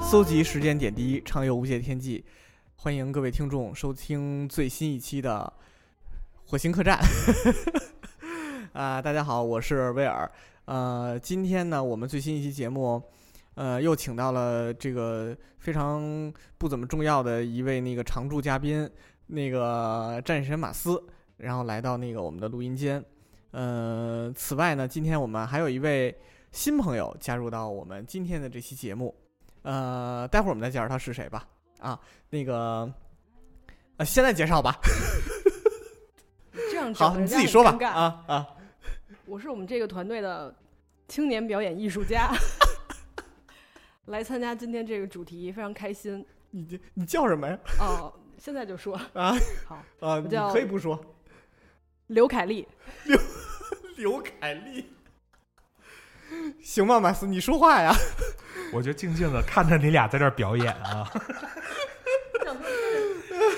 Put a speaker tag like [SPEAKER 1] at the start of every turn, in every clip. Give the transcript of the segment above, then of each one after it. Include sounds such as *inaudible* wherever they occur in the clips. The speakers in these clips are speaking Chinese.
[SPEAKER 1] 搜集时间点滴，畅游无界天际。欢迎各位听众收听最新一期的《火星客栈》 *laughs* 啊、大家好，我是威尔。呃，今天呢，我们最新一期节目，呃，又请到了这个非常不怎么重要的一位那个常驻嘉宾，那个战神马斯，然后来到那个我们的录音间。呃，此外呢，今天我们还有一位新朋友加入到我们今天的这期节目。呃，待会儿我们再介绍他是谁吧。啊，那个，呃，现在介绍吧。
[SPEAKER 2] *laughs* 这样整
[SPEAKER 1] 好，
[SPEAKER 2] 人
[SPEAKER 1] 你
[SPEAKER 2] 家
[SPEAKER 1] 自己
[SPEAKER 2] 很
[SPEAKER 1] 说吧
[SPEAKER 2] 尴。尬
[SPEAKER 1] 啊啊，
[SPEAKER 2] 我是我们这个团队的青年表演艺术家， *laughs* 来参加今天这个主题，非常开心
[SPEAKER 1] 你这你叫什么呀？
[SPEAKER 2] 哦。现在就说
[SPEAKER 1] 啊
[SPEAKER 2] *laughs* 好，
[SPEAKER 1] 啊，你
[SPEAKER 2] 叫
[SPEAKER 1] 可以不说。
[SPEAKER 2] 刘凯丽，
[SPEAKER 1] *laughs* 刘凯丽，行吧，马斯，你说话呀。
[SPEAKER 3] 我就静静的看着你俩在这儿表演
[SPEAKER 1] *laughs*
[SPEAKER 3] 啊，
[SPEAKER 1] 嗯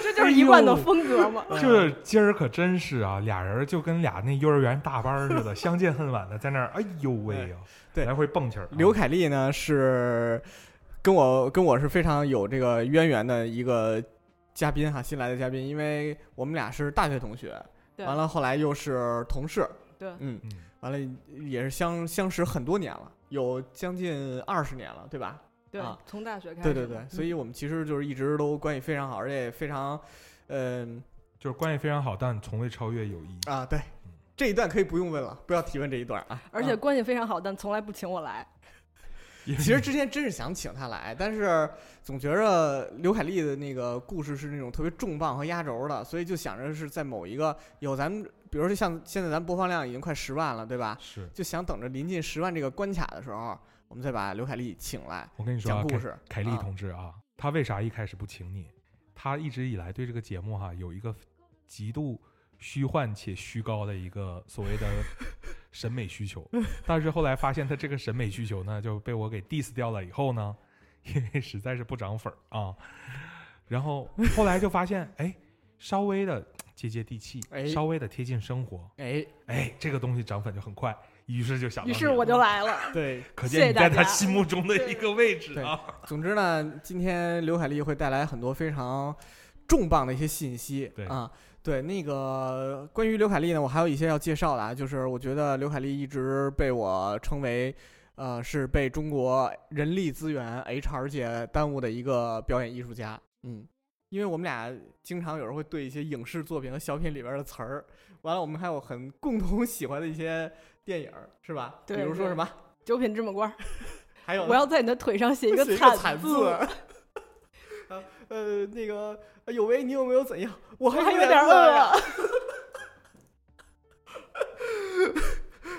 [SPEAKER 2] 这就是一贯的风格
[SPEAKER 1] 哎
[SPEAKER 2] 嘛。
[SPEAKER 3] 这今儿可真是啊，俩人就跟俩那幼儿园大班儿似
[SPEAKER 1] *laughs*
[SPEAKER 3] 的，相见恨晚的在那儿，哎呦喂呀，
[SPEAKER 1] 对
[SPEAKER 3] 来回蹦气儿啊。
[SPEAKER 1] 刘凯丽呢是跟我跟我是非常有这个渊源的一个嘉宾哈，新来的嘉宾，因为我们俩是大学同学，
[SPEAKER 2] 对
[SPEAKER 1] 完了后来又是同事，
[SPEAKER 2] 对
[SPEAKER 1] 嗯，
[SPEAKER 3] 嗯，
[SPEAKER 1] 完了也是相相识很多年了，有将近二十年了，对吧？
[SPEAKER 2] 对
[SPEAKER 1] 啊，
[SPEAKER 2] 从大学开
[SPEAKER 1] 对
[SPEAKER 2] 始。嗯
[SPEAKER 1] 对对，所以我们其实就是一直都关系非常好，而且也非常，啊嗯、
[SPEAKER 3] 就是关系非常好，但从未超越友谊。
[SPEAKER 1] 啊，对，这一段可以不用问了，不要提问这一段啊。
[SPEAKER 2] 而且
[SPEAKER 1] 啊
[SPEAKER 2] 关系非常好，但从来不请我来。
[SPEAKER 3] 因为
[SPEAKER 1] 其
[SPEAKER 3] *laughs*
[SPEAKER 1] 实之前真是想请他来，但是总觉着刘凯丽的那个故事是那种特别重磅和压轴的，所以就想着是在某一个有咱们，比如说像现在咱们播放量已经快十万了，对吧？
[SPEAKER 3] 是
[SPEAKER 1] 就想等着临近十万这个关卡的时候，我们再把刘凯丽请来
[SPEAKER 3] 我跟你说啊
[SPEAKER 1] 讲，故
[SPEAKER 3] 凯
[SPEAKER 1] 事。
[SPEAKER 3] 凯丽
[SPEAKER 1] 啊
[SPEAKER 3] 同志啊，他为啥一开始不请你？他一直以来对这个节目哈、有一个极度虚幻且虚高的一个所
[SPEAKER 1] *laughs*
[SPEAKER 3] 谓的审美需求，但是后来发现他这个审美需求呢就被我给 diss 掉了。以后呢， *laughs* 因为实在是不涨粉儿啊，然后后来就发现，哎，稍微的接接地气，
[SPEAKER 1] 哎
[SPEAKER 3] 稍微的贴近生活，
[SPEAKER 1] 哎，
[SPEAKER 3] 哎，这个东西涨粉就很快。于是就
[SPEAKER 1] 啊
[SPEAKER 3] 想到
[SPEAKER 2] 于
[SPEAKER 3] 你了，
[SPEAKER 2] 是我就来
[SPEAKER 1] *laughs*
[SPEAKER 2] 了。
[SPEAKER 1] 对，
[SPEAKER 3] 可
[SPEAKER 2] 谢谢
[SPEAKER 3] 见你
[SPEAKER 2] 大
[SPEAKER 3] 在他
[SPEAKER 2] 家
[SPEAKER 3] 心目中的一个位置
[SPEAKER 1] 对
[SPEAKER 3] 啊。
[SPEAKER 1] 总之呢，今天刘凯丽会带来很多非常重磅的一些信息。
[SPEAKER 3] 对
[SPEAKER 1] 啊，对，那个关于刘凯丽呢，我还有一些要介绍的啊，就是我觉得刘凯丽一直被我称为。呃，是被中国人力资源 HR 界耽误的一个表演艺术家。嗯，因为我们俩经常有时候会对一些影视作品和小品里边的词儿，完了我们还有很共同喜欢的一些电影儿，是吧？
[SPEAKER 2] 对
[SPEAKER 1] 比如说
[SPEAKER 2] 对
[SPEAKER 1] 什么，
[SPEAKER 2] 九品芝麻官，
[SPEAKER 1] 还有呢
[SPEAKER 2] 我要在你的腿上写一个
[SPEAKER 1] 哎写一个
[SPEAKER 2] 惨
[SPEAKER 1] 惨字。 *laughs*
[SPEAKER 2] *laughs*
[SPEAKER 1] 啊呃，那个呃有为，你有没有怎样？我
[SPEAKER 2] 我还有
[SPEAKER 1] 有
[SPEAKER 2] 点饿
[SPEAKER 1] 呀
[SPEAKER 2] 啊。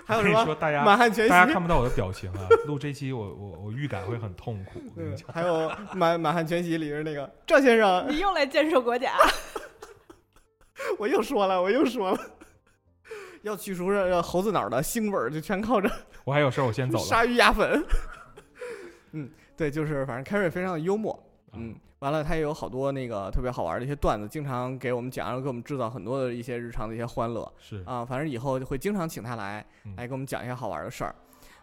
[SPEAKER 1] 还有什
[SPEAKER 3] 我跟你
[SPEAKER 1] 么
[SPEAKER 3] 说，大家
[SPEAKER 1] 满汉全
[SPEAKER 3] 大家
[SPEAKER 1] 席？
[SPEAKER 3] 看不到我的表情
[SPEAKER 1] *laughs*
[SPEAKER 3] 啊，录这期我我我预感会很痛苦。我跟你
[SPEAKER 1] 嗯
[SPEAKER 3] 讲，
[SPEAKER 1] 还有满满汉全席里边那个赵先生，
[SPEAKER 2] 你又来建设国家，
[SPEAKER 1] 我又说了，我又说了，要去除这这猴子脑的腥味儿，就全靠这
[SPEAKER 3] 我还有事儿，我先走了。
[SPEAKER 1] 鲨鱼牙粉。 *laughs* 嗯，对，就是反正凯瑞非常的幽默，
[SPEAKER 3] 啊
[SPEAKER 1] 嗯，完了他也有好多那个特别好玩的一些段子，经常给我们讲，然后给我们制造很多的一些日常的一些欢乐
[SPEAKER 3] 是
[SPEAKER 1] 啊。反正以后会经常请他来
[SPEAKER 3] 嗯
[SPEAKER 1] 来给我们讲一些好玩的事儿。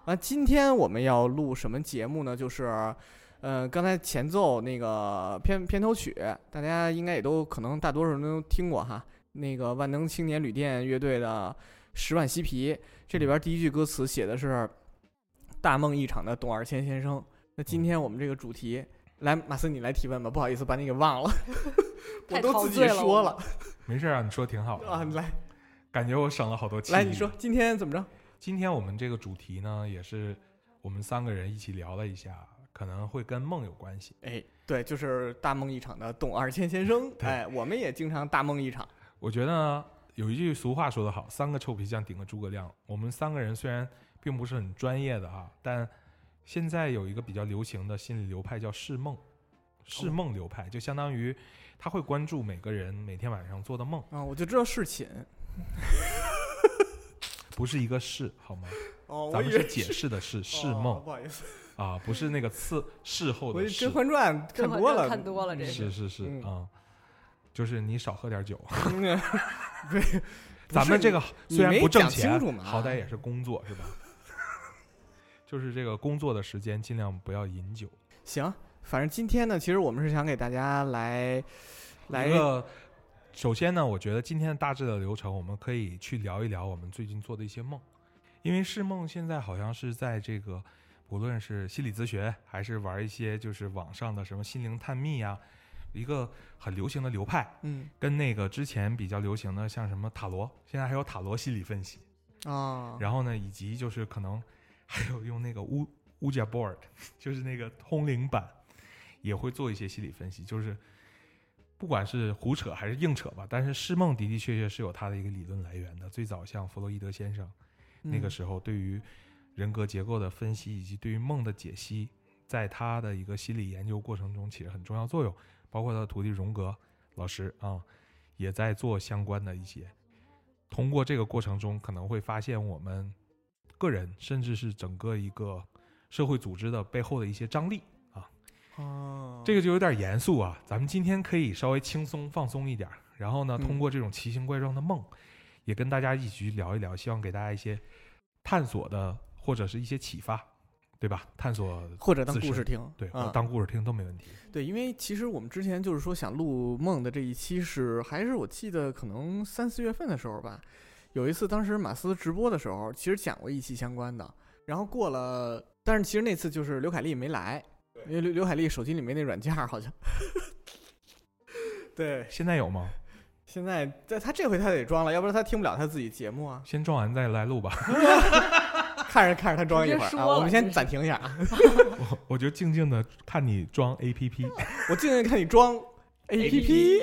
[SPEAKER 1] 完、今天我们要录什么节目呢？就是。呃，刚才前奏那个片片头曲，大家应该也都可能大多数人都听过哈。那个万能青年旅店乐队的《十万嬉皮》，这里边第一句歌词写的是“大梦一场的董二千先生”。那
[SPEAKER 2] 嗯
[SPEAKER 1] 今天我们这个主题，来马斯你来提问吧，不好意思把你给忘
[SPEAKER 2] *laughs*
[SPEAKER 1] 了，我
[SPEAKER 2] 太
[SPEAKER 1] 都
[SPEAKER 2] 陶
[SPEAKER 1] 自己
[SPEAKER 2] 醉了
[SPEAKER 1] 说
[SPEAKER 2] 我
[SPEAKER 1] 了
[SPEAKER 3] 没事儿啊，你说挺好的
[SPEAKER 1] 啊，你来
[SPEAKER 3] 感觉我省了好多气。
[SPEAKER 1] 来，你说，今天怎么着？
[SPEAKER 3] 今天我们这个主题呢，也是我们三个人一起聊了一下，可能会跟梦有关系。
[SPEAKER 1] 哎，对，就是大梦一场的董二千先生。
[SPEAKER 3] 对
[SPEAKER 1] 哎，我们也经常大梦一场。
[SPEAKER 3] 我觉得呢，有一句俗话说得好，三个臭皮匠顶个诸葛亮。我们三个人虽然并不是很专业的啊，但现在有一个比较流行的心理流派叫释梦，释梦流派就相当于他会关注每个人每天晚上做的梦，
[SPEAKER 1] 啊，我就知道是寝。
[SPEAKER 3] 不是一个释，好吗？
[SPEAKER 1] 哦，我
[SPEAKER 3] 咱们
[SPEAKER 1] 以
[SPEAKER 3] 是
[SPEAKER 1] 为
[SPEAKER 3] 解释的是释
[SPEAKER 1] 哦
[SPEAKER 3] 梦
[SPEAKER 1] 不好意思，
[SPEAKER 3] 啊，不是那个次事后
[SPEAKER 1] 我《
[SPEAKER 3] 的事
[SPEAKER 1] 甄。嬛传》 *laughs* *laughs* 看多了，
[SPEAKER 2] 看多了这
[SPEAKER 3] 是是是
[SPEAKER 1] 嗯
[SPEAKER 3] 啊，就是你少喝点酒。
[SPEAKER 1] 嗯不是，不
[SPEAKER 3] *laughs* 咱
[SPEAKER 1] 是
[SPEAKER 3] 们这个
[SPEAKER 1] 你
[SPEAKER 3] 虽然
[SPEAKER 1] 没
[SPEAKER 3] 不挣
[SPEAKER 1] 讲
[SPEAKER 3] 钱
[SPEAKER 1] 清楚，嘛
[SPEAKER 3] 好歹也是工作是吧？ *laughs* 就是这个工作的时间尽量不要饮酒。
[SPEAKER 1] 行，反正今天呢，其实我们是想给大家来来
[SPEAKER 3] 一个，首先呢，我觉得今天大致的流程，我们可以去聊一聊我们最近做的一些梦，因为试梦现在好像是在这个，无论是心理咨询，还是玩一些就是网上的什么心灵探秘呀、一个很流行的流派，
[SPEAKER 1] 嗯
[SPEAKER 3] 跟那个之前比较流行的像什么塔罗，现在还有塔罗心理分析，
[SPEAKER 1] 啊，
[SPEAKER 3] 然后呢，以及就是可能还有用那个乌乌甲 board，就是 *laughs* 那个通灵板，也会做一些心理分析，就是不管是胡扯还是硬扯吧，但是释梦的的确确是有它的一个理论来源的。最早像弗洛伊德先生那个
[SPEAKER 1] 嗯
[SPEAKER 3] 时候对于人格结构的分析以及对于梦的解析，在他的一个心理研究过程中起着很重要作用。包括他的徒弟荣格老师啊、也在做相关的一些。通过这个过程中，可能会发现我们个人，甚至是整个一个社会组织的背后的一些张力。
[SPEAKER 1] 哦，
[SPEAKER 3] 这个就有点严肃啊，咱们今天可以稍微轻松放松一点儿，然后呢，
[SPEAKER 1] 嗯
[SPEAKER 3] 通过这种奇形怪状的梦，也跟大家一起去聊一聊，希望给大家一些探索的或者是一些启发，对吧？探索
[SPEAKER 1] 或者当
[SPEAKER 3] 自
[SPEAKER 1] 故事
[SPEAKER 3] 身
[SPEAKER 1] 听，
[SPEAKER 3] 对，
[SPEAKER 1] 啊、
[SPEAKER 3] 当故事听都没问题。
[SPEAKER 1] 对，因为其实我们之前就是说想录梦的这一期是，还是我记得可能三四月份的时候吧，有一次当时马斯直播的时候，其实讲过一期相关的，然后过了，但是其实那次就是刘凯丽没来，因为刘刘凯丽手机里没那软件儿好像。 *laughs* 对，
[SPEAKER 3] 现在有吗？
[SPEAKER 1] 现在在他这回他得装了，要不然他听不了他自己节目
[SPEAKER 2] *laughs*
[SPEAKER 1] 啊。
[SPEAKER 3] 先装完再来
[SPEAKER 1] *laughs*
[SPEAKER 3] 录吧，
[SPEAKER 1] 看着看着他装一会
[SPEAKER 2] 直
[SPEAKER 1] 儿
[SPEAKER 2] 接
[SPEAKER 1] 啊，
[SPEAKER 2] 说
[SPEAKER 1] 我们
[SPEAKER 2] 了
[SPEAKER 1] 先
[SPEAKER 2] 真是
[SPEAKER 1] 暂停一下啊，
[SPEAKER 3] 我我就静静的看你装 A P P，
[SPEAKER 1] 我静静看你装 A P P。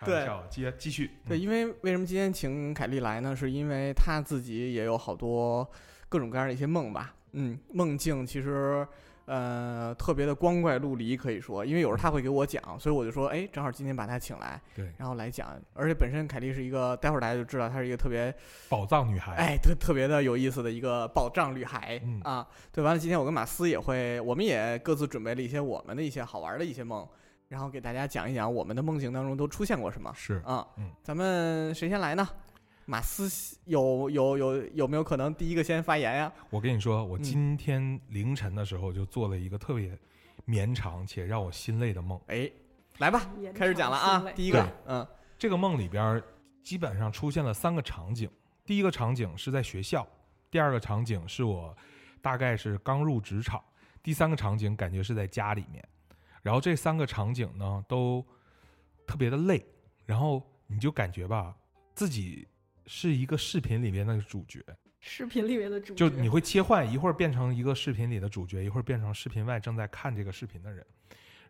[SPEAKER 3] 开玩笑，接继续。
[SPEAKER 1] 对，
[SPEAKER 3] 嗯，
[SPEAKER 1] 因为为什么今天请凯丽来呢？是因为她自己也有好多各种各样的一些梦吧。嗯，梦境其实呃特别的光怪陆离，可以说，因为有时候她会给我讲，所以我就说，哎，正好今天把她请来，
[SPEAKER 3] 对，
[SPEAKER 1] 然后来讲。而且本身凯丽是一个，待会儿大家就知道她是一个特别
[SPEAKER 3] 宝藏女孩，
[SPEAKER 1] 哎特特别的有意思的一个宝藏女孩、
[SPEAKER 3] 嗯
[SPEAKER 1] 啊。对，完了今天我跟马斯也会，我们也各自准备了一些我们的一些好玩的一些梦，然后给大家讲一讲我们的梦境当中都出现过什么。
[SPEAKER 3] 是
[SPEAKER 1] 啊，
[SPEAKER 3] 嗯
[SPEAKER 1] 咱们谁先来呢？马斯有有有有没有可能第一个先发言呀、
[SPEAKER 3] 我跟你说，我
[SPEAKER 1] 嗯
[SPEAKER 3] 今天凌晨的时候就做了一个特别绵长且让我心累的梦。
[SPEAKER 1] 哎，来吧，
[SPEAKER 2] 延
[SPEAKER 1] 开始讲
[SPEAKER 2] 长
[SPEAKER 1] 了
[SPEAKER 2] 心
[SPEAKER 1] 啊
[SPEAKER 2] 累，
[SPEAKER 1] 第一个
[SPEAKER 3] 对，
[SPEAKER 1] 嗯
[SPEAKER 3] 这个梦里边儿基本上出现了三个场景，第一个场景是在学校，第二个场景是我大概是刚入职场，第三个场景感觉是在家里面。然后这三个场景呢都特别的累，然后你就感觉吧，自己是一个视频里面那个主角，
[SPEAKER 2] 视频里面的主
[SPEAKER 3] 就
[SPEAKER 2] 角
[SPEAKER 3] 你会切换，一会儿变成一个视频里的主角，一会儿变成视频外正在看这个视频的人。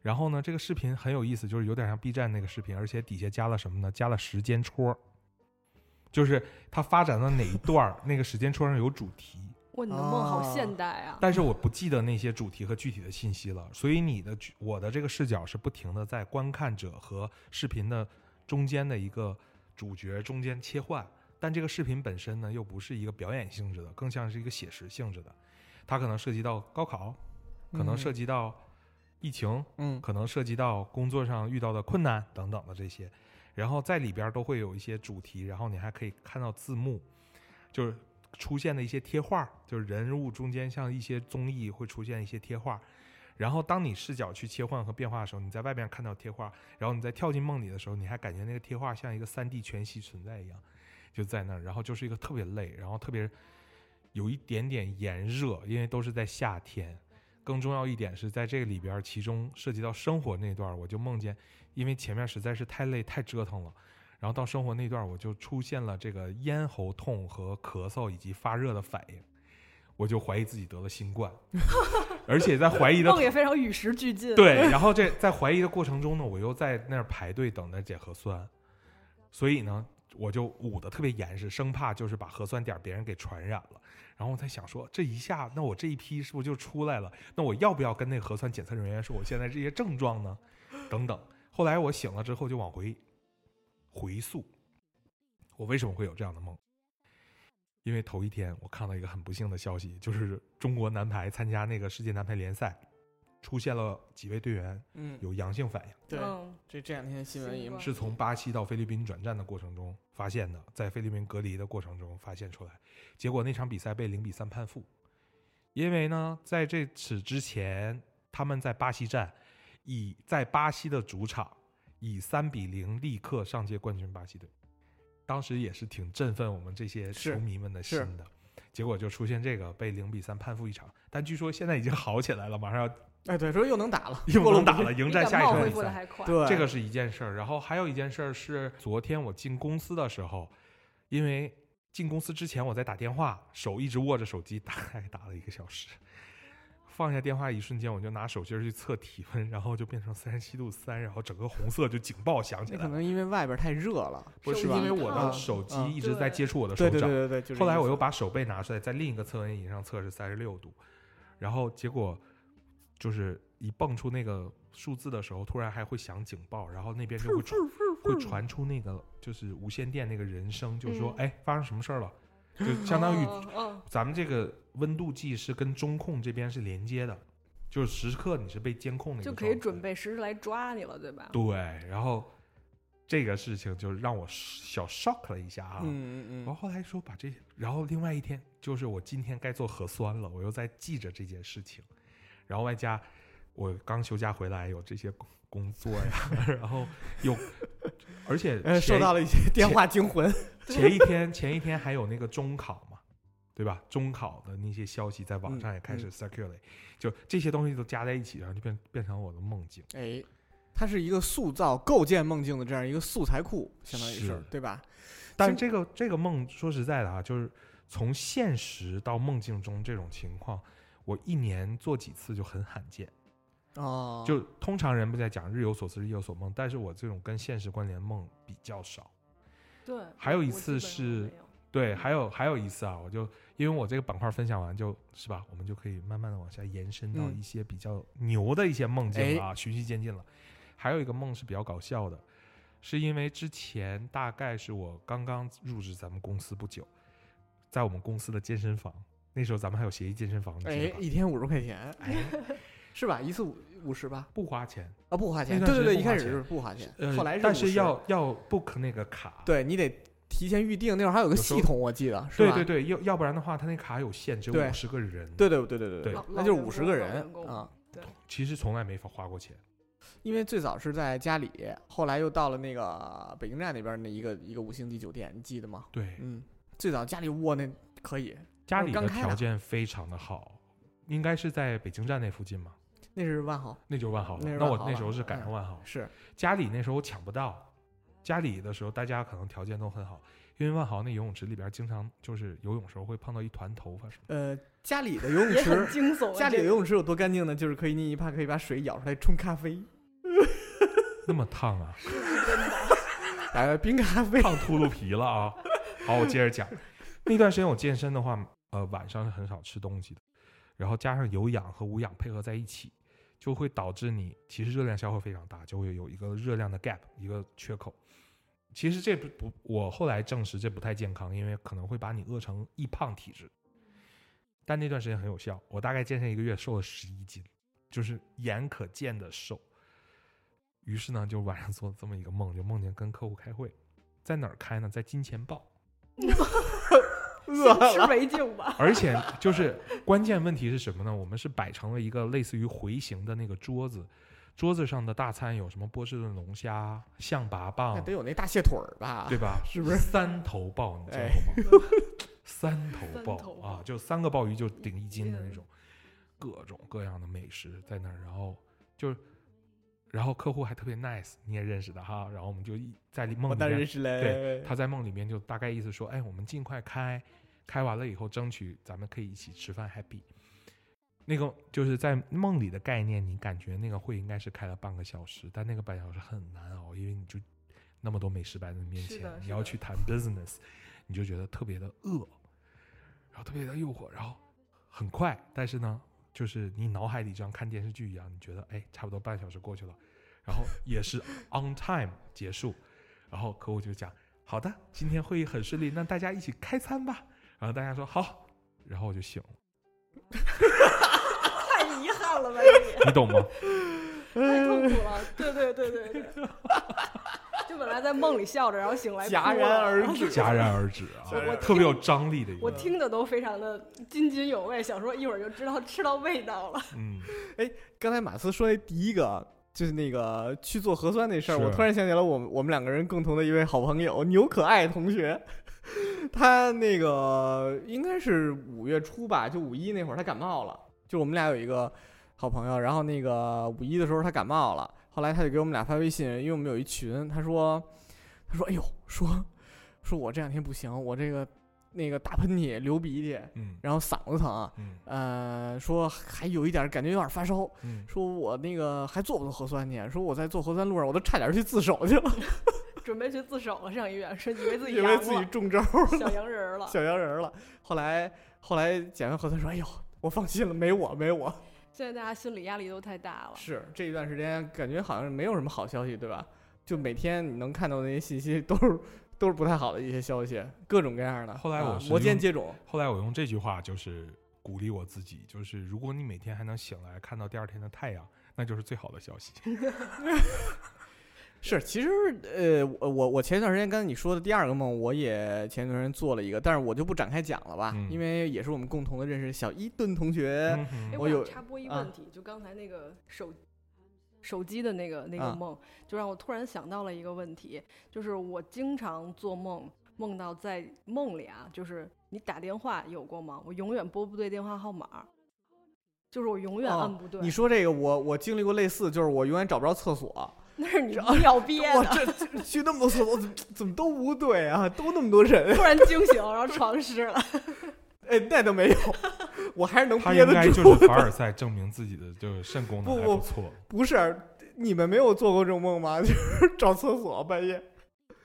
[SPEAKER 3] 然后呢，这个视频很有意思，就是有点像 B 站那个视频，而且底下加了什么呢？加了时间戳，就是它发展到哪一段儿， *laughs* 那个时间戳上有主题，
[SPEAKER 2] 哇，你的梦好
[SPEAKER 1] 啊
[SPEAKER 2] 现代啊！
[SPEAKER 3] 但是我不记得那些主题和具体的信息了，所以你的我的这个视角是不停的在观看者和视频的中间的一个主角中间切换，但这个视频本身呢又不是一个表演性质的，更像是一个写实性质的，它可能涉及到高考，可能涉及到疫情，
[SPEAKER 1] 嗯
[SPEAKER 3] 可能涉及到工作上遇到的困难等等的这些，然后在里边儿都会有一些主题，然后你还可以看到字幕，就是出现的一些贴画，就是人物中间像一些综艺会出现一些贴画，然后当你视角去切换和变化的时候，你在外边看到贴画，然后你再跳进梦里的时候，你还感觉那个贴画像一个三 D 全息存在一样，就在那儿，然后就是一个特别累，然后特别有一点点炎热，因为都是在夏天。更重要一点是在这个里边儿，其中涉及到生活那段儿，我就梦见，因为前面实在是太累太折腾了，然后到生活那段儿，我就出现了这个咽喉痛和咳嗽以及发热的反应，我就怀疑自己得了新冠，而且在怀疑的
[SPEAKER 2] 梦也非常与时俱进。，
[SPEAKER 3] 对，然后这在怀疑的过程中呢，我又在那儿排队等着解核酸，所以呢，我就捂得特别严实，生怕就是把核酸点儿别人给传染了。然后我在想说，这一下，那我这一批是不是就出来了？那我要不要跟那个核酸检测人员说我现在这些症状呢？等等。后来我醒了之后就往回回溯，我为什么会有这样的梦？因为头一天我看到一个很不幸的消息，就是中国男排参加那个世界男排联赛，出现了几位队员
[SPEAKER 1] 嗯，
[SPEAKER 3] 有阳性反应，
[SPEAKER 1] 对，
[SPEAKER 2] 嗯，
[SPEAKER 1] 这这两天新闻也
[SPEAKER 2] 习惯
[SPEAKER 3] 是从巴西到菲律宾转战的过程中发现的，在菲律宾隔离的过程中发现出来，结果那场比赛被零比三判负，因为呢，在这此之前，他们在巴西站以在巴西的主场以三比零力克上届冠军巴西队，当时也是挺振奋我们这些
[SPEAKER 1] 是
[SPEAKER 3] 球迷们的心
[SPEAKER 1] 是
[SPEAKER 3] 的。结果就出现这个被零比三攀附一场，但据说现在已经好起来了，马上要
[SPEAKER 1] 哎，对，说又能打了，
[SPEAKER 3] *laughs*
[SPEAKER 1] *laughs*
[SPEAKER 3] 又
[SPEAKER 1] 过
[SPEAKER 3] 能
[SPEAKER 1] 比
[SPEAKER 3] 打了，迎战
[SPEAKER 2] 感
[SPEAKER 3] 下一
[SPEAKER 2] 冒
[SPEAKER 3] 场
[SPEAKER 2] 恢
[SPEAKER 3] 比
[SPEAKER 2] 复的
[SPEAKER 3] 赛。
[SPEAKER 2] 还快，
[SPEAKER 1] 对，
[SPEAKER 3] 这个是一件事儿。然后还有一件事儿是，昨天我进公司的时候，因为进公司之前我在打电话，手一直握着手机，大概打了一个小时。放下电话一瞬间，我就拿手心儿去测体温，然后就变成三十七度三，然后整个红色就警报响起
[SPEAKER 1] 那
[SPEAKER 3] 来
[SPEAKER 1] 可
[SPEAKER 3] 了。
[SPEAKER 1] 能因为外边太热了，
[SPEAKER 3] 不是
[SPEAKER 1] 手机
[SPEAKER 3] 因为我
[SPEAKER 1] 啊
[SPEAKER 3] 的手机
[SPEAKER 1] 啊
[SPEAKER 3] 一直在
[SPEAKER 2] 对
[SPEAKER 3] 接触我的手
[SPEAKER 1] 对
[SPEAKER 3] 掌，
[SPEAKER 1] 对对对对，就这
[SPEAKER 3] 后来
[SPEAKER 1] 意
[SPEAKER 3] 我
[SPEAKER 1] 思
[SPEAKER 3] 又把手背拿出来，在另一个测温仪上测是三十六度，然后结果就是一蹦出那个数字的时候，突然还会响警报，然后那边就会传会传出那个就是无线电那个人声，就说
[SPEAKER 2] 嗯
[SPEAKER 3] 哎发生什么事儿了，
[SPEAKER 2] *laughs*
[SPEAKER 3] 就相当于
[SPEAKER 2] 嗯嗯
[SPEAKER 3] 咱们这个温度计是跟中控这边是连接的，就是时刻你是被监控的一个
[SPEAKER 2] 就
[SPEAKER 3] 状态，
[SPEAKER 2] 可以准备实时来抓你了，对吧？
[SPEAKER 3] 对，然后这个事情就让我小 shock 了一下啊，
[SPEAKER 1] 嗯嗯
[SPEAKER 3] 然
[SPEAKER 1] 嗯，
[SPEAKER 3] 后后来说把这些，然后另外一天就是我今天该做核酸了，我又在记着这件事情，然后外加我刚休假回来有这些工工作呀， *laughs* 然后又而且
[SPEAKER 2] 哎
[SPEAKER 1] 呃，受
[SPEAKER 3] 前
[SPEAKER 1] 到了一些电话惊
[SPEAKER 3] *laughs*
[SPEAKER 1] 魂，
[SPEAKER 3] 前一天前一天还有那个中考嘛，对吧？中考的那些消息在网
[SPEAKER 1] 嗯
[SPEAKER 3] 上也开始
[SPEAKER 1] 嗯
[SPEAKER 3] circulate，、就这些东西都加在一起，然后就变变成我的梦境。
[SPEAKER 1] 哎，它是一个塑造、构建梦境的这样一个素材库，相当于
[SPEAKER 3] 是
[SPEAKER 1] 是对吧？
[SPEAKER 3] 但这个这个梦，说实在的啊，就是从现实到梦境中这种情况，我一年做几次就很罕见。
[SPEAKER 1] 哦，
[SPEAKER 3] 就通常人不在讲日有所思，日有所梦，但是我这种跟现实关联梦比较少。
[SPEAKER 2] 对。
[SPEAKER 3] 还有
[SPEAKER 2] 我
[SPEAKER 3] 一
[SPEAKER 2] 基
[SPEAKER 3] 次
[SPEAKER 2] 本上
[SPEAKER 3] 是
[SPEAKER 2] 没，有
[SPEAKER 3] 对，还有还有一次啊，我就因为我这个板块分享完就是吧，我们就可以慢慢的往下延伸到
[SPEAKER 1] 嗯
[SPEAKER 3] 一些比较牛的一些梦境了啊，循序渐进了。还有一个梦是比较搞笑的，是因为之前大概是我刚刚入职咱们公司不久，在我们公司的健身房，那时候咱们还有协议健身房，你记得
[SPEAKER 1] 哎
[SPEAKER 3] 吧，
[SPEAKER 1] 一天五十块钱
[SPEAKER 3] 哎，
[SPEAKER 1] 是吧？一次五五十吧？
[SPEAKER 3] 不花钱，
[SPEAKER 1] 啊，不花钱，
[SPEAKER 3] 那
[SPEAKER 1] 对
[SPEAKER 3] 段
[SPEAKER 1] 对对，一
[SPEAKER 3] 时间不花
[SPEAKER 1] 开始
[SPEAKER 3] 钱
[SPEAKER 1] 是不花钱，
[SPEAKER 3] 呃，
[SPEAKER 1] 后来
[SPEAKER 3] 但
[SPEAKER 1] 是
[SPEAKER 3] 是
[SPEAKER 1] 50
[SPEAKER 3] 要要 book 那个卡，
[SPEAKER 1] 对你得提前预定，那会儿还有个
[SPEAKER 3] 有时候
[SPEAKER 1] 系统，我记得是
[SPEAKER 3] 对
[SPEAKER 1] 吧？
[SPEAKER 3] 对对，要要不然的话，他那卡有限，只有
[SPEAKER 1] 对
[SPEAKER 3] 五十个人。，
[SPEAKER 1] 对对对对对
[SPEAKER 3] 对
[SPEAKER 1] 那就是
[SPEAKER 2] 老
[SPEAKER 1] 五十个
[SPEAKER 2] 员
[SPEAKER 1] 人
[SPEAKER 2] 工老员工
[SPEAKER 1] 啊。
[SPEAKER 3] 其实从来没花过钱。
[SPEAKER 1] 因为最早是在家里，后来又到了那个北京站那边那一个一个五星级酒店，你记得吗？
[SPEAKER 3] 对，
[SPEAKER 1] 嗯，最早家里窝那可以，
[SPEAKER 3] 家里
[SPEAKER 1] 刚
[SPEAKER 3] 的
[SPEAKER 1] 开的
[SPEAKER 3] 条件非常的好，应该是在北京站那附近嘛，
[SPEAKER 1] 那是万豪，
[SPEAKER 3] 那就是万豪了。
[SPEAKER 1] 那是
[SPEAKER 3] 那
[SPEAKER 1] 万
[SPEAKER 3] 我
[SPEAKER 1] 豪
[SPEAKER 3] 那
[SPEAKER 1] 了
[SPEAKER 3] 时候是赶上
[SPEAKER 1] 嗯
[SPEAKER 3] 万豪，
[SPEAKER 1] 是
[SPEAKER 3] 家里那时候我抢不到，家里的时候大家可能条件都很好，因为万豪那游泳池里边经常就是游泳时候会碰到一团头发什么的。
[SPEAKER 1] 呃家里的游泳
[SPEAKER 2] 也很
[SPEAKER 1] 池，
[SPEAKER 2] 惊悚啊。
[SPEAKER 1] 家里的
[SPEAKER 2] 这
[SPEAKER 1] 游
[SPEAKER 2] 个
[SPEAKER 1] 泳池有多干净呢？就是可以你一怕可以把水舀出来冲咖啡，
[SPEAKER 3] 那么烫啊，
[SPEAKER 1] 呃冰咖
[SPEAKER 2] *laughs*
[SPEAKER 1] 啡，
[SPEAKER 3] 烫秃噜皮了啊！好，我接着讲。那段时间我健身的话，呃，晚上是很少吃东西的，然后加上有氧和无氧配合在一起，就会导致你其实热量消耗非常大，就会有一个热量的 gap，一个缺口。其实这不不，我后来证实这不太健康，因为可能会把你饿成易胖体质。但那段时间很有效，我大概健身一个月瘦了十一斤，就是眼可见的瘦。于是呢，就晚上做了这么一个梦，就梦见跟客户开会，在哪儿开呢？在金钱豹，
[SPEAKER 1] 饿
[SPEAKER 2] 先吃
[SPEAKER 1] 了， *laughs*
[SPEAKER 2] 为敬吧。
[SPEAKER 3] 而且就是关键问题是什么呢？我们是摆成了一个类似于回形的那个桌子，桌子上的大餐有什么波士顿龙虾、象拔
[SPEAKER 1] 那
[SPEAKER 3] 蚌
[SPEAKER 1] 得，有那大蟹腿儿吧？
[SPEAKER 3] 啊对吧？
[SPEAKER 1] 啊是不是
[SPEAKER 3] 三头鲍？你见
[SPEAKER 1] 哎 *laughs*
[SPEAKER 3] 过吗？三头
[SPEAKER 2] 三头
[SPEAKER 3] 鲍
[SPEAKER 2] 鲍
[SPEAKER 3] 啊，就三个鲍鱼就顶一斤的那种，各种各样的美食在那儿，然后就。然后客户还特别 nice，你也认识的哈。然后我们就一在梦
[SPEAKER 1] 我
[SPEAKER 3] 里
[SPEAKER 1] 当
[SPEAKER 3] 面
[SPEAKER 1] 然是嘞
[SPEAKER 3] 对，，他在梦里面就大概意思说，哎，我们尽快开，开完了以后争取咱们可以一起吃饭 happy。那个就是在梦里的概念，你感觉那个会应该是开了半个小时，但那个半小时很难熬，因为你就那么多美食摆在你面
[SPEAKER 2] 是
[SPEAKER 3] 前
[SPEAKER 2] 的，
[SPEAKER 3] 你
[SPEAKER 2] 是
[SPEAKER 3] 要
[SPEAKER 2] 的 *laughs*
[SPEAKER 3] 去谈 business，你就觉得特别的饿，然后特别的诱惑，然后很快，但是呢，就是你脑海里就像看电视剧一样，你觉得哎，差不多半小时过去了，然后也是 on time 结束，然后客户就讲好的，今天会议很顺利，那大家一起开餐吧。然后大家说好，然后我就醒了，
[SPEAKER 2] 太遗憾了吧你，
[SPEAKER 3] 你懂
[SPEAKER 1] *laughs*
[SPEAKER 3] 吗？
[SPEAKER 1] 哎
[SPEAKER 2] 太痛苦了。对对对对对，就本来在梦里笑着，然后醒来
[SPEAKER 1] 戛
[SPEAKER 2] 哭
[SPEAKER 1] 然
[SPEAKER 2] 了 *laughs*
[SPEAKER 1] 而止，
[SPEAKER 3] 戛 *laughs* 然而止啊
[SPEAKER 1] 我我，
[SPEAKER 3] 特别有张力的一
[SPEAKER 2] 我
[SPEAKER 3] 个，
[SPEAKER 2] 听的都非常的津津有味，想说一会儿就知道吃到味道了。
[SPEAKER 3] 嗯，
[SPEAKER 1] 刚才马斯说的第一个就是那个去做核酸那事儿，
[SPEAKER 3] 是
[SPEAKER 1] 我突然想起来我们我们两个人共同的一位好朋友牛可爱同学， *laughs* 他那个应该是五月初吧，就五一那会儿他感冒了，就我们俩有一个好朋友，然后那个五一的时候他感冒了，后来他就给我们俩发微信，因为我们有一群，他说他说哎呦说说我这两天不行，我这个那个打喷嚏流鼻涕，
[SPEAKER 3] 嗯
[SPEAKER 1] 然后嗓子疼。
[SPEAKER 3] 嗯
[SPEAKER 1] 呃，说还有一点儿感觉有点儿发烧，
[SPEAKER 3] 嗯，
[SPEAKER 1] 说我那个还做不做核酸去？说我在做核酸路上，我都差点去自首去了，
[SPEAKER 2] 准备去自首了，上医院说以为自己
[SPEAKER 1] 以
[SPEAKER 2] 阳
[SPEAKER 1] 为自己
[SPEAKER 2] 了，
[SPEAKER 1] 中招
[SPEAKER 2] *laughs* 小
[SPEAKER 1] 了，
[SPEAKER 2] 阳人儿了。
[SPEAKER 1] 小洋人儿了。后来后来检完核酸说：“哎呦，我放心了，没我，没我。
[SPEAKER 2] 现在大家心理压力都太大”了，
[SPEAKER 1] 是这一段时间感觉好像没有什么好消息，对吧？就每天你能看到那些信息都是都是不太好的一些消息，各种各样的。
[SPEAKER 3] 后来我
[SPEAKER 1] 啊
[SPEAKER 3] 是
[SPEAKER 1] 摩肩
[SPEAKER 3] 用
[SPEAKER 1] 接踵，
[SPEAKER 3] 后来我用这句话就是鼓励我自己，就是如果你每天还能醒来看到第二天的太阳，那就是最好的消
[SPEAKER 2] *laughs*
[SPEAKER 3] 息。
[SPEAKER 2] 哎
[SPEAKER 1] 是，其实呃，我我我前一段时间刚才你说的第二个梦，我也前一段时间做了一个，但是我就不展开讲了吧，
[SPEAKER 3] 嗯
[SPEAKER 1] 因为也是我们共同的认识小伊顿同
[SPEAKER 3] *laughs*
[SPEAKER 1] 学。
[SPEAKER 2] 哎，
[SPEAKER 3] 嗯哼
[SPEAKER 1] 我有
[SPEAKER 2] 想插播一
[SPEAKER 1] 啊
[SPEAKER 2] 问题，就刚才那个手手机的那个那个
[SPEAKER 1] 啊
[SPEAKER 2] 梦，就让我突然想到了一个问题，就是我经常做梦，梦到在梦里啊，就是你打电话有过吗？我永远拨不对电话号码，就是我永远
[SPEAKER 1] 哦
[SPEAKER 2] 按不对。
[SPEAKER 1] 你说这个，我我经历过类似，就是我永远找不着厕所，
[SPEAKER 2] 那是你
[SPEAKER 1] 这
[SPEAKER 2] 尿憋
[SPEAKER 1] 哇，
[SPEAKER 2] 的， *laughs*
[SPEAKER 1] 这这去那么多厕所，怎么怎么都不对啊，都那么多人，
[SPEAKER 2] 突然惊醒，然后床湿了。
[SPEAKER 1] 哎，那倒没有，我还是能
[SPEAKER 3] 他
[SPEAKER 1] 憋
[SPEAKER 3] 应
[SPEAKER 1] 得
[SPEAKER 3] 该
[SPEAKER 1] 住。
[SPEAKER 3] 就是凡尔赛证明自己的就是
[SPEAKER 2] *laughs*
[SPEAKER 3] 肾功能
[SPEAKER 1] 不
[SPEAKER 3] 还
[SPEAKER 1] 不
[SPEAKER 3] 不错。
[SPEAKER 1] *laughs* 不是你们没有做过这种梦吗？ *laughs* 就是找厕所半夜，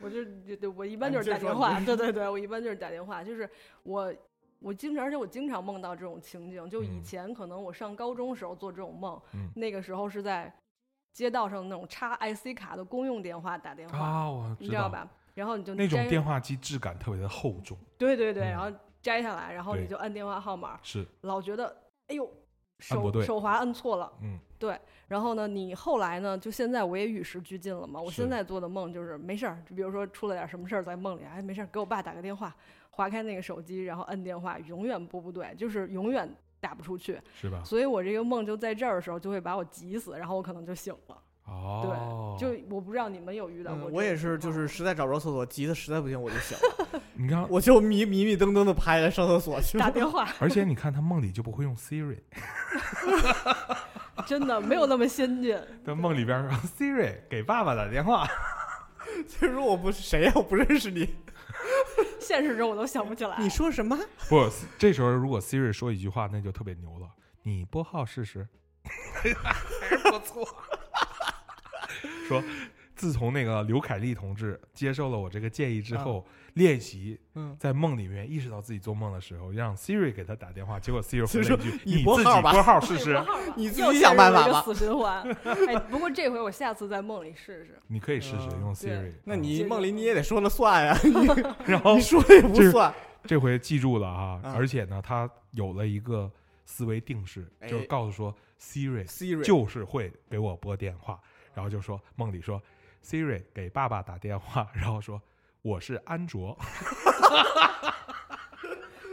[SPEAKER 2] 我就就就我一般
[SPEAKER 3] 哎
[SPEAKER 1] 啊
[SPEAKER 2] 就
[SPEAKER 1] 你
[SPEAKER 2] 是打
[SPEAKER 1] 接着
[SPEAKER 2] 电
[SPEAKER 1] 说
[SPEAKER 2] 话，
[SPEAKER 1] 你
[SPEAKER 2] 对对对，我一般就是打电话，就是我我经常，而且我经常梦到这种情景。就以
[SPEAKER 3] 嗯
[SPEAKER 2] 前可能我上高中时候做这种梦，
[SPEAKER 3] 嗯
[SPEAKER 2] 那个时候是在街道上那种插 IC 卡的公用电话打电话，
[SPEAKER 3] 啊，我
[SPEAKER 2] 你
[SPEAKER 3] 知
[SPEAKER 2] 知道
[SPEAKER 3] 道。
[SPEAKER 2] 吧？然后你就
[SPEAKER 3] 那种
[SPEAKER 2] 摘
[SPEAKER 3] 电话机质感特别的厚重，
[SPEAKER 2] 对对对，
[SPEAKER 3] 嗯
[SPEAKER 2] 然后摘下来，然后你
[SPEAKER 3] 对
[SPEAKER 2] 就按电话号码，
[SPEAKER 3] 是，
[SPEAKER 2] 老觉得哎呦
[SPEAKER 3] 不
[SPEAKER 2] 手
[SPEAKER 3] 对
[SPEAKER 2] 手滑按错了。
[SPEAKER 3] 嗯，
[SPEAKER 2] 然后呢，你后来呢？就现在我也与时俱进了嘛。我
[SPEAKER 3] 是
[SPEAKER 2] 现在做的梦就是没事儿，就比如说出了点什么事儿，在梦里，哎，没事儿，给我爸打个电话，划开那个手机，然后摁电话，永远拨不对，就是永远打不出去。
[SPEAKER 3] 是吧？
[SPEAKER 2] 所以我这个梦就在这儿的时候，就会把我急死，然后我可能就醒了。
[SPEAKER 3] 哦，
[SPEAKER 2] 就我不知道你们有遇到
[SPEAKER 1] 嗯，
[SPEAKER 2] 过、
[SPEAKER 1] 我也是，就是。实在找不着厕所，急得实在不行我就醒
[SPEAKER 2] *laughs*
[SPEAKER 1] 了，
[SPEAKER 3] 你看，
[SPEAKER 1] 我就迷迷迷瞪瞪的爬起来上厕所去了
[SPEAKER 2] 打。电话
[SPEAKER 3] 而且你看他梦里就不会用 Siri，
[SPEAKER 2] *laughs* 真的没有那么先进，
[SPEAKER 3] 在梦里边儿 Siri 给爸爸打电话，
[SPEAKER 1] *laughs* 就是说我不是谁呀、我不认识你，
[SPEAKER 2] 现实中我都想不起来。
[SPEAKER 1] 你说什么？
[SPEAKER 3] 不，这时候如果 Siri 说一句话，那就特别牛了。你拨号
[SPEAKER 1] *laughs*
[SPEAKER 3] 试试，还是不错。 *laughs* 说，自从那个刘凯丽同志接受了我这个建议之后，练习
[SPEAKER 1] 嗯，
[SPEAKER 3] 在梦里面意识到自己做梦的时候，让 Siri 给他打电话，结果 Siri 回
[SPEAKER 1] 就说
[SPEAKER 3] 了一句：“
[SPEAKER 1] 你
[SPEAKER 3] 你
[SPEAKER 1] 拨
[SPEAKER 3] 自己
[SPEAKER 1] 号吧
[SPEAKER 3] 拨号试
[SPEAKER 2] 对
[SPEAKER 3] 试
[SPEAKER 2] 拨。号吧
[SPEAKER 1] 你自
[SPEAKER 2] 又
[SPEAKER 1] 己
[SPEAKER 2] 陷
[SPEAKER 1] 想
[SPEAKER 2] 入
[SPEAKER 1] 办
[SPEAKER 2] 了
[SPEAKER 1] 法
[SPEAKER 2] 一个
[SPEAKER 1] 吧
[SPEAKER 2] 死循环。哎，不过这回我下次在梦里试试。”
[SPEAKER 3] 你可以试试
[SPEAKER 1] 嗯
[SPEAKER 3] 用
[SPEAKER 2] 对
[SPEAKER 3] Siri。
[SPEAKER 1] 那
[SPEAKER 3] 嗯
[SPEAKER 1] 你梦里你也得说了算呀、 *laughs*
[SPEAKER 3] 然
[SPEAKER 1] 你
[SPEAKER 3] 后
[SPEAKER 1] 你说了也不
[SPEAKER 3] 这
[SPEAKER 1] 算。
[SPEAKER 3] 这回记住了啊，
[SPEAKER 1] 啊
[SPEAKER 3] 而且呢，他有了一个思维定式，就是
[SPEAKER 1] 哎
[SPEAKER 3] 告诉说 Siri
[SPEAKER 1] Siri
[SPEAKER 3] 就是会给我拨电话，然后就说梦里说 Siri 给爸爸打电话， *laughs* 然后说我是安卓，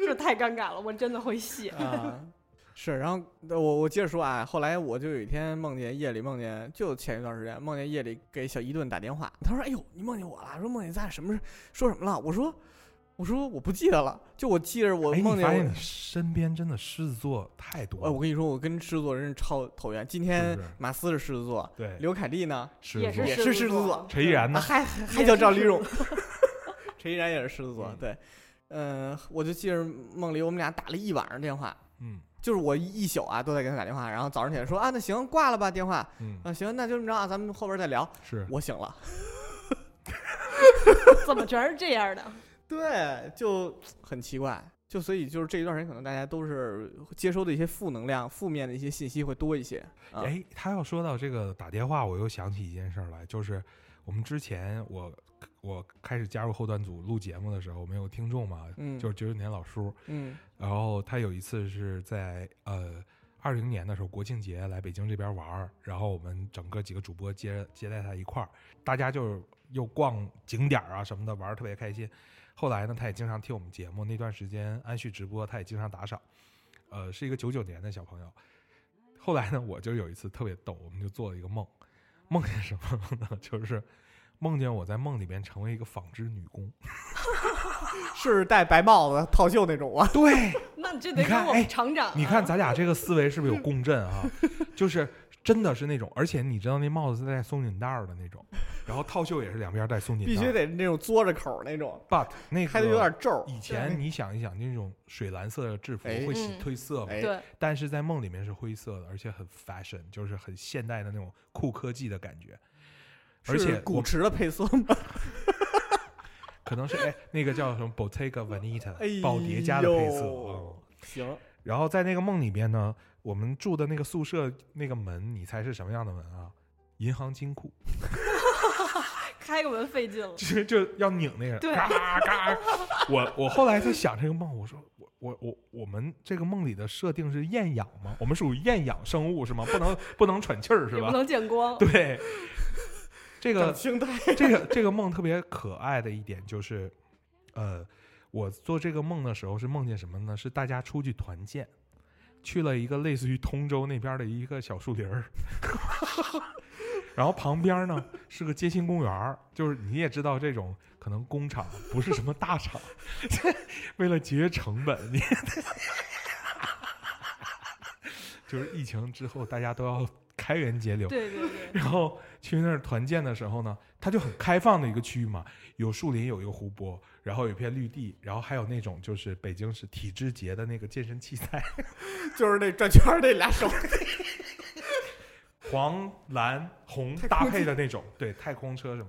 [SPEAKER 2] *laughs* 这太尴尬了，我真的会谢。
[SPEAKER 1] 啊，是，然后呃我我接着说啊，后来我就有一天梦见夜里梦见，就前一段时间梦见夜里给小一顿打电话，他说：“哎呦，你梦见我了？说梦见咱俩什么时说什么了？”我说：“我说我不记得了，就我记着我
[SPEAKER 3] 哎，
[SPEAKER 1] 梦
[SPEAKER 3] 你
[SPEAKER 1] 见
[SPEAKER 3] 发现
[SPEAKER 1] 我
[SPEAKER 3] 你。身边真的狮子座太”多
[SPEAKER 1] 哎，我
[SPEAKER 3] 了，
[SPEAKER 1] 跟你说，我跟狮子座真是超投缘。今天
[SPEAKER 3] 是
[SPEAKER 1] 马斯是狮子座，
[SPEAKER 3] 对，
[SPEAKER 1] 刘凯丽呢，
[SPEAKER 3] 狮
[SPEAKER 2] 也是
[SPEAKER 3] 子座，
[SPEAKER 1] 也是狮子座
[SPEAKER 3] 陈依然
[SPEAKER 1] 啊
[SPEAKER 3] 呢？
[SPEAKER 1] 还还还
[SPEAKER 2] 也
[SPEAKER 1] 叫
[SPEAKER 2] 是
[SPEAKER 1] 赵
[SPEAKER 2] 狮
[SPEAKER 1] 丽
[SPEAKER 2] 子
[SPEAKER 1] 蓉， *laughs* 陈依然也是狮子座
[SPEAKER 3] 嗯，
[SPEAKER 1] 对，嗯，我就记着梦里我们俩打了一晚上电话，
[SPEAKER 3] 嗯
[SPEAKER 1] 就是我一一宿啊都在给他打电话，然后早上起来说啊，那行挂了吧电话，
[SPEAKER 3] 嗯，
[SPEAKER 1] 啊，行，那就这么着啊，咱们后边再聊。
[SPEAKER 3] 是
[SPEAKER 1] 我醒了，
[SPEAKER 2] 怎么全是这样的？ *laughs*
[SPEAKER 1] 对，就很奇怪，就所以就是这一段时间，可能大家都是接收的一些负能量、负面的一些信息会多一些。啊、，
[SPEAKER 3] 哎，他要说到这个打电话，我又想起一件事儿来，就是我们之前我我开始加入后端组录节目的时候，我们有听众嘛，
[SPEAKER 1] 嗯，
[SPEAKER 3] 就是九九年老叔，
[SPEAKER 1] 嗯
[SPEAKER 3] 然后他有一次是在呃二零年的时候，国庆节来北京这边玩儿，然后我们整个几个主播接接待他一块儿，大家就是又逛景点儿啊什么的，玩儿得特别开心。后来呢，他也经常听我们节目，那段时间安旭直播，他也经常打赏。呃，是一个九九年的小朋友。后来呢，我就有一次特别逗，我们就做了一个梦，梦见什么呢？ *laughs* 就是梦见我在梦里边成为一个纺织女工。
[SPEAKER 1] 是戴白帽子套袖那种 *laughs* 啊。
[SPEAKER 3] 对，
[SPEAKER 2] 那你就得
[SPEAKER 3] 你
[SPEAKER 2] 跟
[SPEAKER 3] 看
[SPEAKER 2] 我
[SPEAKER 3] 哎
[SPEAKER 2] 们厂长、啊
[SPEAKER 3] *laughs* 你看咱俩这个思维是不是有共
[SPEAKER 1] *laughs*
[SPEAKER 3] 振啊？就是真的是那种，而且你知道那帽子是带松紧带儿的那种，然后套袖也是两边带松紧带
[SPEAKER 1] 必
[SPEAKER 3] 儿，
[SPEAKER 1] 须得那种嘬着口儿那种，
[SPEAKER 3] But 那
[SPEAKER 1] 开的有
[SPEAKER 3] 个
[SPEAKER 1] 点皱儿。
[SPEAKER 3] 以前你想一想，那种水蓝色的制服
[SPEAKER 1] 哎
[SPEAKER 3] 会洗
[SPEAKER 2] 嗯
[SPEAKER 3] 褪色嘛？
[SPEAKER 1] 哎，
[SPEAKER 2] 对，
[SPEAKER 3] 但是在梦里面是灰色的，而且很 fashion，就是很现代的那种酷科技的感觉。而
[SPEAKER 1] 是
[SPEAKER 3] 且
[SPEAKER 1] 古
[SPEAKER 3] 我
[SPEAKER 1] 驰的配色吗？
[SPEAKER 3] 可能是哎，那个叫什么 Bottega
[SPEAKER 1] *laughs* 哎
[SPEAKER 3] Veneta
[SPEAKER 1] 呦
[SPEAKER 3] 宝蝶家的配色。嗯
[SPEAKER 1] 行，
[SPEAKER 3] 然后在那个梦里边呢，我们住的那个宿舍那个门，你猜是什么样的门啊？银行金库， *laughs*
[SPEAKER 2] 开个门费劲了。
[SPEAKER 3] 就就要拧那个，
[SPEAKER 2] 对
[SPEAKER 3] 嘎嘎。 *laughs* 我我后来在想这个梦，我说我我我我们这个梦里的设定是厌氧吗？我们属于厌氧生物是吗？不能不能喘气儿 *laughs* 是
[SPEAKER 2] 也不
[SPEAKER 3] 吧？
[SPEAKER 2] 能见光，
[SPEAKER 3] 对，这个
[SPEAKER 1] 长青苔。
[SPEAKER 3] 这个这个梦特别可爱的一点就是，呃，我做这个梦的时候是梦见什么呢？是大家出去团建，去了一个类似于通州那边的一个小树林儿， *laughs* 然后旁边呢是个街心公园儿，就是你也知道这种可能工厂不是什么大厂， *laughs* 为了节约成本，你 *laughs* 就是疫情之后大家都要开源节流，
[SPEAKER 2] 对对
[SPEAKER 1] *laughs*
[SPEAKER 2] 对，
[SPEAKER 3] 然后去那儿团建的时候呢，它就很开放的一个区域嘛，有树林，有一个湖泊，然后有一片绿地，然后还有那种就是北京市体制节的那个健身器材，
[SPEAKER 1] *laughs*
[SPEAKER 3] *laughs*
[SPEAKER 1] 就是那转圈儿那俩手，
[SPEAKER 3] 黄蓝红
[SPEAKER 1] 太空
[SPEAKER 3] 搭配的那种，对，太空车什么，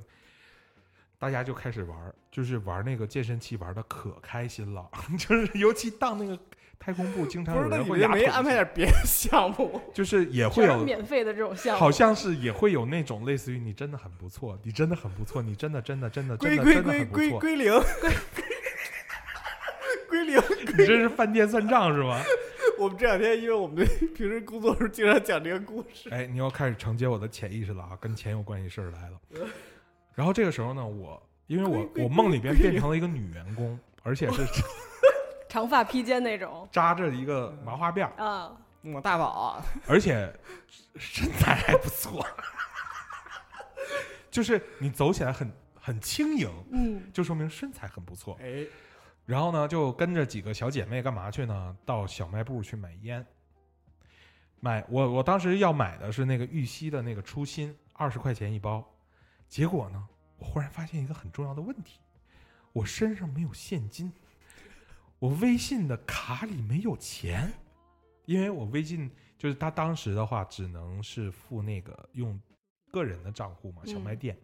[SPEAKER 3] 大家就开始玩儿，就是玩那个健身器玩的可开心了， *laughs* 就是尤其当那个太空步，经常
[SPEAKER 1] 不
[SPEAKER 3] 有
[SPEAKER 1] 是？那
[SPEAKER 3] 人
[SPEAKER 1] 你
[SPEAKER 3] 会
[SPEAKER 1] 们
[SPEAKER 3] 压
[SPEAKER 1] 没
[SPEAKER 3] 腿
[SPEAKER 1] 安排
[SPEAKER 3] 去
[SPEAKER 1] 点别的项目？
[SPEAKER 3] 就是也 *laughs* 会
[SPEAKER 2] 全是
[SPEAKER 3] 有
[SPEAKER 2] 免费的这种项目，
[SPEAKER 3] 好像是也会有那种类似于你真的很不错，你真的很不错，你真的真的真的真
[SPEAKER 1] 归
[SPEAKER 3] 的
[SPEAKER 1] 归
[SPEAKER 3] 真的
[SPEAKER 1] 归
[SPEAKER 3] 很不
[SPEAKER 1] 归
[SPEAKER 3] 错，
[SPEAKER 1] 归零，归零。
[SPEAKER 3] *laughs* 你这是饭店算账是吗？
[SPEAKER 1] 我们这两天因为我们平时工作时候经常讲这个故事，
[SPEAKER 3] 哎，你又开始承接我的潜意识了啊，跟钱有关系事儿来了。然后这个时候呢，我因为
[SPEAKER 1] 归
[SPEAKER 3] 我
[SPEAKER 1] 归
[SPEAKER 3] 我梦里边变成了一个女员工，而且是
[SPEAKER 2] 长发披肩那种
[SPEAKER 3] 扎着一个麻花辫儿，
[SPEAKER 2] 啊，
[SPEAKER 1] 我大宝
[SPEAKER 3] 而且身材还不错， *laughs* 就是你走起来很很轻盈，
[SPEAKER 2] 嗯，
[SPEAKER 3] 就说明身材很不错。
[SPEAKER 1] 哎，
[SPEAKER 3] 然后呢，就跟着几个小姐妹干嘛去呢？到小卖部去买烟。买我我当时要买的是那个玉溪的那个初心，二十块钱一包。结果呢，我忽然发现一个很重要的问题，我身上没有现金，我微信的卡里没有钱，因为我微信就是他当时的话只能是付那个用个人的账户嘛，小卖
[SPEAKER 2] 嗯
[SPEAKER 3] 店，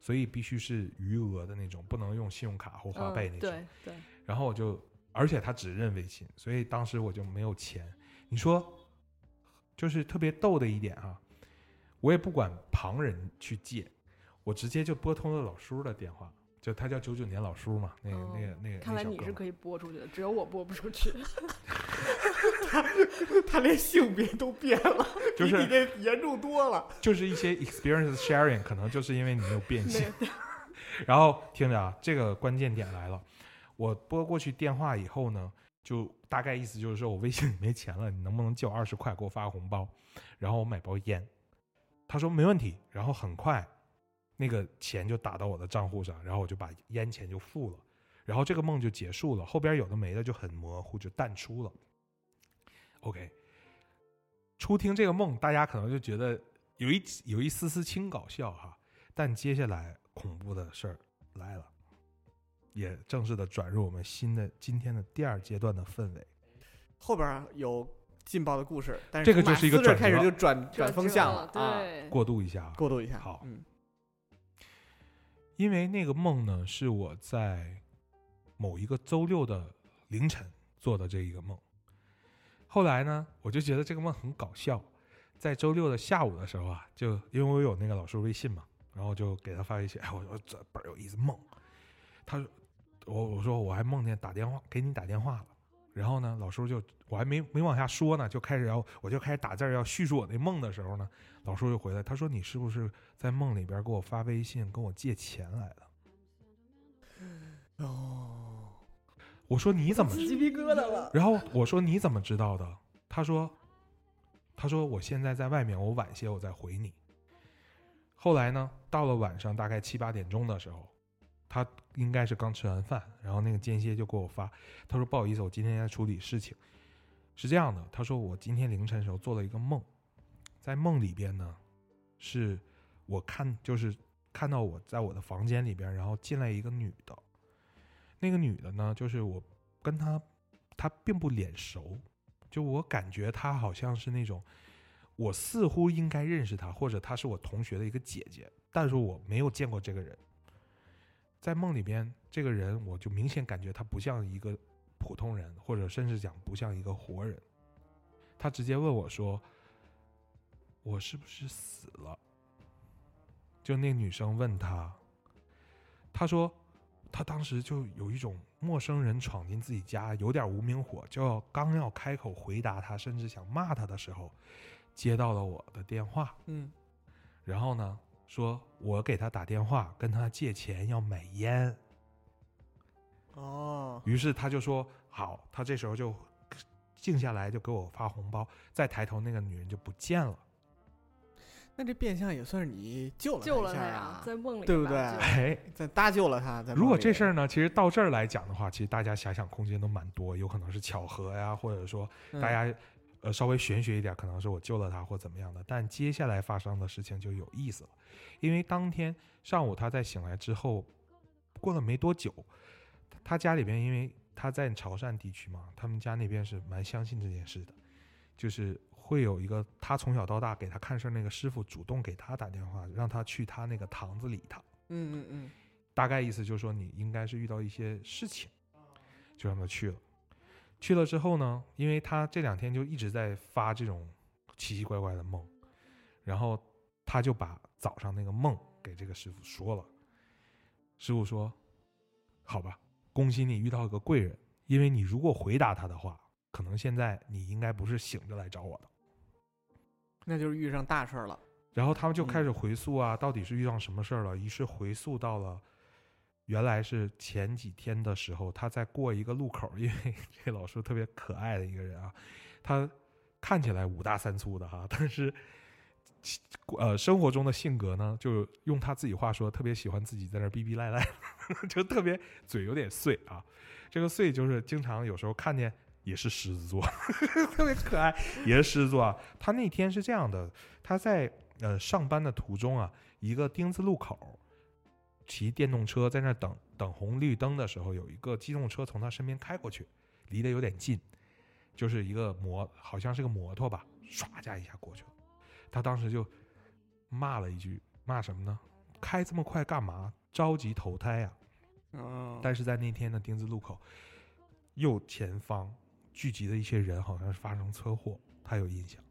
[SPEAKER 3] 所以必须是余额的那种，不能用信用卡或花呗那
[SPEAKER 2] 嗯
[SPEAKER 3] 种。
[SPEAKER 2] 对对，
[SPEAKER 3] 然后我就，而且他只认微信，所以当时我就没有钱。你说，就是特别逗的一点啊，我也不管旁人去借，我直接就拨通了老叔的电话，就他叫九九年老叔嘛，那个、
[SPEAKER 2] 哦
[SPEAKER 3] 那个那个，
[SPEAKER 2] 看来
[SPEAKER 3] 那小
[SPEAKER 2] 你
[SPEAKER 3] 哥
[SPEAKER 2] 是
[SPEAKER 3] 们
[SPEAKER 2] 可以播出去的，只有我播不出
[SPEAKER 3] *laughs*
[SPEAKER 2] 去。
[SPEAKER 1] 他连性别都变了，
[SPEAKER 3] 就
[SPEAKER 2] *laughs*
[SPEAKER 1] 比你
[SPEAKER 3] 是
[SPEAKER 1] 这严重多了。
[SPEAKER 3] 就是一些 experience sharing，可能就是因为你没有变
[SPEAKER 2] 没
[SPEAKER 3] 现
[SPEAKER 2] 有。
[SPEAKER 3] 然后听着啊，这个关键点来了，我拨过去电话以后呢，就大概意思就是说我微信里没钱了，你能不能借我二十块给我发个红包，然后我买包烟。他说没问题，然后很快那个钱就打到我的账户上，然后我就把烟钱就付了，然后这个梦就结束了，后边有的没的就很模糊，就淡出了。OK，初听这个梦，大家可能就觉得有一有一丝丝轻搞笑哈，但接下来恐怖的事儿来了，也正式的转入我们新的今天的第二阶段的氛围。
[SPEAKER 1] 后边有劲爆的故事，但是
[SPEAKER 3] 这个就是一个
[SPEAKER 1] 马斯这
[SPEAKER 3] 转折
[SPEAKER 1] 开始就转
[SPEAKER 2] 这
[SPEAKER 1] 转风向
[SPEAKER 2] 了，
[SPEAKER 1] 啊，
[SPEAKER 2] 对，
[SPEAKER 3] 过渡一下啊，
[SPEAKER 1] 过渡一下。
[SPEAKER 3] 好
[SPEAKER 1] 嗯，
[SPEAKER 3] 因为那个梦呢，是我在某一个周六的凌晨做的这一个梦。后来呢，我就觉得这个梦很搞笑，在周六的下午的时候啊，就因为我有那个老师微信嘛，然后就给他发微信，哎，我说这倍儿有意思梦。他说，我我说我还梦见打电话给你打电话了，然后呢，老叔就我还没没往下说呢，就开始要我就开始打字儿要叙述我那梦的时候呢，老叔就回来，他说你是不是在梦里边给我发微信跟我借钱来了？
[SPEAKER 1] 哦，
[SPEAKER 3] 我说你怎么
[SPEAKER 2] 鸡皮疙瘩了。
[SPEAKER 3] 然后我说你怎么知道的？他说，他说我现在在外面，我晚些我再回你。后来呢，到了晚上大概七八点钟的时候，他应该是刚吃完饭，然后那个间歇就给我发，他说不好意思，我今天在处理事情。是这样的，他说我今天凌晨的时候做了一个梦，在梦里边呢，是我看就是看到我在我的房间里边，然后进来一个女的，那个女的呢，就是我跟她他并不脸熟，就我感觉他好像是那种，我似乎应该认识他，或者他是我同学的一个姐姐，但是我没有见过这个人。在梦里边，这个人我就明显感觉他不像一个普通人，或者甚至讲不像一个活人。他直接问我说：“我是不是死了？”就那女生问他，他说他当时就有一种陌生人闯进自己家，有点无名火，就要刚要开口回答他，甚至想骂他的时候，接到了我的电话，
[SPEAKER 1] 嗯，
[SPEAKER 3] 然后呢，说我给他打电话，跟他借钱要买烟，
[SPEAKER 1] 哦，
[SPEAKER 3] 于是他就说好，他这时候就静下来，就给我发红包，再抬头那个女人就不见了。
[SPEAKER 1] 那这变相也算是你救了
[SPEAKER 2] 救
[SPEAKER 1] 了
[SPEAKER 2] 了他呀
[SPEAKER 1] 呀，，
[SPEAKER 3] 啊
[SPEAKER 2] 在梦里
[SPEAKER 1] 对不
[SPEAKER 2] 把
[SPEAKER 1] 对
[SPEAKER 2] 他救了
[SPEAKER 3] 哎，
[SPEAKER 1] 在啊搭救了他。在
[SPEAKER 3] 如果
[SPEAKER 1] 梦里
[SPEAKER 3] 这事儿呢，其实到这儿来讲的话，其实大家遐想空间都蛮多，有可能是巧合呀，或者说大、
[SPEAKER 1] 嗯
[SPEAKER 3] 家呃稍微玄学一点，可能是我救了他或怎么样的。但接下来发生的事情就有意思了，因为当天上午他在醒来之后，过了没多久，他家里边因为他在潮汕地区嘛，他们家那边是蛮相信这件事的，就是会有一个他从小到大给他看事儿那个师傅主动给他打电话，让他去他那个堂子理他。
[SPEAKER 1] 嗯嗯嗯，
[SPEAKER 3] 大概意思就是说你应该是遇到一些事情，就让他去了。去了之后呢，因为他这两天就一直在发这种奇奇怪怪的梦，然后他就把早上那个梦给这个师傅说了。师傅说：“好吧，恭喜你遇到一个贵人，因为你如果回答他的话，可能现在你应该不是醒着来找我的。”
[SPEAKER 1] 那就是遇上大事儿了。
[SPEAKER 3] 然后他们就开
[SPEAKER 1] 嗯
[SPEAKER 3] 始回溯啊，到底是遇上什么事儿了？于是回溯到了原来是前几天的时候，他在过一个路口，因为 *laughs* 这个老师特别可爱的一个人啊，他看起来五大三粗的哈、但是其呃生活中的性格呢，就用他自己话说，特别喜欢自己在那儿逼逼赖 *laughs* 赖，就特别嘴有点碎啊。这个碎就是经常有时候看见也是狮子座， *laughs* 特别可爱，也是狮子座啊。他那天是这样的，他在呃上班的途中啊，一个丁字路口，骑电动车在那儿等等红绿灯的时候，有一个机动车从他身边开过去，离得有点近，就是一个摩，好像是个摩托吧，唰加一下过去了。他当时就骂了一句，骂什么呢？开这么快干嘛？着急投胎啊呀、
[SPEAKER 1] 嗯，
[SPEAKER 3] 但是在那天的丁字路口右前方聚集的一些人，好像是发生车祸，他有印象。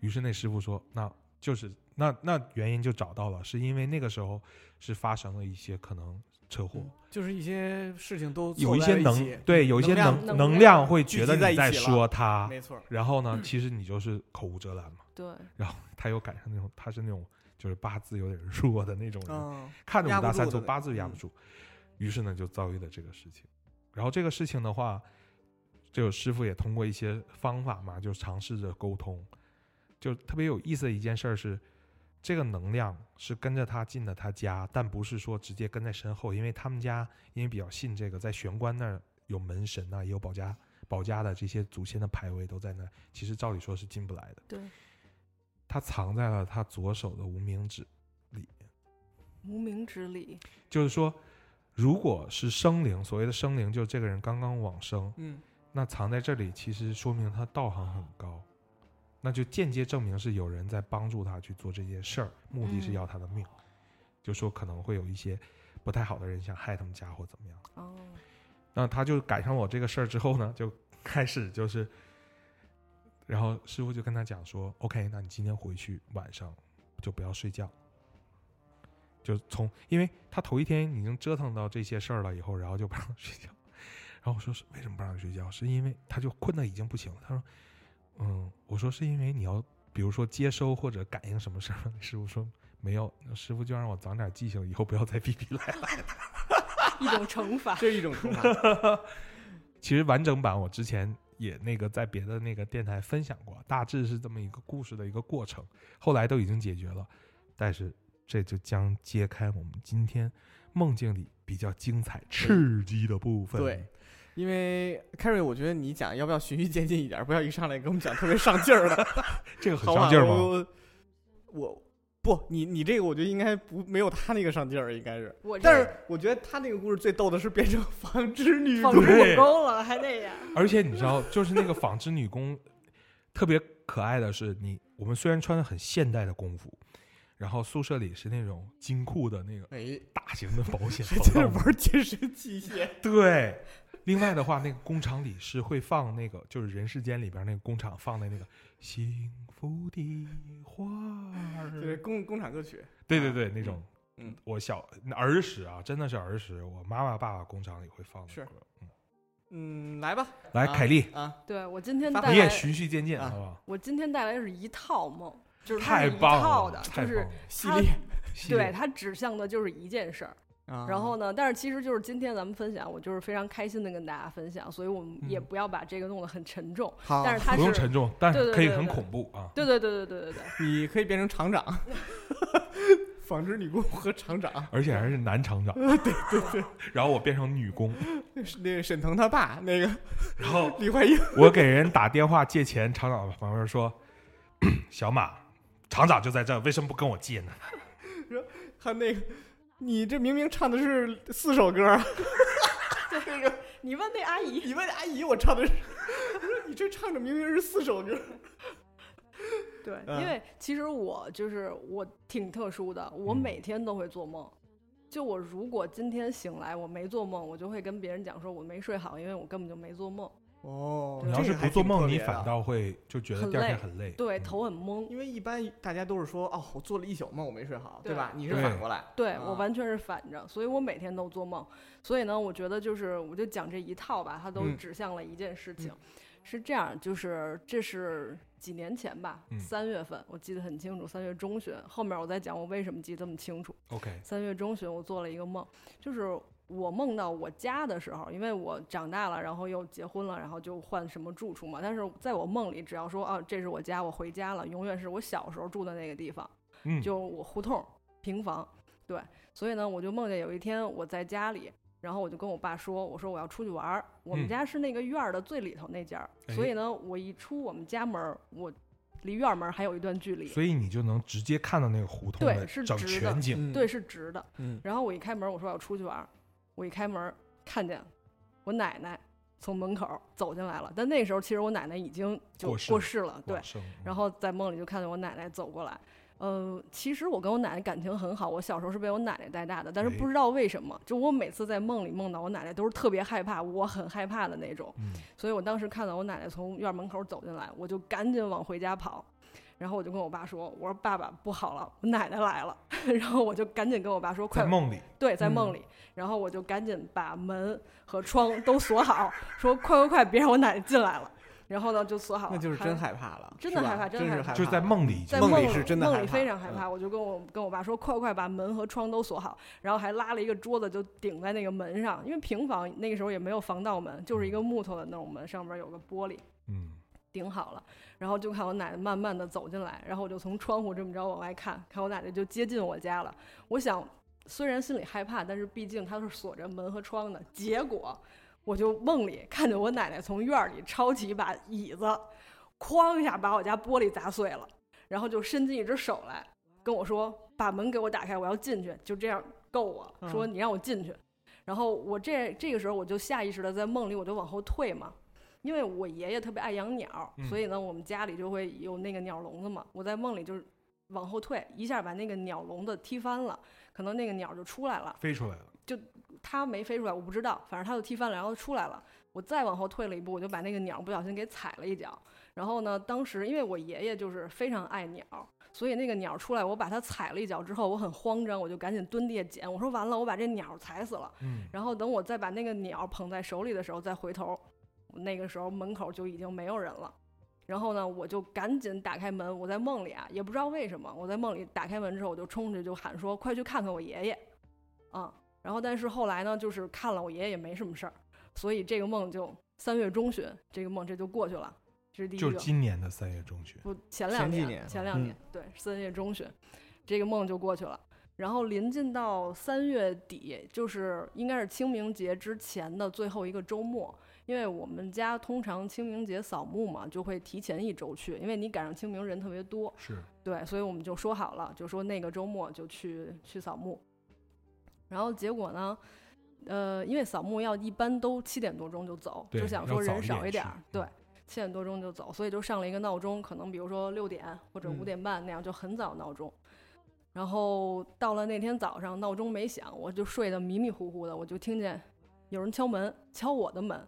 [SPEAKER 3] 于是那师傅说：“那就是那那原因就找到了，是因为那个时候是发生了一些可能车祸，
[SPEAKER 1] 嗯就是一些事情都
[SPEAKER 3] 有
[SPEAKER 1] 凑
[SPEAKER 3] 一
[SPEAKER 1] 在
[SPEAKER 3] 些
[SPEAKER 1] 了一
[SPEAKER 3] 能
[SPEAKER 1] 起
[SPEAKER 3] 对有一
[SPEAKER 1] 能
[SPEAKER 3] 些
[SPEAKER 1] 量
[SPEAKER 3] 能
[SPEAKER 2] 能量
[SPEAKER 3] 量会
[SPEAKER 1] 聚
[SPEAKER 3] 觉
[SPEAKER 1] 集
[SPEAKER 3] 得
[SPEAKER 1] 在一
[SPEAKER 3] 你在
[SPEAKER 1] 起了
[SPEAKER 3] 说啊他，
[SPEAKER 1] 没错儿，
[SPEAKER 3] 然后呢，其实你就是口无遮拦嘛。
[SPEAKER 2] 对，
[SPEAKER 3] 他又赶上那种他是那种就是八字有点弱的那种人，
[SPEAKER 1] 嗯，
[SPEAKER 3] 看着
[SPEAKER 1] 压
[SPEAKER 3] 五
[SPEAKER 1] 不
[SPEAKER 3] 大三
[SPEAKER 1] 住
[SPEAKER 3] 粗，
[SPEAKER 1] 的
[SPEAKER 3] 八字压
[SPEAKER 1] 嗯
[SPEAKER 3] 不住，于是呢就遭遇了这个事情。然后这个事情的话，这个师傅也通过一些方法嘛，就尝试着沟通。就特别有意思的一件事儿是，这个能量是跟着他进了他家，但不是说直接跟在身后，因为他们家因为比较信这个，在玄关那儿有门神呐、也有保家保家的这些祖先的牌位都在那儿，其实照理说是进不来的。
[SPEAKER 2] 对，
[SPEAKER 3] 他藏在了他左手的无名指
[SPEAKER 2] 无名之理，
[SPEAKER 3] 就是说，如果是生灵，所谓的生灵，就是这个人刚刚往生，
[SPEAKER 1] 嗯，
[SPEAKER 3] 那藏在这里，其实说明他道行很高，那就间接证明是有人在帮助他去做这件事儿，目的是
[SPEAKER 2] 嗯
[SPEAKER 3] 要他的命，就说可能会有一些不太好的人想害他们家或怎么样。
[SPEAKER 2] 哦，
[SPEAKER 3] 那他就赶上我这个事儿之后呢，就开始就是，然后师傅就跟他讲说，OK，那你今天回去晚上就不要睡觉，就从因为他头一天已经折腾到这些事儿了以后，然后就不让他睡觉，然后我说是为什么不让你睡觉？是因为他就困得已经不行了。他说，嗯，我说是因为你要比如说接收或者感应什么事儿吗。师傅说没有，那师傅就让我长点记性，以后不要再逼 *laughs* 逼来了。
[SPEAKER 2] 一种惩罚。
[SPEAKER 1] 这是一种惩罚。
[SPEAKER 3] 其实完整版我之前也那个在别的那个电台分享过，大致是这么一个故事的一个过程，后来都已经解决了，但是这就将揭开我们今天梦境里比较精彩刺激的部分。
[SPEAKER 1] 对，因为 Carry，我觉得你讲要不要循序渐进一点，不要一上来给我们讲特别上劲儿的，
[SPEAKER 3] 这个很
[SPEAKER 1] 好吧
[SPEAKER 3] 上劲儿吗？
[SPEAKER 1] 我我不，你你这个我觉得应该不没有他那个上劲儿，应该是。
[SPEAKER 2] 我
[SPEAKER 1] 但
[SPEAKER 2] 这
[SPEAKER 1] 是我觉得他那个故事最逗的是变成纺织女
[SPEAKER 2] 放
[SPEAKER 1] 工
[SPEAKER 2] 出
[SPEAKER 3] 对
[SPEAKER 2] 我钩了，还那样。
[SPEAKER 3] 而且你知道，就是那个纺织女工，特别可爱的是你，我们虽然穿的很现代的工服，然后宿舍里是那种金库的那个
[SPEAKER 1] 哎，
[SPEAKER 3] 大型的保险
[SPEAKER 1] 还
[SPEAKER 3] 防
[SPEAKER 1] 在
[SPEAKER 3] 盗
[SPEAKER 1] 那
[SPEAKER 3] 门
[SPEAKER 1] 玩健身器械，
[SPEAKER 3] 对，另外的话，那个工厂里是会放那个，就是人世间里边那个工厂放的那个幸福的花 *laughs*
[SPEAKER 1] 就是
[SPEAKER 3] 儿，
[SPEAKER 1] 工工厂歌曲。
[SPEAKER 3] 对对对，那种。
[SPEAKER 1] 嗯嗯
[SPEAKER 3] 我小儿时啊，真的是儿时，我妈妈、爸爸工厂里会放的
[SPEAKER 1] 是
[SPEAKER 3] 歌。嗯
[SPEAKER 1] 嗯，来吧，
[SPEAKER 3] 来，
[SPEAKER 1] 啊
[SPEAKER 3] 凯莉，
[SPEAKER 1] 啊，
[SPEAKER 2] *laughs* 对我今天
[SPEAKER 1] 发
[SPEAKER 2] 带
[SPEAKER 3] 你也
[SPEAKER 2] 来，
[SPEAKER 3] 循序渐进，
[SPEAKER 1] 啊
[SPEAKER 3] 好不好？
[SPEAKER 2] 我今天带来的是一套梦，就是它
[SPEAKER 3] 太
[SPEAKER 2] 是一
[SPEAKER 3] 棒
[SPEAKER 2] 套
[SPEAKER 3] 了，
[SPEAKER 2] 的，
[SPEAKER 3] 太
[SPEAKER 2] 就是
[SPEAKER 3] 棒了！
[SPEAKER 1] 系
[SPEAKER 2] 他
[SPEAKER 1] 列。
[SPEAKER 3] 系
[SPEAKER 2] 对
[SPEAKER 3] 列
[SPEAKER 2] 它指向的就是一件事儿。
[SPEAKER 1] 啊
[SPEAKER 2] 然后呢，但是其实就是今天咱们分享，我就是非常开心的跟大家分享，所以我们也
[SPEAKER 1] 嗯
[SPEAKER 2] 不要把这个弄得很沉重。
[SPEAKER 1] 好，
[SPEAKER 2] 但是它
[SPEAKER 3] 啊不用
[SPEAKER 2] 是，
[SPEAKER 3] 沉重，但
[SPEAKER 2] 对
[SPEAKER 3] 是
[SPEAKER 2] 对
[SPEAKER 3] 可以
[SPEAKER 2] 对
[SPEAKER 3] 很
[SPEAKER 2] 对
[SPEAKER 3] 恐怖啊。
[SPEAKER 2] 对对对对对对
[SPEAKER 3] *laughs*
[SPEAKER 1] *laughs*
[SPEAKER 2] 对，
[SPEAKER 1] 你可以变成厂 *laughs* 长，纺织女工和厂长，
[SPEAKER 3] 而且还是男厂长， *laughs* 对对对，然后我变成女工，
[SPEAKER 1] 是那个沈腾他爸那个
[SPEAKER 3] 然后
[SPEAKER 1] 李焕英，
[SPEAKER 3] *laughs* 我给人打电话借钱，厂长旁边说：“ *clears throat* 小马，厂长就在这儿，为什么不跟我借呢
[SPEAKER 1] 他那个，你这明明唱的是四首歌 *laughs* 啊，
[SPEAKER 2] 这个你问那阿姨，
[SPEAKER 1] 你问阿姨我唱的是，我说 *laughs* 你这唱的明明是四首歌，
[SPEAKER 2] 对，
[SPEAKER 1] 嗯
[SPEAKER 2] 因为其实我就是我挺特殊的，我
[SPEAKER 3] 嗯
[SPEAKER 2] 每天都会做梦。就我如果今天醒来我没做梦，我就会跟别人讲说我没睡好，因为我根本就没做梦。
[SPEAKER 1] 哦？”
[SPEAKER 3] 你要是不做梦，你反
[SPEAKER 1] 倒
[SPEAKER 3] 倒会就觉得
[SPEAKER 2] 很
[SPEAKER 3] 第二天
[SPEAKER 2] 累
[SPEAKER 3] 很累。
[SPEAKER 2] 对，
[SPEAKER 3] 嗯
[SPEAKER 2] 头很懵。
[SPEAKER 1] 因为一般大家都是说哦，我做了一宿梦我没睡好，
[SPEAKER 2] 对
[SPEAKER 1] 吧？你是
[SPEAKER 3] 对
[SPEAKER 1] 反过来，
[SPEAKER 2] 对
[SPEAKER 1] 啊
[SPEAKER 2] 我完全是反着，所以我每天都做梦。所以呢，我觉得就是我就讲这一套吧，它都
[SPEAKER 1] 嗯
[SPEAKER 2] 指向了一件事情，
[SPEAKER 1] 嗯
[SPEAKER 2] 是这样，就是这是几年前吧
[SPEAKER 3] 嗯，
[SPEAKER 2] 三、月份我记得很清楚，三月中旬。后面我再讲我为什么记得这么清楚。
[SPEAKER 3] OK，
[SPEAKER 2] 三月中旬，我做了一个梦，就是我梦到我家的时候，因为我长大了，然后又结婚了，然后就换什么住处嘛。但是在我梦里，只要说啊，这是我家，我回家了，永远是我小时候住的那个地方，
[SPEAKER 3] 嗯，
[SPEAKER 2] 就我胡同平房。对，所以呢，我就梦见有一天我在家里。然后我就跟我爸说：“我说我要出去玩儿，我们
[SPEAKER 3] 嗯
[SPEAKER 2] 家是那个院儿的最里头那家儿，
[SPEAKER 3] 哎
[SPEAKER 2] 所以呢，我一出我们家门儿，我离院儿门儿还有一段距离，
[SPEAKER 3] 所以你就能直接看到那个胡同
[SPEAKER 2] 对
[SPEAKER 3] 的
[SPEAKER 2] 是
[SPEAKER 3] 整
[SPEAKER 2] 直
[SPEAKER 3] 全
[SPEAKER 2] 的
[SPEAKER 3] 景。
[SPEAKER 1] 嗯
[SPEAKER 2] 对，，是直的。
[SPEAKER 1] 嗯，
[SPEAKER 2] 然后我一开门，我说我要出去玩儿，我一开门看见我奶奶从门口走进来了，但那时候其实我奶奶已经就
[SPEAKER 3] 过世
[SPEAKER 2] 过
[SPEAKER 3] 了
[SPEAKER 2] 世了，对
[SPEAKER 3] 往。生，嗯
[SPEAKER 2] 然后在梦里就看见我奶奶走过来。呃，其实我跟我奶奶感情很好，我小时候是被我奶奶带大的，但是
[SPEAKER 3] 哎
[SPEAKER 2] 不知道为什么，就我每次在梦里梦到我奶奶都是特别害怕，我很害怕的那种。
[SPEAKER 3] 嗯，
[SPEAKER 2] 所以我当时看到我奶奶从院门口走进来，我就赶紧往回家跑。然后我就跟我爸说：“我说爸爸不好了，我奶奶来了。” *laughs* 然后我就赶紧跟我爸说：“快
[SPEAKER 3] 在梦里，
[SPEAKER 2] 对，在
[SPEAKER 1] 嗯
[SPEAKER 2] 梦里。然后我就赶紧把门和窗都锁好，说快快快，别让我奶奶进来了。然后呢，就锁好了。
[SPEAKER 1] 那就是
[SPEAKER 2] 还
[SPEAKER 1] 真害怕了，
[SPEAKER 2] 真的
[SPEAKER 1] 是吧
[SPEAKER 2] 害怕
[SPEAKER 1] 真
[SPEAKER 2] 真的
[SPEAKER 1] 是
[SPEAKER 2] 害怕
[SPEAKER 1] 害怕，
[SPEAKER 3] 就是在梦里已经
[SPEAKER 2] 啊在
[SPEAKER 1] 梦里
[SPEAKER 2] 里
[SPEAKER 1] 是真的害
[SPEAKER 2] 梦里
[SPEAKER 1] 怕
[SPEAKER 2] 非常害
[SPEAKER 1] 嗯
[SPEAKER 2] 怕。我就跟我跟我爸说，快快把门和窗都锁好，然后还拉了一个桌子就顶在那个门上，因为平房那个时候也没有防盗门，
[SPEAKER 1] 嗯
[SPEAKER 2] 就是一个木头的那种门，上面有个玻璃。
[SPEAKER 3] 嗯，
[SPEAKER 2] 顶好了，然后就看我奶奶慢慢的走进来，然后我就从窗户这么着往外看，看我奶奶就接近我家了。我想，虽然心里害怕，但是毕竟她是锁着门和窗的。结果，我就梦里看见我奶奶从院儿里抄起一把椅子，哐一下把我家玻璃砸碎了，然后就伸进一只手来跟我说：“把门给我打开，我要进去。”就这样够我
[SPEAKER 1] 嗯
[SPEAKER 2] 说：“你让我进去。”然后我这这个时候我就下意识的在梦里我就往后退嘛，因为我爷爷特别爱养鸟，
[SPEAKER 3] 嗯
[SPEAKER 2] 所以呢我们家里就会有那个鸟笼子嘛。我在梦里就是往后退，一下把那个鸟笼子踢翻了，可能那个鸟就出来了。
[SPEAKER 3] 飞出来了，
[SPEAKER 2] 它没飞出来，我不知道，反正它就踢翻了，然后出来了。我再往后退了一步，我就把那个鸟不小心给踩了一脚。然后呢，当时因为我爷爷就是非常爱鸟，所以那个鸟出来，我把它踩了一脚之后，我很慌张，我就赶紧蹲地下捡。我说完了，我把这鸟踩死了。
[SPEAKER 3] 嗯，
[SPEAKER 2] 然后等我再把那个鸟捧在手里的时候，再回头，那个时候门口就已经没有人了。然后呢，我就赶紧打开门。我在梦里啊，也不知道为什么，我在梦里打开门之后，我就冲着就喊说：“快去看看我爷爷！”啊，然后但是后来呢，就是看了我爷爷也没什么事儿，所以这个梦就三月中旬，这个梦这就过去了。这是第一
[SPEAKER 3] 就
[SPEAKER 2] 个
[SPEAKER 3] 是，今年的三月中旬，
[SPEAKER 2] 不前
[SPEAKER 1] 前
[SPEAKER 2] 两
[SPEAKER 1] 几
[SPEAKER 2] 年，
[SPEAKER 1] 年
[SPEAKER 2] 前两
[SPEAKER 1] 嗯
[SPEAKER 2] 年，对，三月中旬，这个梦就过去了。然后临近到三月底，就是应该是清明节之前的最后一个周末，因为我们家通常清明节扫墓嘛，就会提前一周去，因为你赶上清明人特别多，
[SPEAKER 3] 是
[SPEAKER 2] 对，所以我们就说好了，就说那个周末就去去扫墓。然后结果呢，呃，因为扫墓要一般都七点多钟就走，
[SPEAKER 3] 对
[SPEAKER 2] 就想说
[SPEAKER 3] 要早
[SPEAKER 2] 人
[SPEAKER 3] 一
[SPEAKER 2] 少
[SPEAKER 3] 点
[SPEAKER 2] 一点
[SPEAKER 3] 去嗯
[SPEAKER 2] 儿，对，七点多钟就走，所以就上了一个闹钟，可能比如说六点或者
[SPEAKER 1] 嗯
[SPEAKER 2] 五点半那样，就很早闹钟。然后到了那天早上，闹钟没响，我就睡得迷迷糊糊的，我就听见有人敲门，敲我的门。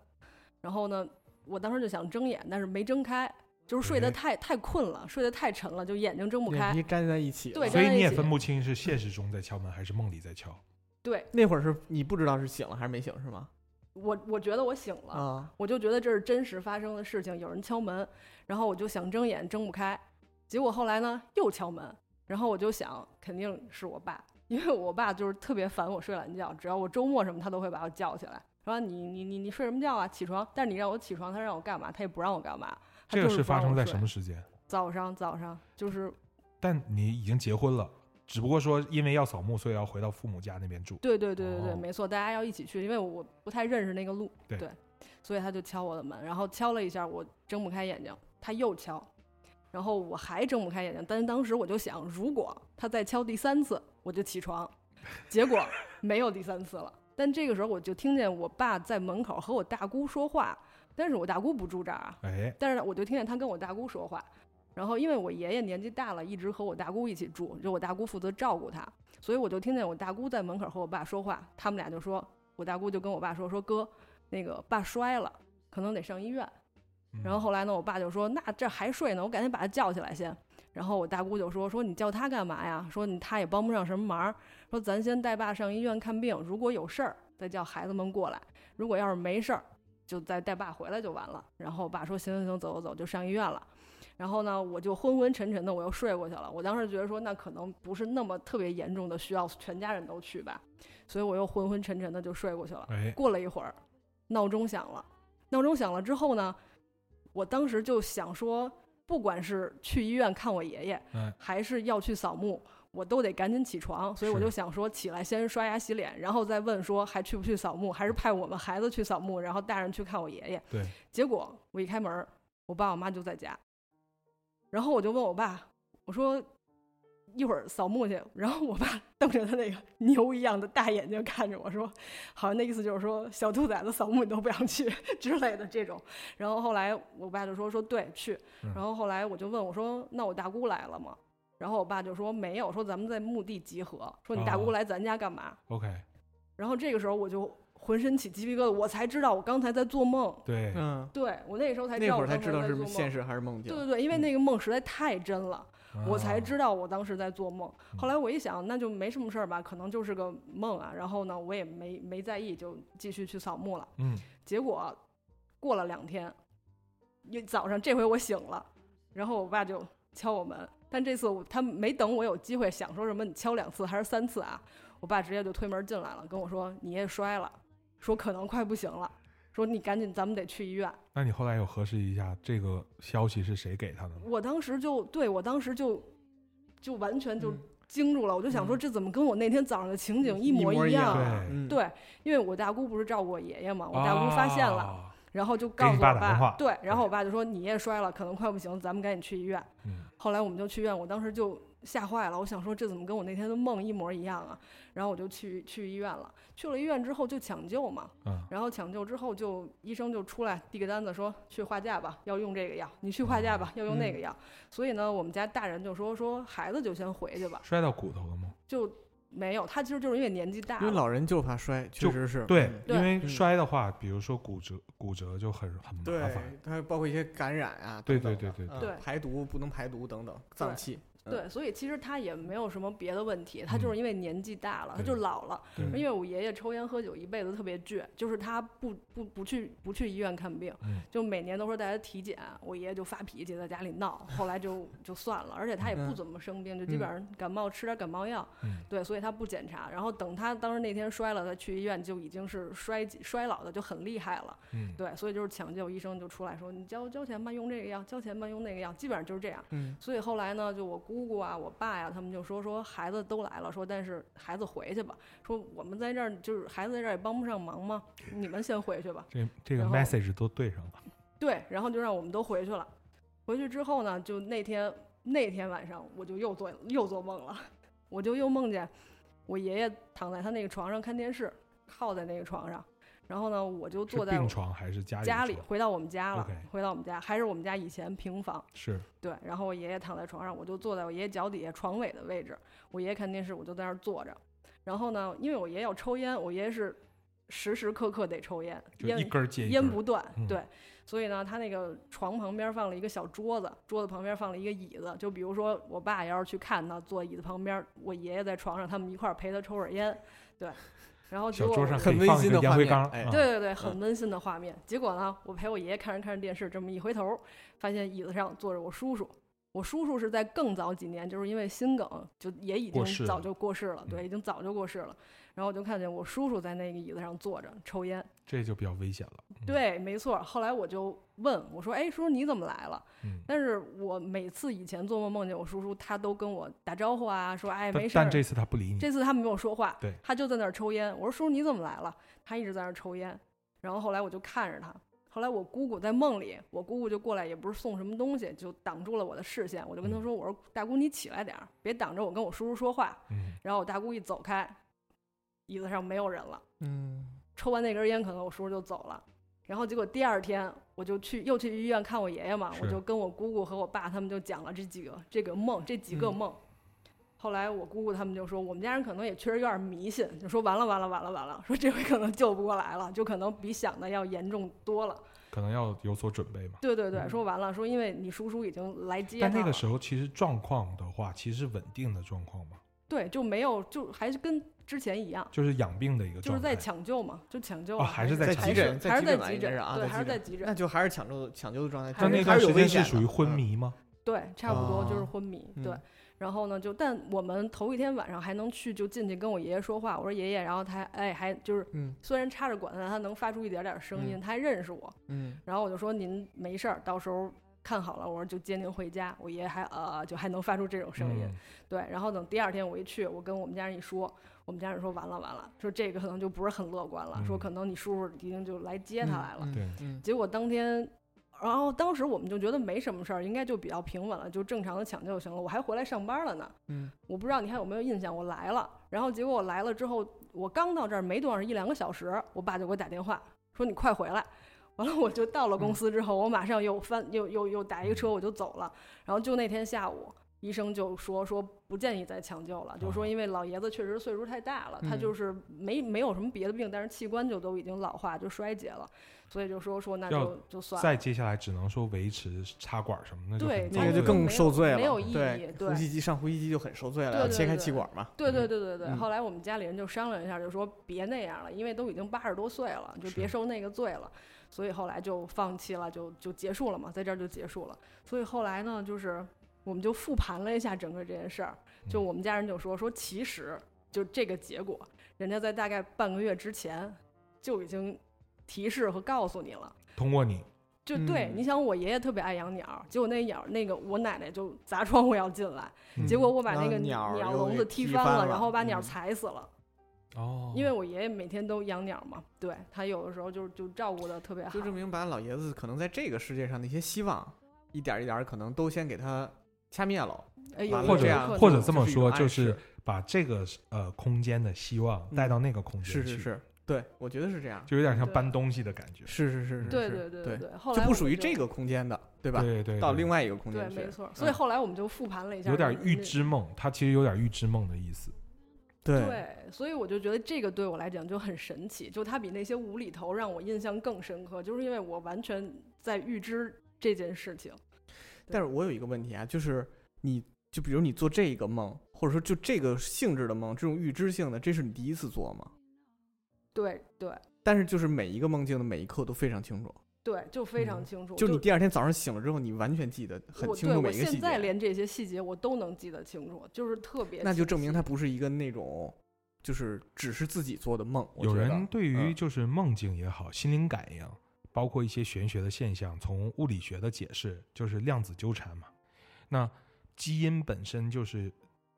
[SPEAKER 2] 然后呢，我当时就想睁眼，但是没睁开，就是睡
[SPEAKER 3] 哎
[SPEAKER 2] 得太太困了，睡得太沉了，就眼睛睁不
[SPEAKER 1] 眼
[SPEAKER 2] 开。
[SPEAKER 1] 皮粘在一起了。
[SPEAKER 2] 对
[SPEAKER 3] 所以
[SPEAKER 2] 粘在
[SPEAKER 3] 你
[SPEAKER 2] 一
[SPEAKER 3] 也
[SPEAKER 2] 起啊
[SPEAKER 3] 分不清是现实中在敲门还是梦里在敲。
[SPEAKER 2] 对
[SPEAKER 1] 那会儿是你不知道是醒了还是没醒是吗？
[SPEAKER 2] 我，我觉得我醒了，
[SPEAKER 1] 啊，
[SPEAKER 2] 我就觉得这是真实发生的事情，有人敲门，然后我就想睁眼睁不开，结果后来呢又敲门，然后我就想肯定是我爸，因为我爸就是特别烦我睡懒觉，只要我周末什么他都会把我叫起来，说你你你你睡什么觉啊？起床！但是你让我起床，他让我干嘛？他也不让我干嘛。他
[SPEAKER 3] 这个
[SPEAKER 2] 就是是不
[SPEAKER 3] 发
[SPEAKER 2] 让
[SPEAKER 3] 生
[SPEAKER 2] 我
[SPEAKER 3] 在
[SPEAKER 2] 睡
[SPEAKER 3] 什么时间？
[SPEAKER 2] 早上早上就是
[SPEAKER 3] 但你已经结婚了，只不过说因为要扫墓，所以要回到父母家那边住。
[SPEAKER 2] 对对对对对，
[SPEAKER 3] 哦
[SPEAKER 2] 没错，大家要一起去，因为我不太认识那个路，
[SPEAKER 3] 对
[SPEAKER 2] 所以他就敲我的门，然后敲了一下，我睁不开眼睛，他又敲，然后我还睁不开眼睛，但是当时我就想，如果他再敲第三次，我就起床，结
[SPEAKER 3] *laughs*
[SPEAKER 2] 果没有第三次了。但这个时候我就听见我爸在门口和我大姑说话，但是我大姑不住这儿啊，
[SPEAKER 3] 哎，
[SPEAKER 2] 但是我就听见他跟我大姑说话，然后因为我爷爷年纪大了，一直和我大姑一起住，就我大姑负责照顾他，所以我就听见我大姑在门口和我爸说话，他们俩就说，我大姑就跟我爸说说哥，那个爸摔了，可能得上医院。
[SPEAKER 3] 嗯
[SPEAKER 2] 然后后来呢，我爸就说那这还睡呢，我赶紧把他叫起来先。然后我大姑就说说你叫他干嘛呀？说你他也帮不上什么忙，说咱先带爸上医院看病，如果有事儿再叫孩子们过来，如果要是没事儿，就再带爸回来就完了。然后我爸说行行行，走走走，就上医院了。然后呢，我就昏昏沉沉的，我又睡过去了。我当时觉得说，那可能不是那么特别严重的，需要全家人都去吧，所以我又昏昏沉沉的就睡过去了。
[SPEAKER 3] 哎，
[SPEAKER 2] 过了一会儿，闹钟响了。闹钟响了之后呢，我当时就想说，不管是去医院看我爷爷，
[SPEAKER 3] 嗯
[SPEAKER 2] 还是要去扫墓，我都得赶紧起床。所以我
[SPEAKER 3] 是
[SPEAKER 2] 就想说，起来先刷牙洗脸，然后再问说还去不去扫墓，还是派我们孩子去扫墓，然后大人去看我爷爷。
[SPEAKER 3] 对，
[SPEAKER 2] 结果我一开门儿，我爸我妈就在家，然后我就问我爸，我说一会儿扫墓去，然后我爸瞪着他那个牛一样的大眼睛看着我说，好像那意思就是说小兔崽子扫墓你都不想去 *laughs* 之类的这种。然后后来我爸就说说对去，
[SPEAKER 3] 嗯
[SPEAKER 2] 然后后来我就问我说那我大姑来了吗？然后我爸就说没有，说咱们在墓地集合，说你大
[SPEAKER 3] 哦
[SPEAKER 2] 姑来咱家干嘛？
[SPEAKER 3] ，OK，
[SPEAKER 2] 然后这个时候我就浑身起鸡皮疙瘩，我才知道我刚才在做梦。
[SPEAKER 3] 对，
[SPEAKER 1] 嗯，
[SPEAKER 2] 对我那时候才知
[SPEAKER 1] 那
[SPEAKER 2] 道
[SPEAKER 1] 会儿
[SPEAKER 2] 我
[SPEAKER 1] 才
[SPEAKER 2] 当
[SPEAKER 1] 知
[SPEAKER 2] 时
[SPEAKER 1] 道
[SPEAKER 2] 在
[SPEAKER 1] 是
[SPEAKER 2] 做
[SPEAKER 1] 现
[SPEAKER 2] 梦。
[SPEAKER 1] 实还是梦境
[SPEAKER 2] 对。对对，因为
[SPEAKER 1] 嗯啊
[SPEAKER 2] 那个梦实在太真了，
[SPEAKER 3] 啊
[SPEAKER 2] 我才
[SPEAKER 3] 道。
[SPEAKER 2] 知道我当时在做梦。
[SPEAKER 3] 嗯
[SPEAKER 2] 后来我一想，那就没什么事儿吧，可能就是个梦啊。然后呢，我也没没在意，就继续去扫墓了。
[SPEAKER 3] 嗯，
[SPEAKER 2] 结果过了两天，一早上这回我醒了，然后我爸就敲我门，但这次我他没等我有机会想说什么，你敲两次还是三次啊？我爸直接就推门进来了，跟我说你也摔了，说可能快不行了，说你赶紧咱们得去医院。
[SPEAKER 3] 那你后来有核实一下这个消息是谁给他的吗？
[SPEAKER 2] 我当时就对我当时就就完全就
[SPEAKER 1] 嗯
[SPEAKER 2] 惊住了，我就想说
[SPEAKER 1] 嗯
[SPEAKER 2] 这怎么跟我那天早上的情景
[SPEAKER 1] 一
[SPEAKER 2] 模
[SPEAKER 1] 一
[SPEAKER 2] 样啊？
[SPEAKER 3] 对
[SPEAKER 1] 嗯，
[SPEAKER 2] 对，因为我大姑不是照顾我爷爷嘛，我大姑发现了，
[SPEAKER 3] 哦。
[SPEAKER 2] 然后就
[SPEAKER 3] 给
[SPEAKER 2] 告
[SPEAKER 3] 你
[SPEAKER 2] 诉我
[SPEAKER 3] 爸打电话
[SPEAKER 2] 对，然后我爸就说你也摔了，可能快不行，咱们赶紧去医院。
[SPEAKER 3] 嗯，
[SPEAKER 2] 后来我们就去医院，我当时就吓坏了，我想说这怎么跟我那天的梦一模一样啊？然后我就去去医院了，去了医院之后就抢救嘛，
[SPEAKER 3] 嗯，
[SPEAKER 2] 然后抢救之后就医生就出来递个单子说去化价吧，要用这个药；你去化价吧，要用那
[SPEAKER 1] 嗯
[SPEAKER 2] 个药。所以呢，我们家大人就说说孩子就先回去吧，
[SPEAKER 3] 摔到骨头了
[SPEAKER 1] 嗯
[SPEAKER 3] 吗？
[SPEAKER 2] 就没有他其实就是因为年纪大
[SPEAKER 1] 因为
[SPEAKER 2] 了，
[SPEAKER 1] 老人就怕摔，确
[SPEAKER 3] 就
[SPEAKER 1] 实是
[SPEAKER 3] 对
[SPEAKER 1] 嗯，
[SPEAKER 2] 对
[SPEAKER 3] 因为
[SPEAKER 1] 嗯
[SPEAKER 3] 摔的话，比如说骨折，骨折就很很麻
[SPEAKER 1] 对
[SPEAKER 3] 烦。，
[SPEAKER 1] 它包括一些感染啊，
[SPEAKER 3] 对
[SPEAKER 1] 等
[SPEAKER 3] 对
[SPEAKER 1] 等
[SPEAKER 3] 对
[SPEAKER 1] 的
[SPEAKER 3] 对
[SPEAKER 1] 嗯
[SPEAKER 2] 对
[SPEAKER 1] 排毒不能排毒等等，脏
[SPEAKER 2] 对
[SPEAKER 1] 器，
[SPEAKER 2] 对，所以其实他也没有什么别的问题，
[SPEAKER 1] 嗯
[SPEAKER 2] 他就是因为年纪大了，他就
[SPEAKER 3] 对
[SPEAKER 2] 老了。
[SPEAKER 3] 对
[SPEAKER 2] 因为我爷爷抽烟喝酒一辈子特别倔，就是他不不不去不去医院看病，
[SPEAKER 3] 嗯
[SPEAKER 2] 就每年都说带他体检，我爷爷就发脾气在家里闹，后来就就算了，而且他也不
[SPEAKER 1] 嗯
[SPEAKER 2] 怎么生病，就基本上感冒吃点感冒药，
[SPEAKER 3] 嗯
[SPEAKER 2] 对，所以他不检查。然后等他当时那天摔了，他去医院就已经是衰竭衰老的就很厉害了，
[SPEAKER 3] 嗯，
[SPEAKER 2] 对，所以就是抢救医生就出来说你交交钱吧，用这个药；交钱吧，用那个药，基本上就是这样。
[SPEAKER 1] 嗯
[SPEAKER 2] 所以后来呢，就我姑姑啊、我爸呀、他们就说说孩子都来了，说但是孩子回去吧，说我们在这儿就是孩子在这儿也帮不上忙嘛，你们先回去吧。
[SPEAKER 3] 这这个
[SPEAKER 2] 然后
[SPEAKER 3] message 都对上了，
[SPEAKER 2] 对，然后就让我们都回去了。回去之后呢，就那天那天晚上我就又做又做梦了，我就又梦见我爷爷躺在他那个床上看电视，靠在那个床上，然后呢我就是坐在
[SPEAKER 3] 病
[SPEAKER 2] 我
[SPEAKER 3] 床还是家里
[SPEAKER 2] 家
[SPEAKER 3] 家
[SPEAKER 2] 里，回到我们家了
[SPEAKER 3] OK
[SPEAKER 2] 回到我们家还是我们家以前平房。
[SPEAKER 3] 是
[SPEAKER 2] 对，然后我爷爷躺在床上，我就坐在我爷爷脚底下床尾的位置，我爷爷看电视，我就在那儿坐着。然后呢，因为我爷爷要抽烟，我爷爷是时时刻刻得抽烟，
[SPEAKER 3] 就一
[SPEAKER 2] 烟
[SPEAKER 3] 根儿接一根
[SPEAKER 2] 烟
[SPEAKER 3] 儿，
[SPEAKER 2] 不断，
[SPEAKER 3] 嗯
[SPEAKER 2] 对。所以呢，他那个床旁边放了一个小桌子，桌子旁边放了一个椅子。就比如说，我爸要是去看他，坐椅子旁边，我爷爷在床上，他们一块儿陪他抽会儿烟，对。然后结
[SPEAKER 3] 小
[SPEAKER 2] 果
[SPEAKER 3] 桌
[SPEAKER 2] 我
[SPEAKER 3] 上
[SPEAKER 2] 就
[SPEAKER 3] 可以
[SPEAKER 1] 很温
[SPEAKER 3] 放一
[SPEAKER 1] 馨
[SPEAKER 3] 个
[SPEAKER 1] 的
[SPEAKER 3] 烟
[SPEAKER 1] 画
[SPEAKER 3] 灰
[SPEAKER 1] 面
[SPEAKER 3] 缸，
[SPEAKER 1] 哎
[SPEAKER 3] 啊
[SPEAKER 2] 对对对，很温馨的画面。结果呢，我陪我爷爷看着看着电视，这么一回头，发现椅子上坐着我叔叔。我叔叔是在更早几年，就是因为心梗，就也已
[SPEAKER 3] 过世
[SPEAKER 2] 经早
[SPEAKER 3] 了
[SPEAKER 2] 就过世了，对，
[SPEAKER 3] 嗯
[SPEAKER 2] 已经早就过世了。然后我就看见我叔叔在那个椅子上坐着抽烟。
[SPEAKER 3] 这就比较危险了。嗯，
[SPEAKER 2] 对，没错。后来我就问我说：“哎，叔叔你怎么来了？”
[SPEAKER 3] 嗯，
[SPEAKER 2] 但是我每次以前做梦梦见我叔叔，他都跟我打招呼啊，说：“哎，没
[SPEAKER 3] 但
[SPEAKER 2] 事儿。”
[SPEAKER 3] 但这次他不理你，
[SPEAKER 2] 这次他没有说话，
[SPEAKER 3] 嗯对
[SPEAKER 2] 他就在那儿抽烟。我说：“叔叔，你怎么来了？”他一直在那儿抽烟。然后后来我就看着他。后来我姑姑在梦里，我姑姑就过来，也不是送什么东西，就挡住了我的视线。我就跟她
[SPEAKER 3] 嗯
[SPEAKER 2] 说：“我说大姑，你起来点儿，别挡着我跟我叔叔说话。
[SPEAKER 3] 嗯”
[SPEAKER 2] 然后我大姑一走开，椅子上没有人了。
[SPEAKER 1] 嗯
[SPEAKER 2] 抽完那根烟，可能我叔叔就走了。然后结果第二天我就去又去医院看我爷爷嘛，
[SPEAKER 3] 是
[SPEAKER 2] 我就跟我姑姑和我爸他们就讲了这几个这个梦这几个
[SPEAKER 1] 嗯
[SPEAKER 2] 梦。后来我姑姑他们就说，我们家人可能也确实有点迷信，就说完了完了完了完了，说这回可能救不过来了，就可能比想的要严重多了。
[SPEAKER 3] 可能要有所准备嘛。
[SPEAKER 2] 对对对，
[SPEAKER 1] 嗯
[SPEAKER 2] 说完了，说因为你叔叔已经来接他
[SPEAKER 3] 但
[SPEAKER 2] 了，
[SPEAKER 3] 那个时候其实状况的话，其实是稳定的状况嘛，
[SPEAKER 2] 对就没有就还是跟之前一样，
[SPEAKER 3] 就是养病的一个
[SPEAKER 2] 就是
[SPEAKER 3] 状
[SPEAKER 2] 在
[SPEAKER 3] 态。
[SPEAKER 2] 抢救嘛，就抢救
[SPEAKER 3] 哦
[SPEAKER 2] 啊，
[SPEAKER 3] 还是在
[SPEAKER 1] 在
[SPEAKER 2] 还
[SPEAKER 1] 急
[SPEAKER 2] 是
[SPEAKER 1] 诊在
[SPEAKER 2] 还是
[SPEAKER 1] 急
[SPEAKER 2] 在
[SPEAKER 1] 诊吧
[SPEAKER 2] 急
[SPEAKER 1] 应该是啊
[SPEAKER 2] 对，
[SPEAKER 1] 在
[SPEAKER 2] 还
[SPEAKER 1] 急
[SPEAKER 2] 是在
[SPEAKER 1] 诊
[SPEAKER 2] 急诊
[SPEAKER 1] 那。就还是抢救抢救的状态。
[SPEAKER 3] 但
[SPEAKER 2] 还
[SPEAKER 3] 那
[SPEAKER 2] 是
[SPEAKER 1] 还
[SPEAKER 3] 段
[SPEAKER 1] 是有
[SPEAKER 3] 时
[SPEAKER 1] 危
[SPEAKER 3] 间
[SPEAKER 1] 险
[SPEAKER 3] 是属于
[SPEAKER 1] 的
[SPEAKER 3] 昏
[SPEAKER 1] 嗯
[SPEAKER 3] 迷吗？
[SPEAKER 2] 对，差不多就是
[SPEAKER 1] 哦
[SPEAKER 2] 昏迷。对
[SPEAKER 1] 嗯，
[SPEAKER 2] 然后呢，就但我们头一天晚上还能去就进去跟我爷爷说话，我说爷爷，然后他哎还就是
[SPEAKER 1] 嗯
[SPEAKER 2] 虽然插着管，但他能发出一点点声音，
[SPEAKER 1] 嗯
[SPEAKER 2] 他还认识我。
[SPEAKER 1] 嗯
[SPEAKER 2] 然后我就说您没事儿，到时候看好了，我说就接您回家。我爷爷还呃就还能发出这种声音，
[SPEAKER 3] 嗯
[SPEAKER 2] 对。然后等第二天我一去，我跟我们家人一说，我们家人说完了完了，说这个可能就不是很乐观了，说
[SPEAKER 3] 嗯
[SPEAKER 2] 可能你叔叔已经就来接他来了。
[SPEAKER 1] 嗯
[SPEAKER 3] 对
[SPEAKER 1] 嗯
[SPEAKER 2] 结果当天，然后当时我们就觉得没什么事儿，应该就比较平稳了，就正常的抢救就行了。我还回来上班了呢，
[SPEAKER 1] 嗯
[SPEAKER 2] 我不知道你还有没有印象，我来了。然后结果我来了之后，我刚到这儿没多少一两个小时，我爸就给我打电话说你快回来。完了，我就到了
[SPEAKER 1] 嗯
[SPEAKER 2] 公司之后，我马上又翻又又又打一个车，我就走了。然后就那天下午，医生就说说不建议再抢救了，就说因为老爷子确实岁数太大了，他
[SPEAKER 1] 嗯
[SPEAKER 2] 就是没没有什么别的病，但是器官就都已经老化就衰竭了，所以就说说那
[SPEAKER 3] 要
[SPEAKER 2] 就就算了。
[SPEAKER 3] 再接下来只能说维持插管什么的，
[SPEAKER 2] 对
[SPEAKER 1] 那个就
[SPEAKER 2] 就没
[SPEAKER 1] 更
[SPEAKER 2] 有
[SPEAKER 1] 受罪了，
[SPEAKER 2] 没有意义
[SPEAKER 1] 对，
[SPEAKER 2] 对
[SPEAKER 1] 呼吸机上呼吸机就很受罪了，
[SPEAKER 2] 对
[SPEAKER 1] 要
[SPEAKER 2] 对
[SPEAKER 1] 切开
[SPEAKER 2] 对
[SPEAKER 1] 气管嘛。
[SPEAKER 2] 对对对对对，
[SPEAKER 1] 嗯
[SPEAKER 2] 后来我们家里人就商量一下，就说别那样了，因为都已经八十多岁了，就是别受那个罪了，所以后来就放弃了，就就结束了嘛，在这儿就结束了。所以后来呢，就是我们就复盘了一下整个这件事儿，就
[SPEAKER 3] 嗯
[SPEAKER 2] 我们家人就说说，其实就这个结果，人家在大概半个月之前就已经提示和告诉你了。
[SPEAKER 3] 通过你，
[SPEAKER 2] 就对，
[SPEAKER 1] 嗯
[SPEAKER 2] 你想我爷爷特别爱养鸟，结果那鸟那个我奶奶就砸窗户要进来，
[SPEAKER 3] 嗯
[SPEAKER 2] 结果我把那
[SPEAKER 1] 让
[SPEAKER 2] 个
[SPEAKER 1] 鸟儿
[SPEAKER 2] 鸟
[SPEAKER 1] 又
[SPEAKER 2] 笼
[SPEAKER 1] 给
[SPEAKER 2] 子踢
[SPEAKER 1] 踢
[SPEAKER 2] 翻
[SPEAKER 1] 翻
[SPEAKER 2] 了，
[SPEAKER 1] 了
[SPEAKER 2] 然后把鸟
[SPEAKER 1] 嗯
[SPEAKER 2] 踩死了。
[SPEAKER 3] 哦，
[SPEAKER 2] 因为我爷爷每天都养鸟嘛，对他有的时候就就照顾的特别好
[SPEAKER 1] 就。证明把老爷子可能在这个世界上的一些希望，一点儿一点儿可能都先给他掐灭了，
[SPEAKER 2] 哎有
[SPEAKER 1] 完了
[SPEAKER 3] 或
[SPEAKER 2] 有
[SPEAKER 1] 这
[SPEAKER 3] 者
[SPEAKER 2] 可能
[SPEAKER 1] 样
[SPEAKER 3] 或者这
[SPEAKER 1] 就
[SPEAKER 3] 么
[SPEAKER 1] 是一种
[SPEAKER 3] 说，就
[SPEAKER 1] 暗
[SPEAKER 3] 是
[SPEAKER 1] 示
[SPEAKER 3] 把这个呃空间的希望带到那个空间
[SPEAKER 1] 嗯是
[SPEAKER 3] 去，
[SPEAKER 1] 是是，对，我觉得是这样，
[SPEAKER 3] 就有点像
[SPEAKER 2] 对
[SPEAKER 3] 搬东西的感觉，
[SPEAKER 1] 是是是是，
[SPEAKER 2] 对
[SPEAKER 1] 是
[SPEAKER 2] 对对
[SPEAKER 1] 对
[SPEAKER 2] 对，后
[SPEAKER 1] 就
[SPEAKER 2] 来
[SPEAKER 1] 不
[SPEAKER 2] 我
[SPEAKER 1] 属于
[SPEAKER 2] 就
[SPEAKER 1] 这个空间的，对吧？
[SPEAKER 3] 对对，
[SPEAKER 1] 到
[SPEAKER 3] 对
[SPEAKER 1] 另外一个空
[SPEAKER 2] 对
[SPEAKER 1] 间，去
[SPEAKER 2] 没，错。所以
[SPEAKER 1] 嗯
[SPEAKER 2] 后来我们就复盘了一下，
[SPEAKER 3] 有点
[SPEAKER 2] 就是
[SPEAKER 3] 预
[SPEAKER 2] 那。
[SPEAKER 3] 知梦，它其实有点预知梦的意思，
[SPEAKER 1] 对，
[SPEAKER 2] 对，所以我就觉得这个对我来讲就很神奇，就它比那些无厘头让我印象更深刻，就是因为我完全在预知这件事情。
[SPEAKER 1] 但是我有一个问题啊，就是你就比如你做这一个梦，或者说就这个性质的梦，这种预知性的，这是你第一次做吗？
[SPEAKER 2] 对对
[SPEAKER 1] 但是就是每一个梦境的每一刻都非常清楚，
[SPEAKER 2] 对，就非常
[SPEAKER 3] 嗯
[SPEAKER 2] 清楚。
[SPEAKER 1] 就你第二天早上醒了之后，你完全记得很
[SPEAKER 2] 我
[SPEAKER 1] 清
[SPEAKER 2] 对
[SPEAKER 1] 楚
[SPEAKER 2] 我
[SPEAKER 1] 每一个细
[SPEAKER 2] 现在
[SPEAKER 1] 节，
[SPEAKER 2] 连这些细节我都能记得清楚，就是特别。
[SPEAKER 1] 那就证明它。不是一个那种就是只是自己做的梦。我
[SPEAKER 3] 有
[SPEAKER 1] 觉得
[SPEAKER 3] 人对于
[SPEAKER 1] 嗯
[SPEAKER 3] 就是梦境也好，心灵感应，包括一些玄学的现象，从物理学的解释就是量子纠缠嘛。那基因本身就是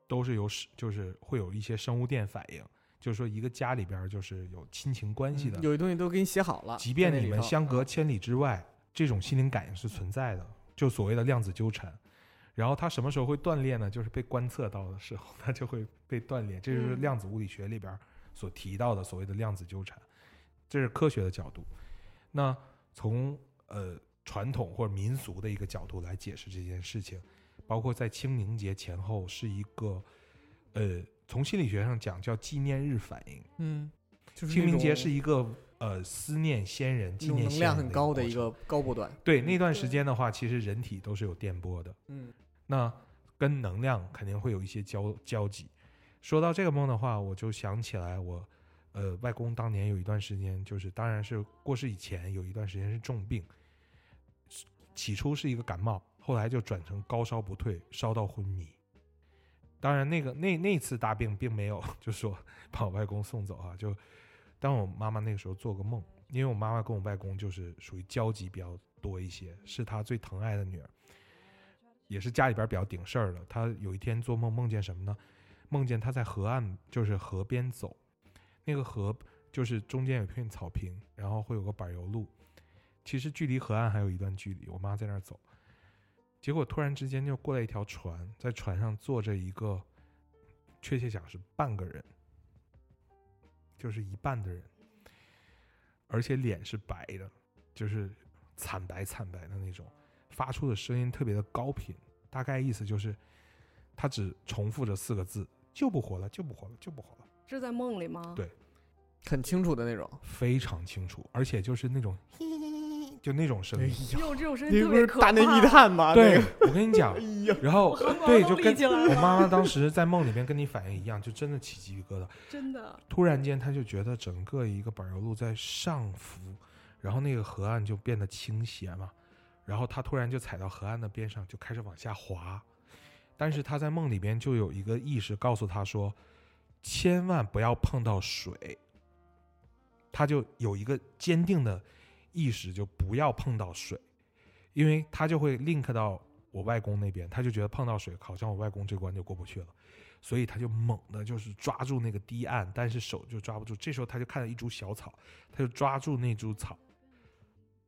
[SPEAKER 3] 都是有是就是会有一些生物电反应，就是说一个家里边儿就是有亲情关系的，
[SPEAKER 1] 嗯有些东西都给你写好了，
[SPEAKER 3] 即便
[SPEAKER 1] 在那
[SPEAKER 3] 你
[SPEAKER 1] 里
[SPEAKER 3] 们
[SPEAKER 1] 头
[SPEAKER 3] 相隔
[SPEAKER 1] 嗯
[SPEAKER 3] 千里之外，这种心灵感应是存在的，就所谓的量子纠缠。然后它什么时候会断裂呢？就是被观测到的时候，它就会被断裂。这就是
[SPEAKER 2] 嗯
[SPEAKER 3] 量子物理学里边儿所提到的所谓的量子纠缠，这是科学的角度。那从呃传统或者民俗的一个角度来解释这件事情，包括在清明节前后是一个呃，从心理学上讲叫纪念日反应。
[SPEAKER 1] 嗯，就是
[SPEAKER 3] 清
[SPEAKER 1] 那
[SPEAKER 3] 明节
[SPEAKER 1] 种
[SPEAKER 3] 是一个呃思念先人、
[SPEAKER 1] 那
[SPEAKER 3] 纪
[SPEAKER 1] 种
[SPEAKER 3] 念
[SPEAKER 1] 能
[SPEAKER 3] 先
[SPEAKER 1] 量
[SPEAKER 3] 人
[SPEAKER 1] 很高的
[SPEAKER 3] 的
[SPEAKER 1] 一
[SPEAKER 3] 过
[SPEAKER 1] 个嗯
[SPEAKER 3] 程。
[SPEAKER 1] 高波段，
[SPEAKER 3] 对那段时
[SPEAKER 2] 对
[SPEAKER 3] 间的话，其实人体都是有电波的，
[SPEAKER 1] 嗯，
[SPEAKER 3] 那跟能量肯定会有一些交交集。说到这个梦的话，我就想起来我呃外公当年有一段时间，就是当然是过世以前有一段时间是重病，起初是一个感冒，后来就转成高烧不退，烧到昏迷。当然，那个那那次大病并没有 *laughs* 就说把我外公送走啊，就当我妈妈那个时候做个梦，因为我妈妈跟我外公就是属于交集比较多一些，是她最疼爱的女儿，也是家里边比较顶事儿的。她有一天做梦梦见什么呢？梦见她在河岸，就是河边走，那个河就是中间有一片草坪，然后会有个柏油路，其实距离河岸还有一段距离。我妈在那儿走，结果突然之间就过来一条船，在船上坐着一个，确切讲是半个人，就是一半的人，而且脸是白的，就是惨白惨白的那种，发出的声音特别的高频，大概意思就是，他只重复着四个字：救不活了，救不活了，救不活了。
[SPEAKER 2] 是在梦里吗？
[SPEAKER 3] 对
[SPEAKER 1] 很清楚的那种。
[SPEAKER 3] 非常清楚，而且就是那种就那种声音。
[SPEAKER 1] 哎呀，
[SPEAKER 2] 哟，这种声音
[SPEAKER 1] 那
[SPEAKER 2] 特
[SPEAKER 1] 不
[SPEAKER 2] 别
[SPEAKER 1] 是
[SPEAKER 2] 可
[SPEAKER 1] 大
[SPEAKER 2] 怕。
[SPEAKER 1] 内密探吗？那
[SPEAKER 3] 对
[SPEAKER 1] 个，
[SPEAKER 3] 我跟你讲
[SPEAKER 1] 哎，呀，
[SPEAKER 3] 然后
[SPEAKER 2] 我汗毛
[SPEAKER 3] 对，
[SPEAKER 2] 都
[SPEAKER 3] 就
[SPEAKER 2] 立
[SPEAKER 3] 跟
[SPEAKER 2] 起来
[SPEAKER 3] 我
[SPEAKER 2] 了
[SPEAKER 3] 妈妈当时在梦里面跟你反应一样，就真的起鸡皮疙瘩。
[SPEAKER 1] *laughs*
[SPEAKER 2] 真的，
[SPEAKER 3] 突然间，她就觉得整个一个柏油路在上浮，然后那个河岸就变得倾斜嘛，然后她突然就踩到河岸的边上，就开始往下滑。但是她在梦里边就有一个意识告诉她说，千万不要碰到水。她就有一个坚定的意识，就不要碰到水，因为她就会 link 到我外公那边，她就觉得碰到水，好像我外公这关就过不去了。所以他就猛地就是抓住那个堤岸，但是手就抓不住。这时候他就看到一株小草，他就抓住那株草，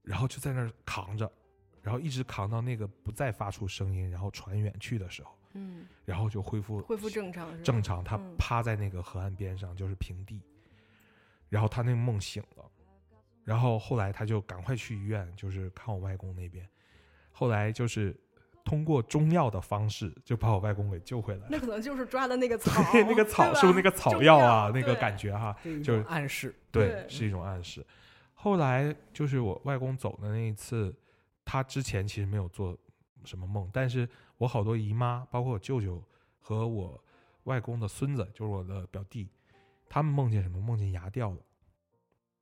[SPEAKER 3] 然后就在那儿扛着，然后一直扛到那个不再发出声音，然后船远去的时候，
[SPEAKER 2] 嗯，
[SPEAKER 3] 然后就恢复
[SPEAKER 2] 恢复正常是吧？
[SPEAKER 3] 正常。他
[SPEAKER 2] 嗯
[SPEAKER 3] 趴在那个河岸边上，就是平地，然后他那个梦醒了，然后后来他就赶快去医院，就是看我外公那边。后来就是通过中药的方式，就把我外公给救回来了。
[SPEAKER 2] 那可能就是抓的那
[SPEAKER 1] *laughs*
[SPEAKER 2] 个草，
[SPEAKER 3] 那个草
[SPEAKER 2] 哦对
[SPEAKER 3] 树、
[SPEAKER 2] 吧
[SPEAKER 3] 那个草
[SPEAKER 2] 中
[SPEAKER 3] 药啊，
[SPEAKER 2] 对
[SPEAKER 3] 那个感觉哈、
[SPEAKER 1] 这一
[SPEAKER 3] 就
[SPEAKER 1] 种
[SPEAKER 3] 是
[SPEAKER 1] 暗示。
[SPEAKER 3] 对
[SPEAKER 2] 对，
[SPEAKER 3] 是一种暗示。后来就是我外公走的那一次，他之前其实没有做什么梦，但是我好多姨妈，包括我舅舅和我外公的孙子，就是我的表弟，他们梦见什么？梦见牙掉了。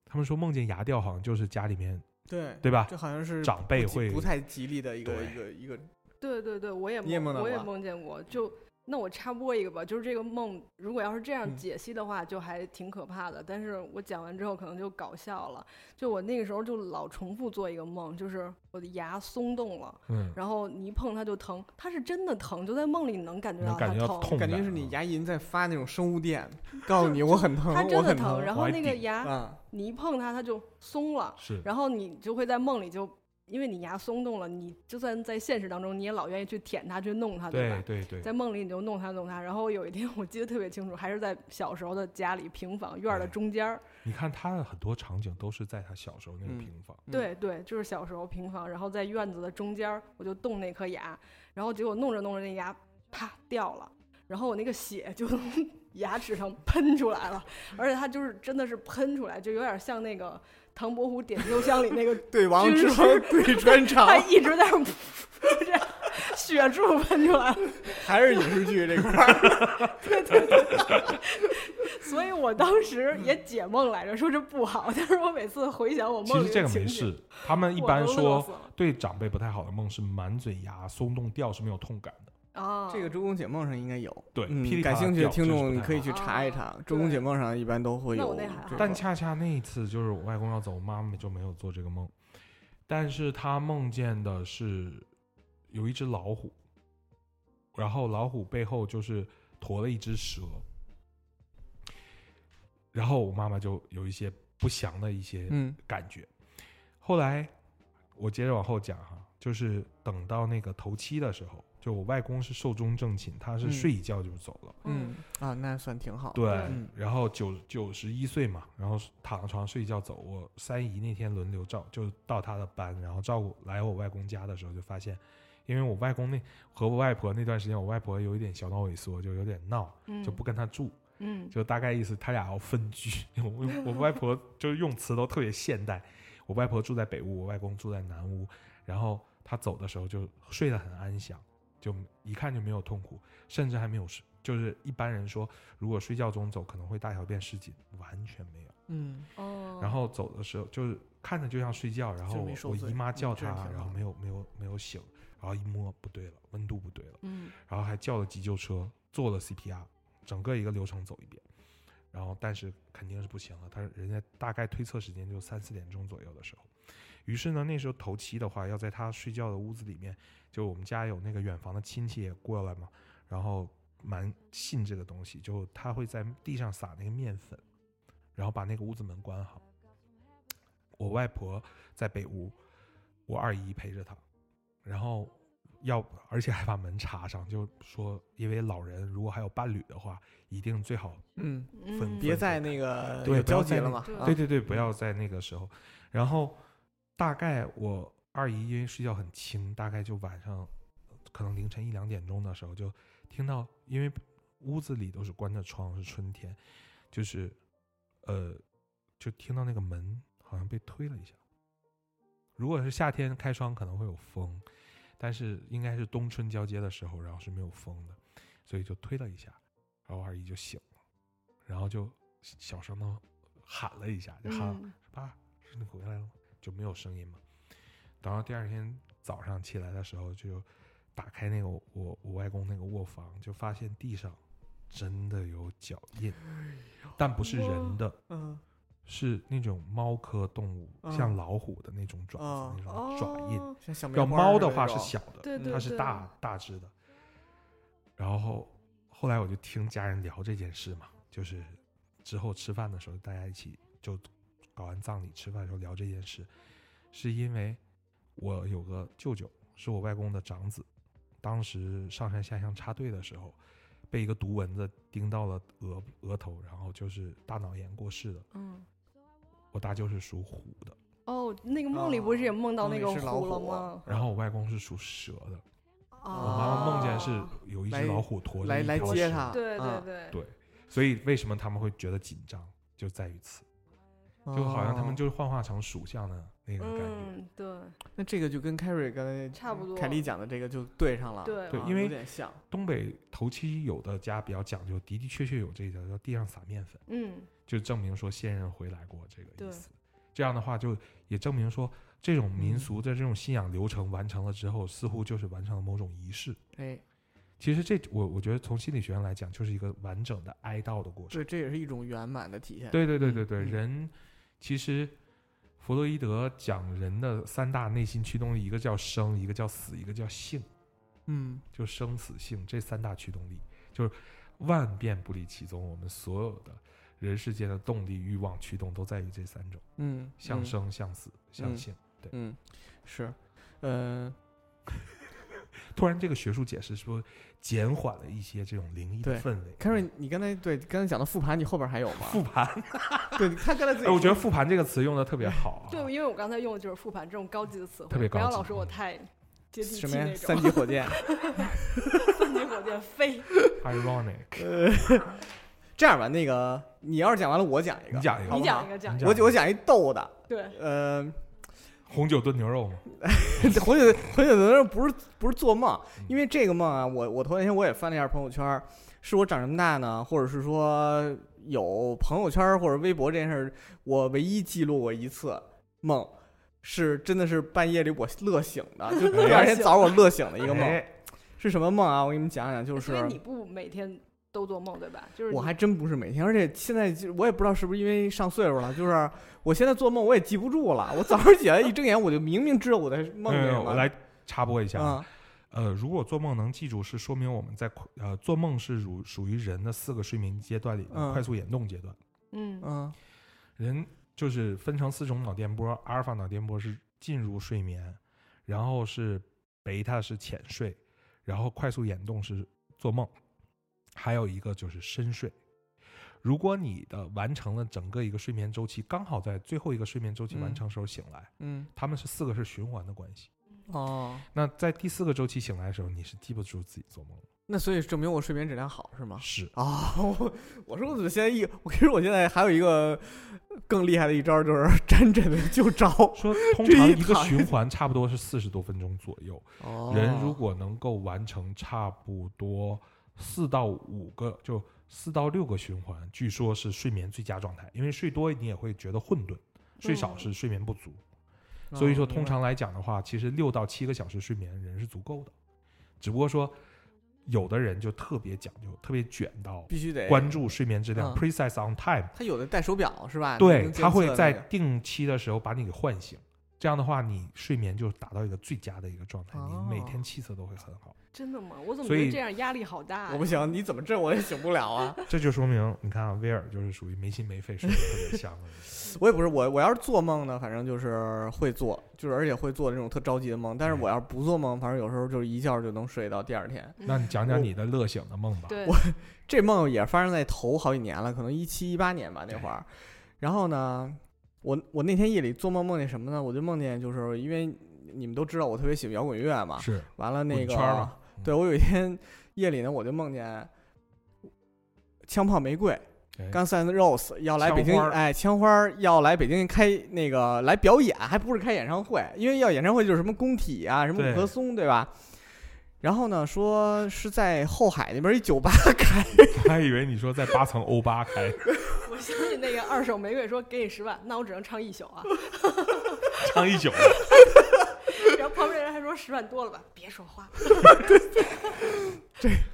[SPEAKER 3] 他们说梦见牙掉，好像就是家里面
[SPEAKER 1] 对
[SPEAKER 3] 对吧？
[SPEAKER 1] 这好像是
[SPEAKER 3] 长辈
[SPEAKER 1] 不吉
[SPEAKER 3] 会
[SPEAKER 1] 不太吉利的一个
[SPEAKER 3] 对
[SPEAKER 1] 一个一个，
[SPEAKER 2] 对对对，我也
[SPEAKER 1] 你也梦到
[SPEAKER 2] 我也
[SPEAKER 1] 过
[SPEAKER 2] 梦见过。就那我插播一个吧，就是这个梦，如果要是这样
[SPEAKER 1] 嗯
[SPEAKER 2] 解析的话，就还挺可怕的。但是我讲完之后可能就搞笑了。就我那个时候就老重复做一个梦，就是我的牙松动了，
[SPEAKER 3] 嗯，
[SPEAKER 2] 然后你一碰它就疼，它是真的疼，就在梦里能感觉
[SPEAKER 3] 能
[SPEAKER 2] 到它
[SPEAKER 3] 感觉到
[SPEAKER 2] 疼。
[SPEAKER 3] 痛
[SPEAKER 1] 感觉
[SPEAKER 3] 感
[SPEAKER 1] 是你
[SPEAKER 3] 啊
[SPEAKER 1] 牙龈在发那种生物电，告诉你我很疼，
[SPEAKER 2] 它
[SPEAKER 1] 我
[SPEAKER 2] 真的
[SPEAKER 1] 很疼，
[SPEAKER 2] 然
[SPEAKER 3] 我
[SPEAKER 2] 后
[SPEAKER 3] 还
[SPEAKER 2] 那个
[SPEAKER 3] 顶
[SPEAKER 2] 牙
[SPEAKER 1] 啊，
[SPEAKER 2] 你一碰它，它就松了，
[SPEAKER 3] 嗯是
[SPEAKER 2] 然后你就会在梦里就，因为你牙松动了，你就算在现实当中，你也老愿意去舔它，去弄它，吧
[SPEAKER 3] 对？对对，
[SPEAKER 2] 在梦里你就弄它弄它，然后有一天我记得特别清楚，还是在小时候的家里平房院儿的
[SPEAKER 3] 哎
[SPEAKER 2] 中间儿，
[SPEAKER 3] 你看他的很多场景都是在他小时候那个
[SPEAKER 1] 嗯
[SPEAKER 3] 平房，
[SPEAKER 1] 嗯
[SPEAKER 2] 对对，就是小时候平房，然后在院子的中间儿，我就动那颗牙，然后结果弄着弄着那牙啪掉了，然后我那个血就从 *laughs* 牙齿上喷出来了，而且它就是真的是喷出来，就有点像那个唐伯虎
[SPEAKER 3] *laughs*
[SPEAKER 2] 点秋香里那个 *laughs*
[SPEAKER 1] 对王
[SPEAKER 2] 军
[SPEAKER 1] 之
[SPEAKER 2] 事
[SPEAKER 1] 王对穿肠
[SPEAKER 2] 他，一直在那儿 *laughs* 这样血柱喷出来了。 *laughs*
[SPEAKER 1] 还是影视剧这块儿，
[SPEAKER 2] *laughs* 所以我当时
[SPEAKER 3] 嗯
[SPEAKER 2] 也解梦来着，说这不好。但是我每次回想我
[SPEAKER 3] 其
[SPEAKER 2] 梦里
[SPEAKER 3] 实这
[SPEAKER 2] 的
[SPEAKER 3] 个
[SPEAKER 2] 情
[SPEAKER 3] 没
[SPEAKER 2] 景，
[SPEAKER 3] 事，他们一
[SPEAKER 2] 我
[SPEAKER 3] 般
[SPEAKER 2] 都乐
[SPEAKER 3] 说
[SPEAKER 2] 死了
[SPEAKER 3] 对长辈不太好的梦是满嘴牙、松动掉是没有痛感的。
[SPEAKER 2] 啊，
[SPEAKER 1] 这个《周公解梦》上应该有。
[SPEAKER 3] 对
[SPEAKER 1] 嗯
[SPEAKER 3] 噼里啪
[SPEAKER 1] 感
[SPEAKER 3] 啦
[SPEAKER 1] 兴趣的
[SPEAKER 3] 掉
[SPEAKER 1] 听
[SPEAKER 3] 这是不
[SPEAKER 1] 众
[SPEAKER 3] 太
[SPEAKER 1] 你可以
[SPEAKER 3] 好
[SPEAKER 1] 去查一查，
[SPEAKER 2] 啊
[SPEAKER 1] 《周公解梦》上一般都会
[SPEAKER 2] 那
[SPEAKER 1] 有
[SPEAKER 2] 我
[SPEAKER 1] 这
[SPEAKER 2] 那
[SPEAKER 1] 个。
[SPEAKER 2] 还好
[SPEAKER 3] 但恰恰那一次，就是我外公要走，妈妈就没有做这个梦，但是她梦见的是有一只老虎，然后老虎背后就是驮了一只蛇，然后我妈妈就有一些不祥的一些
[SPEAKER 1] 嗯
[SPEAKER 3] 感觉。后来我接着往后讲哈，就是等到那个头七的时候，就我外公是寿终正寝，他是
[SPEAKER 1] 嗯
[SPEAKER 3] 睡一觉就走了。
[SPEAKER 1] 嗯啊，那算挺好。
[SPEAKER 3] 对，
[SPEAKER 1] 嗯
[SPEAKER 3] 然后九九十一岁嘛，然后躺在床上睡觉走。我三姨那天轮流照，就到她的班，然后照顾来我外公家的时候，就发现，因为我外公那和我外婆那段时间，我外婆有一点小脑萎缩，就有点闹，
[SPEAKER 2] 嗯
[SPEAKER 3] 就不跟她住，
[SPEAKER 2] 嗯
[SPEAKER 3] 就大概意思他俩要分居。 *laughs* 我我外婆就是用词都特别现代，我外婆住在北屋，我外公住在南屋，然后她走的时候就睡得很安详，就一看就没有痛苦，甚至还没有睡。就是一般人说，如果睡觉中走可能会大小便失禁，完全没有。
[SPEAKER 1] 嗯，
[SPEAKER 2] 哦，
[SPEAKER 3] 然后走的时候就是看着就像睡觉，然
[SPEAKER 1] 就
[SPEAKER 3] 后
[SPEAKER 1] 没
[SPEAKER 3] 我
[SPEAKER 1] 受
[SPEAKER 3] 我
[SPEAKER 1] 罪
[SPEAKER 3] 姨妈
[SPEAKER 1] 嗯
[SPEAKER 3] 叫
[SPEAKER 1] 这
[SPEAKER 3] 她
[SPEAKER 1] 样挺，
[SPEAKER 3] 然后
[SPEAKER 1] 好
[SPEAKER 3] 没有没有没有醒，然后一摸不对了，温度不对了。
[SPEAKER 2] 嗯
[SPEAKER 3] 然后还叫了急救车，做了 CPR，整个一个流程走一遍。然后，但是肯定是不行了。他人家大概推测时间就三四点钟左右的时候，于是呢，那时候头七的话，要在他睡觉的屋子里面，就我们家有那个远房的亲戚也过来嘛，然后蛮信这个东西，就他会在地上撒那个面粉，然后把那个屋子门关好。我外婆在北屋，我二姨陪着她，然后要而且还把门插上，就说因为老人如果还有伴侣的话，一定最好
[SPEAKER 1] 嗯，
[SPEAKER 2] 嗯
[SPEAKER 1] 别在那个
[SPEAKER 3] 对
[SPEAKER 1] 有
[SPEAKER 3] 不要
[SPEAKER 1] 交集
[SPEAKER 3] 在
[SPEAKER 1] 了
[SPEAKER 3] 那
[SPEAKER 1] 嘛
[SPEAKER 2] 对。
[SPEAKER 1] 啊
[SPEAKER 3] 对对对，不要在那个时候。然后大概我二姨因为睡觉很轻，大概就晚上可能凌晨一两点钟的时候，就听到，因为屋子里都是关着窗，是春天，就是呃，就听到那个门好像被推了一下。如果是夏天开窗可能会有风，但是应该是冬春交接的时候，然后是没有风的，所以就推了一下，然后二姨就醒了，然后就小声的喊了一下，就喊、
[SPEAKER 2] 嗯
[SPEAKER 3] 爸，是你回来了吗？就没有声音嘛。等到第二天早上起来的时候，就打开那个我我我外公那个卧房，就发现地上真的有脚印，但不是人的，
[SPEAKER 1] 嗯
[SPEAKER 3] 是那种猫科动物，
[SPEAKER 1] 嗯
[SPEAKER 3] 像老虎的那种爪子、
[SPEAKER 1] 哦
[SPEAKER 3] 那种爪印。
[SPEAKER 2] 哦
[SPEAKER 1] 像小
[SPEAKER 3] 要
[SPEAKER 1] 棉花
[SPEAKER 3] 猫
[SPEAKER 1] 似
[SPEAKER 3] 的
[SPEAKER 1] 那
[SPEAKER 3] 话是
[SPEAKER 1] 种
[SPEAKER 3] 小的，
[SPEAKER 2] 对
[SPEAKER 1] 嗯
[SPEAKER 2] 对，
[SPEAKER 3] 它是
[SPEAKER 2] 对
[SPEAKER 3] 大大只的。然后后来我就听家人聊这件事嘛，就是之后吃饭的时候，大家一起就搞完葬礼吃饭的时候聊这件事，是因为我有个舅舅是我外公的长子，当时上山下乡插队的时候，被一个毒蚊子叮到了额额头，然后就是大脑炎过世的。
[SPEAKER 2] 嗯
[SPEAKER 3] 我大舅是属虎的，
[SPEAKER 2] 哦，那个梦里不是也梦到
[SPEAKER 1] 啊梦
[SPEAKER 2] 那
[SPEAKER 1] 里嗯
[SPEAKER 2] 个
[SPEAKER 1] 是老
[SPEAKER 2] 了
[SPEAKER 1] 虎啊
[SPEAKER 2] 吗？哦
[SPEAKER 3] 然后我外公是属蛇的。
[SPEAKER 2] 我
[SPEAKER 3] 我妈啊妈梦见是有一
[SPEAKER 1] 哦来
[SPEAKER 3] 只老虎驮着
[SPEAKER 1] 来
[SPEAKER 3] 一
[SPEAKER 1] 来
[SPEAKER 3] 条
[SPEAKER 1] 接
[SPEAKER 3] 蛇
[SPEAKER 1] 它
[SPEAKER 2] 对
[SPEAKER 1] 啊
[SPEAKER 2] 对对
[SPEAKER 3] 对所以为什么他们会觉得紧张，就在于此，就好像他们
[SPEAKER 1] 哦
[SPEAKER 3] 就是幻化成属相的那种感觉。
[SPEAKER 2] 嗯对，
[SPEAKER 1] 那这个就跟凯瑞刚才
[SPEAKER 2] 差不多
[SPEAKER 1] 凯莉讲的这个就对上了，
[SPEAKER 2] 对
[SPEAKER 3] 对
[SPEAKER 1] 啊
[SPEAKER 3] 因为
[SPEAKER 1] 有点像，
[SPEAKER 3] 东北头七有的家比较讲究，的的确确有这个叫地上撒面粉，
[SPEAKER 2] 嗯
[SPEAKER 3] 就证明说先人回来过这个
[SPEAKER 2] 对
[SPEAKER 3] 意思。这样的话，就也证明说这种
[SPEAKER 1] 嗯
[SPEAKER 3] 民俗的这种信仰流程完成了之后，似乎就是完成了某种仪式。
[SPEAKER 1] 哎，
[SPEAKER 3] 其实这我我觉得从心理学上来讲，就是一个完整的哀悼的过程。
[SPEAKER 1] 对，这也是一种圆满的体现。
[SPEAKER 3] 对对对
[SPEAKER 1] 嗯
[SPEAKER 3] 对对，
[SPEAKER 1] 嗯
[SPEAKER 3] 人其实弗洛伊德讲人的三大内心驱动力，一个叫生，一个叫死，一个叫性，
[SPEAKER 1] 嗯，
[SPEAKER 3] 就生死性这三大驱动力，就是万变不离其宗。我们所有的人世间的动力、欲望、驱动都在于这三种：
[SPEAKER 1] 嗯嗯，
[SPEAKER 3] 向生、向死、向性。对，
[SPEAKER 1] 嗯，是，嗯，
[SPEAKER 3] 突然这个学术解释说减缓了一些这种灵异
[SPEAKER 1] 对
[SPEAKER 3] 的氛围。
[SPEAKER 1] 凯瑞，你刚才对刚才讲的复盘，你后边还有吗？
[SPEAKER 3] 复盘，
[SPEAKER 1] 对他刚才自己
[SPEAKER 3] 哎，
[SPEAKER 1] 说，
[SPEAKER 3] 我觉得复盘这个词用的特别好、啊。
[SPEAKER 2] 对，因为我刚才用的就是复盘这种高级的词汇，
[SPEAKER 3] 特别
[SPEAKER 2] 不要
[SPEAKER 3] 高级
[SPEAKER 2] 老说我
[SPEAKER 3] 嗯
[SPEAKER 2] 太接地气
[SPEAKER 1] 什么呀
[SPEAKER 2] 那？
[SPEAKER 1] 三
[SPEAKER 2] 种，
[SPEAKER 1] 级火箭。
[SPEAKER 2] 三级火箭飞，
[SPEAKER 1] 呃
[SPEAKER 3] ，ironic。
[SPEAKER 1] *laughs* 这样吧，那个你要是讲完了，我讲一个，
[SPEAKER 3] 你讲一个
[SPEAKER 1] 好不
[SPEAKER 2] 你讲
[SPEAKER 1] 好
[SPEAKER 2] 一个讲一
[SPEAKER 3] 你
[SPEAKER 2] 个，
[SPEAKER 1] 我我讲一逗的，
[SPEAKER 2] 对，
[SPEAKER 1] 呃， *laughs*
[SPEAKER 3] 红酒炖牛肉嘛，
[SPEAKER 1] 红酒红酒牛肉不是不是做梦，因为这个梦啊，我我头两天我也翻了一下朋友圈，是我长这么大呢，或者是说有朋友圈或者微博这件事儿，我唯一记录过一次梦，是真的是半夜里我乐醒的，就第二天早上我乐醒的一个梦，
[SPEAKER 3] 哎
[SPEAKER 1] 是什么梦啊？我给你们讲讲，就是
[SPEAKER 2] 哎因为你不每天都做梦对吧？就是
[SPEAKER 1] 我
[SPEAKER 2] 你
[SPEAKER 1] 还真不是每天，而且现在就我也不知道是不是因为上岁数了，就是我现在做梦我也记不住了。我早上起来一睁眼，我就明明知道我在梦里
[SPEAKER 3] 嗯
[SPEAKER 1] 了。
[SPEAKER 3] 我来插播一下啊，
[SPEAKER 1] 嗯，
[SPEAKER 3] 呃，如果做梦能记住，是说明我们在快呃做梦是属属于人的四个睡眠阶段里的
[SPEAKER 1] 嗯
[SPEAKER 3] 快速眼动阶段。
[SPEAKER 2] 嗯
[SPEAKER 1] 嗯
[SPEAKER 3] 人就是分成四种脑电波，阿尔法脑电波是进入睡眠，然后是贝塔是浅睡，然后快速眼动是做梦，还有一个就是深睡。如果你的完成了整个一个睡眠周期，刚好在最后一个睡眠周期完
[SPEAKER 1] 嗯
[SPEAKER 3] 成时候醒来，
[SPEAKER 1] 嗯，
[SPEAKER 3] 他们是四个是循环的关系。
[SPEAKER 1] 哦，
[SPEAKER 3] 那在第四个周期醒来的时候，你是记不住自己做梦了，
[SPEAKER 1] 那所以证明我睡眠质量好是吗？
[SPEAKER 3] 是
[SPEAKER 1] 啊、我我说我怎么现在一，我其实我现在还有一个更厉害的一招，就是 *laughs* 沾枕头就着。
[SPEAKER 3] 说通
[SPEAKER 1] 这
[SPEAKER 3] 常
[SPEAKER 1] 一
[SPEAKER 3] 一个
[SPEAKER 1] 躺
[SPEAKER 3] 循环差不多是四十多分钟左右。
[SPEAKER 1] 哦
[SPEAKER 3] 人如果能够完成差不多四到五个，就四到六个循环，据说是睡眠最佳状态。因为睡多你也会觉得混
[SPEAKER 1] 嗯
[SPEAKER 3] 沌，睡少是睡眠不足。
[SPEAKER 1] 哦
[SPEAKER 3] 所以说，通常来讲的话，其实六到七个小时睡眠人是足够的，只不过说有的人就特别讲究，特别卷到
[SPEAKER 1] 必须得
[SPEAKER 3] 关。注睡眠质量
[SPEAKER 1] 嗯
[SPEAKER 3] （precise on time）。
[SPEAKER 1] 他有的戴手表是吧？
[SPEAKER 3] 对，
[SPEAKER 1] 能监测
[SPEAKER 3] 它会
[SPEAKER 1] 那
[SPEAKER 3] 在
[SPEAKER 1] 个
[SPEAKER 3] 定期的时候把你给唤醒，这样的话，你睡眠就达到一个最佳的一个状态，你每天
[SPEAKER 1] 哦
[SPEAKER 3] 气色都会很好。
[SPEAKER 2] 真的吗？我怎么
[SPEAKER 3] 所
[SPEAKER 2] 觉
[SPEAKER 3] 以
[SPEAKER 2] 得这样压力好大、
[SPEAKER 1] 我不行，你怎么震我也醒不了啊。
[SPEAKER 3] 这就说明，你看啊，威尔就是属于没心没肺，睡得特别香的
[SPEAKER 1] *laughs*
[SPEAKER 3] 人。
[SPEAKER 1] 我也不是我，我要是做梦呢，反正就是会做，就是而且会做那种特着急的梦。但是我要是不做梦，反正有时候就是一觉就能睡到第二天。
[SPEAKER 3] 那你讲讲你的乐醒的梦吧。
[SPEAKER 2] 对，
[SPEAKER 1] 这梦也发生在头好几年了，可能一七一八年吧那会儿。然后呢，我我那天夜里做梦梦见什么呢？我就梦见就是因为你们都知道我特别喜欢摇滚乐嘛，
[SPEAKER 3] 是
[SPEAKER 1] 完了那
[SPEAKER 3] 滚
[SPEAKER 1] 个
[SPEAKER 3] 圈儿嘛嗯
[SPEAKER 1] 对我有一天 *laughs* 夜里呢，我就梦见枪炮玫瑰。
[SPEAKER 3] 哎
[SPEAKER 1] Guns N' Roses 要来北京
[SPEAKER 3] 枪花，儿
[SPEAKER 1] 哎，枪花儿要来北京开那个来表演，还不是开演唱会，因为要演唱会就是什么工体啊，什么
[SPEAKER 3] 对
[SPEAKER 1] 五棵松，对吧？然后呢，说是在后海那边一酒吧 *laughs* 开，
[SPEAKER 3] 我还以为你说在八层欧巴开，
[SPEAKER 2] 我相信那个二手玫瑰说给你十万，那我只能唱一宿啊。 *laughs*
[SPEAKER 3] 唱一宿。
[SPEAKER 2] 然后旁边人还说十万多了吧，别说话，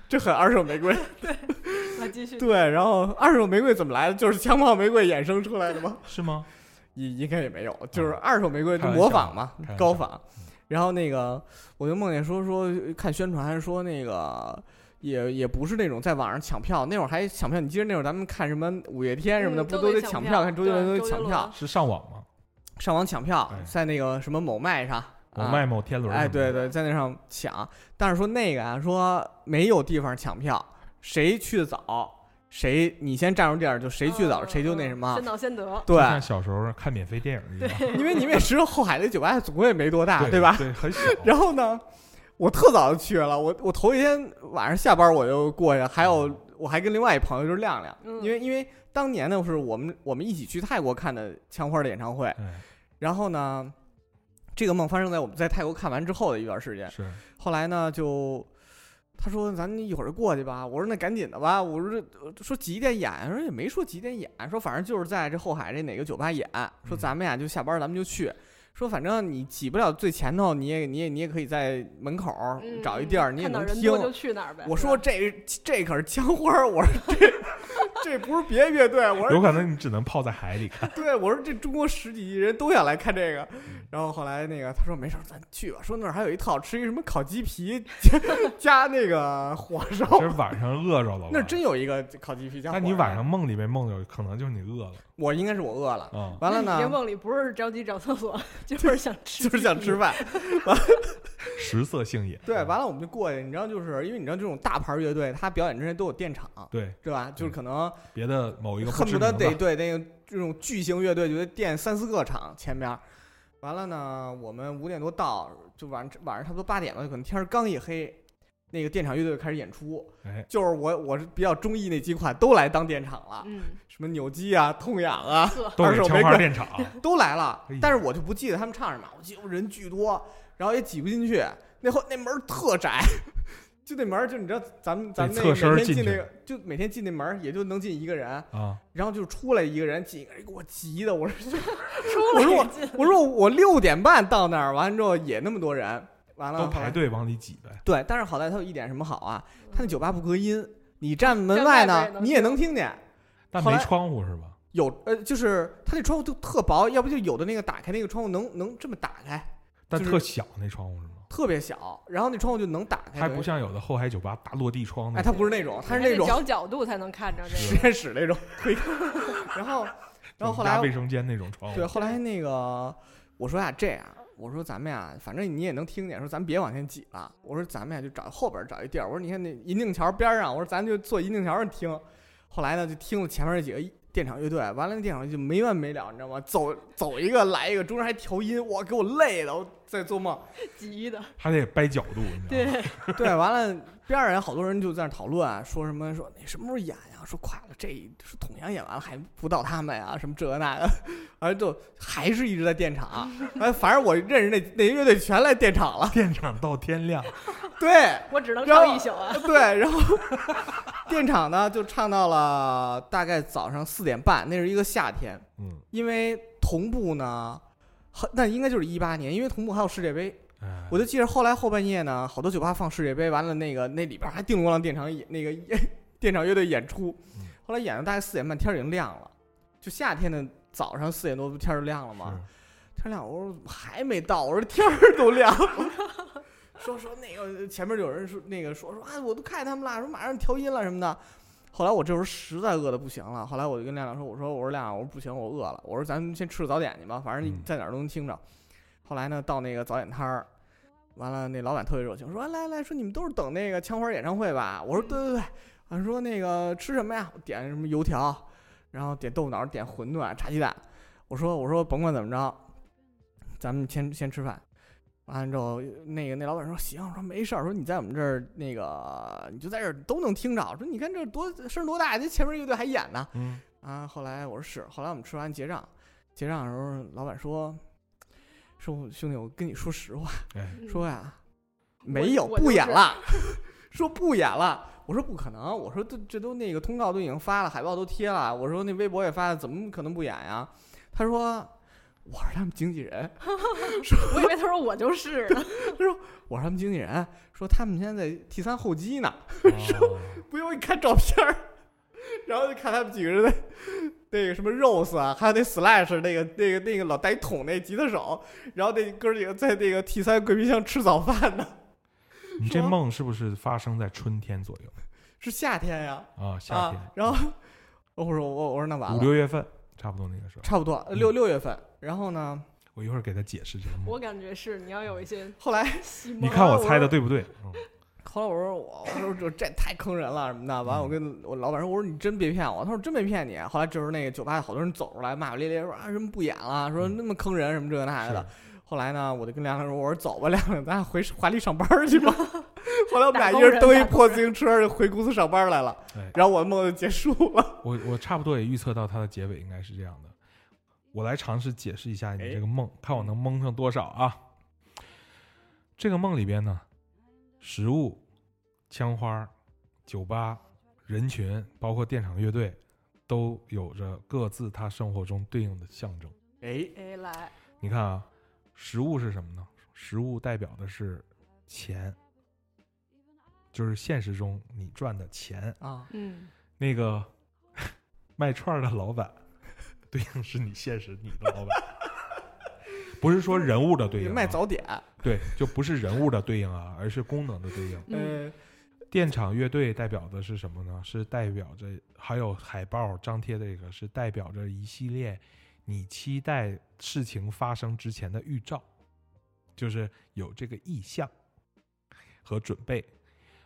[SPEAKER 1] 这很二手玫瑰。
[SPEAKER 2] 那继续。
[SPEAKER 1] 对，然后二手玫瑰怎么来的？就是枪炮玫瑰衍生出来的吗？
[SPEAKER 3] 是吗？
[SPEAKER 1] 应应该也没有，就是
[SPEAKER 3] 啊
[SPEAKER 1] 二手玫瑰就
[SPEAKER 3] 开玩
[SPEAKER 1] 模
[SPEAKER 3] 笑
[SPEAKER 1] 仿嘛
[SPEAKER 3] 开，玩
[SPEAKER 1] 高
[SPEAKER 3] 笑
[SPEAKER 1] 仿
[SPEAKER 3] 嗯。
[SPEAKER 1] 然后那个，我就梦见说说呃看宣传说那个也也不是那种在网上抢票，那会儿还抢票，你记得那会儿咱们看什么五月天什么的，
[SPEAKER 2] 嗯
[SPEAKER 1] 不
[SPEAKER 2] 都
[SPEAKER 1] 都得
[SPEAKER 2] 得抢
[SPEAKER 1] 抢
[SPEAKER 2] 票
[SPEAKER 1] 票？看周杰伦
[SPEAKER 2] 对
[SPEAKER 1] 都
[SPEAKER 2] 周
[SPEAKER 1] 得
[SPEAKER 2] 杰
[SPEAKER 1] 抢
[SPEAKER 2] 伦
[SPEAKER 1] 票，
[SPEAKER 3] 是上网吗？
[SPEAKER 1] 上网抢票
[SPEAKER 3] 哎，
[SPEAKER 1] 在那个什么某麦上，
[SPEAKER 3] 我
[SPEAKER 1] 啊
[SPEAKER 3] 卖某天轮。
[SPEAKER 1] 哎，对，对，在那上抢。但是说那个啊，说没有地方抢票，谁去的早，谁你先占住地儿，就谁去早
[SPEAKER 2] 嗯
[SPEAKER 1] 谁就那
[SPEAKER 2] 嗯
[SPEAKER 1] 什么
[SPEAKER 2] 先。到先得。
[SPEAKER 1] 对，
[SPEAKER 3] 像小时候看免费电影一样，
[SPEAKER 1] 因为你们也知道后海那酒吧总共也没多大，
[SPEAKER 3] 对
[SPEAKER 1] 啊吧？
[SPEAKER 3] 对，很小。
[SPEAKER 1] 然后呢，我特早就去了，我我头一天晚上下班我就过去，还有我还跟另外一朋友就是亮亮，
[SPEAKER 2] 嗯
[SPEAKER 1] 因为因为当年呢是我们我们一起去泰国看的枪花的演唱会，
[SPEAKER 3] 哎，
[SPEAKER 1] 然后呢，这个梦发生在我们在泰国看完之后的一段时间，
[SPEAKER 3] 是
[SPEAKER 1] 后来呢就。他说：“咱一会儿过去吧。”我说：“那赶紧的吧。”我说：“说几点演？”啊说也没说几点演，说反正就是在这后海这哪个酒吧演。说咱们呀就下班咱们就去。说反正你挤不了最前头，你也你也你也可以在门口儿
[SPEAKER 2] 嗯
[SPEAKER 1] 找一地儿，你也
[SPEAKER 2] 看到
[SPEAKER 1] 能
[SPEAKER 2] 人
[SPEAKER 1] 听
[SPEAKER 2] 多。就去哪儿呗。
[SPEAKER 1] 我说
[SPEAKER 2] 是吧
[SPEAKER 1] 这这可是枪花儿，我说这 *laughs* 这不是别的乐队，我
[SPEAKER 3] 有
[SPEAKER 1] 说
[SPEAKER 3] 可能你只能泡在海里看。
[SPEAKER 1] *laughs* 对，我说这中国十几亿人都想来看这个。
[SPEAKER 3] 嗯
[SPEAKER 1] 然后后来那个他说没事儿，咱去吧。说那儿还有一特好吃一什么烤鸡皮 *laughs* 加那个
[SPEAKER 3] *laughs*
[SPEAKER 1] 火烧，
[SPEAKER 3] 其实晚上饿着了吧，
[SPEAKER 1] 哦那儿真有一个烤鸡皮加火烧。
[SPEAKER 3] 但你晚上梦里面梦着，可能就是你饿了
[SPEAKER 1] 我应该是我饿了，*laughs*
[SPEAKER 3] 啊。
[SPEAKER 1] 完了
[SPEAKER 2] *laughs* 那你这
[SPEAKER 1] 呢
[SPEAKER 2] 梦里不是着急找
[SPEAKER 1] *laughs*
[SPEAKER 2] 厕所，就是想吃，
[SPEAKER 1] 就是想吃。饭。 *laughs*
[SPEAKER 3] 食色性也。
[SPEAKER 1] 对，完
[SPEAKER 3] 了。
[SPEAKER 1] 了我们就过去，你知道，就是因为你知道这种大牌乐队，他表演之前都有电场，
[SPEAKER 3] 对，
[SPEAKER 1] 对吧？就是可能
[SPEAKER 3] 别的某一个
[SPEAKER 1] 恨
[SPEAKER 3] 知
[SPEAKER 1] 不得
[SPEAKER 3] 名
[SPEAKER 1] 得
[SPEAKER 3] 的，
[SPEAKER 1] 对那个这种巨型乐队，就得垫三四个场前面儿。完了呢，我们五点多到，就晚晚上差不多八点吧，就可能天儿刚一黑。那个电场乐队开始演出，
[SPEAKER 3] 哎，
[SPEAKER 1] 就是我我是比较中意那几款都来当电场了，
[SPEAKER 2] 嗯，
[SPEAKER 1] 什么扭机啊、痛痒啊
[SPEAKER 2] *laughs* 呵，
[SPEAKER 3] 都
[SPEAKER 1] 二
[SPEAKER 3] 是
[SPEAKER 1] 手
[SPEAKER 3] 枪
[SPEAKER 1] 玫
[SPEAKER 3] 花
[SPEAKER 1] 瑰 *laughs*
[SPEAKER 3] 电厂，啊
[SPEAKER 1] 都来了
[SPEAKER 3] 哎呀，
[SPEAKER 1] 但是我就不记得他们唱什么，我记得人巨多，然后也挤不进去，那后那门儿特窄。就那门儿，就你知道，咱们咱们那
[SPEAKER 3] 得侧身
[SPEAKER 1] 个
[SPEAKER 3] 儿
[SPEAKER 1] 每天
[SPEAKER 3] 进
[SPEAKER 1] 进
[SPEAKER 3] 去
[SPEAKER 1] 那个，就每天进那门儿，也就能进一个人，
[SPEAKER 3] 啊，
[SPEAKER 1] 然后就出来一个人，进一个人，给我急的，我 *laughs* 说
[SPEAKER 2] 出
[SPEAKER 1] 我说
[SPEAKER 2] 来
[SPEAKER 1] 我
[SPEAKER 2] 一进
[SPEAKER 1] 我说我六点半到那儿，完了之后也那么多人，完了
[SPEAKER 3] 都
[SPEAKER 1] 后来
[SPEAKER 3] 排队往里挤呗。
[SPEAKER 1] 对，但是好在它有一点什么好啊？它那酒吧不隔音，你站门
[SPEAKER 2] 站
[SPEAKER 1] 外
[SPEAKER 2] 外边
[SPEAKER 1] 呢，
[SPEAKER 2] 能
[SPEAKER 1] 你也能听见。
[SPEAKER 3] 但
[SPEAKER 1] 后
[SPEAKER 3] 没
[SPEAKER 1] 来
[SPEAKER 3] 窗户是吧？
[SPEAKER 1] 有呃，就是它那窗户就特薄，要不就有的那个打开那个窗户能能这么打开，
[SPEAKER 3] 但
[SPEAKER 1] 就是
[SPEAKER 3] 特小那窗户是吗？
[SPEAKER 1] 特别小，然后那窗户就能打开。
[SPEAKER 3] 它还不像有的后海酒吧大落地窗
[SPEAKER 1] 哎，
[SPEAKER 3] 那种，
[SPEAKER 1] 它不是那种，它是
[SPEAKER 2] 还
[SPEAKER 1] 那
[SPEAKER 2] 得
[SPEAKER 1] 种
[SPEAKER 2] 找角度才能看着这
[SPEAKER 1] *laughs* 实验室那种推开。 *laughs* 然后，然后后
[SPEAKER 3] 加
[SPEAKER 1] 来
[SPEAKER 3] 卫生间那种窗户
[SPEAKER 1] 对，，后来那个我说呀，这样，我说咱们呀，反正你也能听见，说咱别往前挤了。我说咱们呀，就找后边儿找一地儿。我说你看那银锭桥边儿上，我说咱就坐银锭桥上听。后来呢，就听了前面那几个电场乐队，完了那电场就没完没了，你知道吗？走走一个来一个，中间还调音，哇，给我累的，我在做梦。
[SPEAKER 2] 急的，
[SPEAKER 3] 还得掰角度，你知道吗？
[SPEAKER 2] 对，
[SPEAKER 1] 对，完了边上人好多人就在那讨论啊，说什么说你什么时候演呀、说快了，这说统阳演完了还不到他们呀，什么这那的，完了就还是一直在电场，哎，反正我认识那那些乐队全来电场了，
[SPEAKER 3] 电厂到天亮，
[SPEAKER 1] 对
[SPEAKER 2] *laughs* 我 *laughs* 只能
[SPEAKER 1] 然后
[SPEAKER 2] 唱一宿啊。
[SPEAKER 1] 对，然后电场呢就唱到了大概早上四点半，那是一个夏天，
[SPEAKER 3] 嗯，
[SPEAKER 1] 因为同步呢，好那应该就是一八年，因为同步还有世界杯，
[SPEAKER 3] 哎，
[SPEAKER 1] 我就记着后来后半夜呢，好多酒吧放世界杯，完了那个那里边还叮咚咣啷电场演那个 *laughs* 电场乐队演出
[SPEAKER 3] 嗯，
[SPEAKER 1] 后来演到大概四点半，天儿已经亮了，就夏天的早上四点多不天儿就亮了吗？
[SPEAKER 3] 是
[SPEAKER 1] 天儿亮，我说怎么还没到？我说天儿都亮了。说说那个前面有人说那个说说啊，我都看见他们了，说马上调音了什么的。后来我这时候实在饿的不行了，后来我就跟亮亮说，我说我说亮亮，我说不行，我饿了，我说咱们先吃个早点去吧，反正你
[SPEAKER 3] 嗯
[SPEAKER 1] 在哪儿都能听着。后来呢，到那个早点摊儿，完了那老板特别热情，说啊来来说你们都是等那个枪花演唱会吧？我说对对对，我说那个吃什么呀？我点什么油条，然后点豆腐脑，点馄饨，啊炸鸡蛋。我说我说甭管怎么着，咱们先先吃饭。完了之后，那个那老板说行，我说没事儿，说你在我们这儿那个你就在这儿都能听着。说你看这多声儿多大，这前面乐队还演呢。 *laughs*
[SPEAKER 3] 嗯，
[SPEAKER 1] 啊，后来我说是，后来我们吃完结账，结账的时候老板说说我兄弟，我跟你说实话，
[SPEAKER 3] 哎，
[SPEAKER 1] 说呀没
[SPEAKER 2] 我
[SPEAKER 1] 有
[SPEAKER 2] 嗯我
[SPEAKER 1] 不
[SPEAKER 2] 就
[SPEAKER 1] 演
[SPEAKER 2] 是
[SPEAKER 1] 了， *laughs* 说不演了。我说不可能，我说这这都那个通告都已经发了，海报都贴了，我说那微博也发了，怎么可能不演呀？他说我是他们经纪人。
[SPEAKER 2] 我以为他说我就是呢，
[SPEAKER 1] 我是他们经纪人，说他们现在在 T 三候机呢， *laughs*
[SPEAKER 3] 哦
[SPEAKER 1] 不用一看照片儿， *laughs* 然后就看他们几个人在那个什么 Rose 啊，还有那 Slash 那个那个那个老带一桶那吉他手，然后那哥几个在那个 T 三贵宾箱吃早饭呢， *laughs*
[SPEAKER 3] 你这
[SPEAKER 1] 说
[SPEAKER 3] 梦是不是发生在春天左右
[SPEAKER 1] 是夏天呀
[SPEAKER 3] 啊？夏天
[SPEAKER 1] 啊，然后哦我说我我说那完
[SPEAKER 3] 五
[SPEAKER 1] 了，
[SPEAKER 3] 六月份，差不多那个时候。
[SPEAKER 1] 差不多六六月份，然后呢，
[SPEAKER 3] 我一会儿给他解释这个梦。
[SPEAKER 2] 我感觉是你要有一 *laughs* 些
[SPEAKER 1] 后来
[SPEAKER 2] 希望。
[SPEAKER 3] 你看我猜的对不对？嗯
[SPEAKER 1] 后来我说我我说这这太坑人了什么的，完
[SPEAKER 3] 嗯
[SPEAKER 1] 了我跟我老板说我说你真别骗我，他说真没骗你。后来这时候那个酒吧好多人走出来骂骂咧咧说啊什么不演了，
[SPEAKER 3] 嗯
[SPEAKER 1] 说那么坑人什么这个那个的。后来呢，我就跟亮亮说我说走吧，亮亮咱俩回华丽上班去
[SPEAKER 3] *laughs*
[SPEAKER 1] 吧。后来我们俩一人蹬一破自行车就回公司上班来了
[SPEAKER 3] 哎，
[SPEAKER 1] 然后我的梦就结束
[SPEAKER 3] *laughs*
[SPEAKER 1] 了。
[SPEAKER 3] 我我差不多也预测到它的结尾应该是这样的。我来尝试解释一下你这个梦，看我能蒙上多少啊？这个梦里边呢，食物、枪花、酒吧、人群，包括电场乐队，都有着各自他生活中对应的象征。
[SPEAKER 1] 哎，
[SPEAKER 2] 哎， *laughs* 来，
[SPEAKER 3] 你看啊，食物是什么呢？食物代表的是钱，就是现实中你赚的钱。
[SPEAKER 1] 啊，
[SPEAKER 2] 嗯，
[SPEAKER 3] 那个 *laughs* 卖串儿的老板，对应是你现实你的老板，不是说人物的对
[SPEAKER 1] 你
[SPEAKER 3] 应、啊，
[SPEAKER 1] 卖早点，
[SPEAKER 3] 对，就不是人物的对应啊，而是功能的对应。
[SPEAKER 2] 嗯，
[SPEAKER 1] 嗯，
[SPEAKER 3] 电场乐队代表的是什么呢？是代表着还有海报张贴这个是代表着一系列你期待事情发生之前的预兆，就是有这个意向和准备。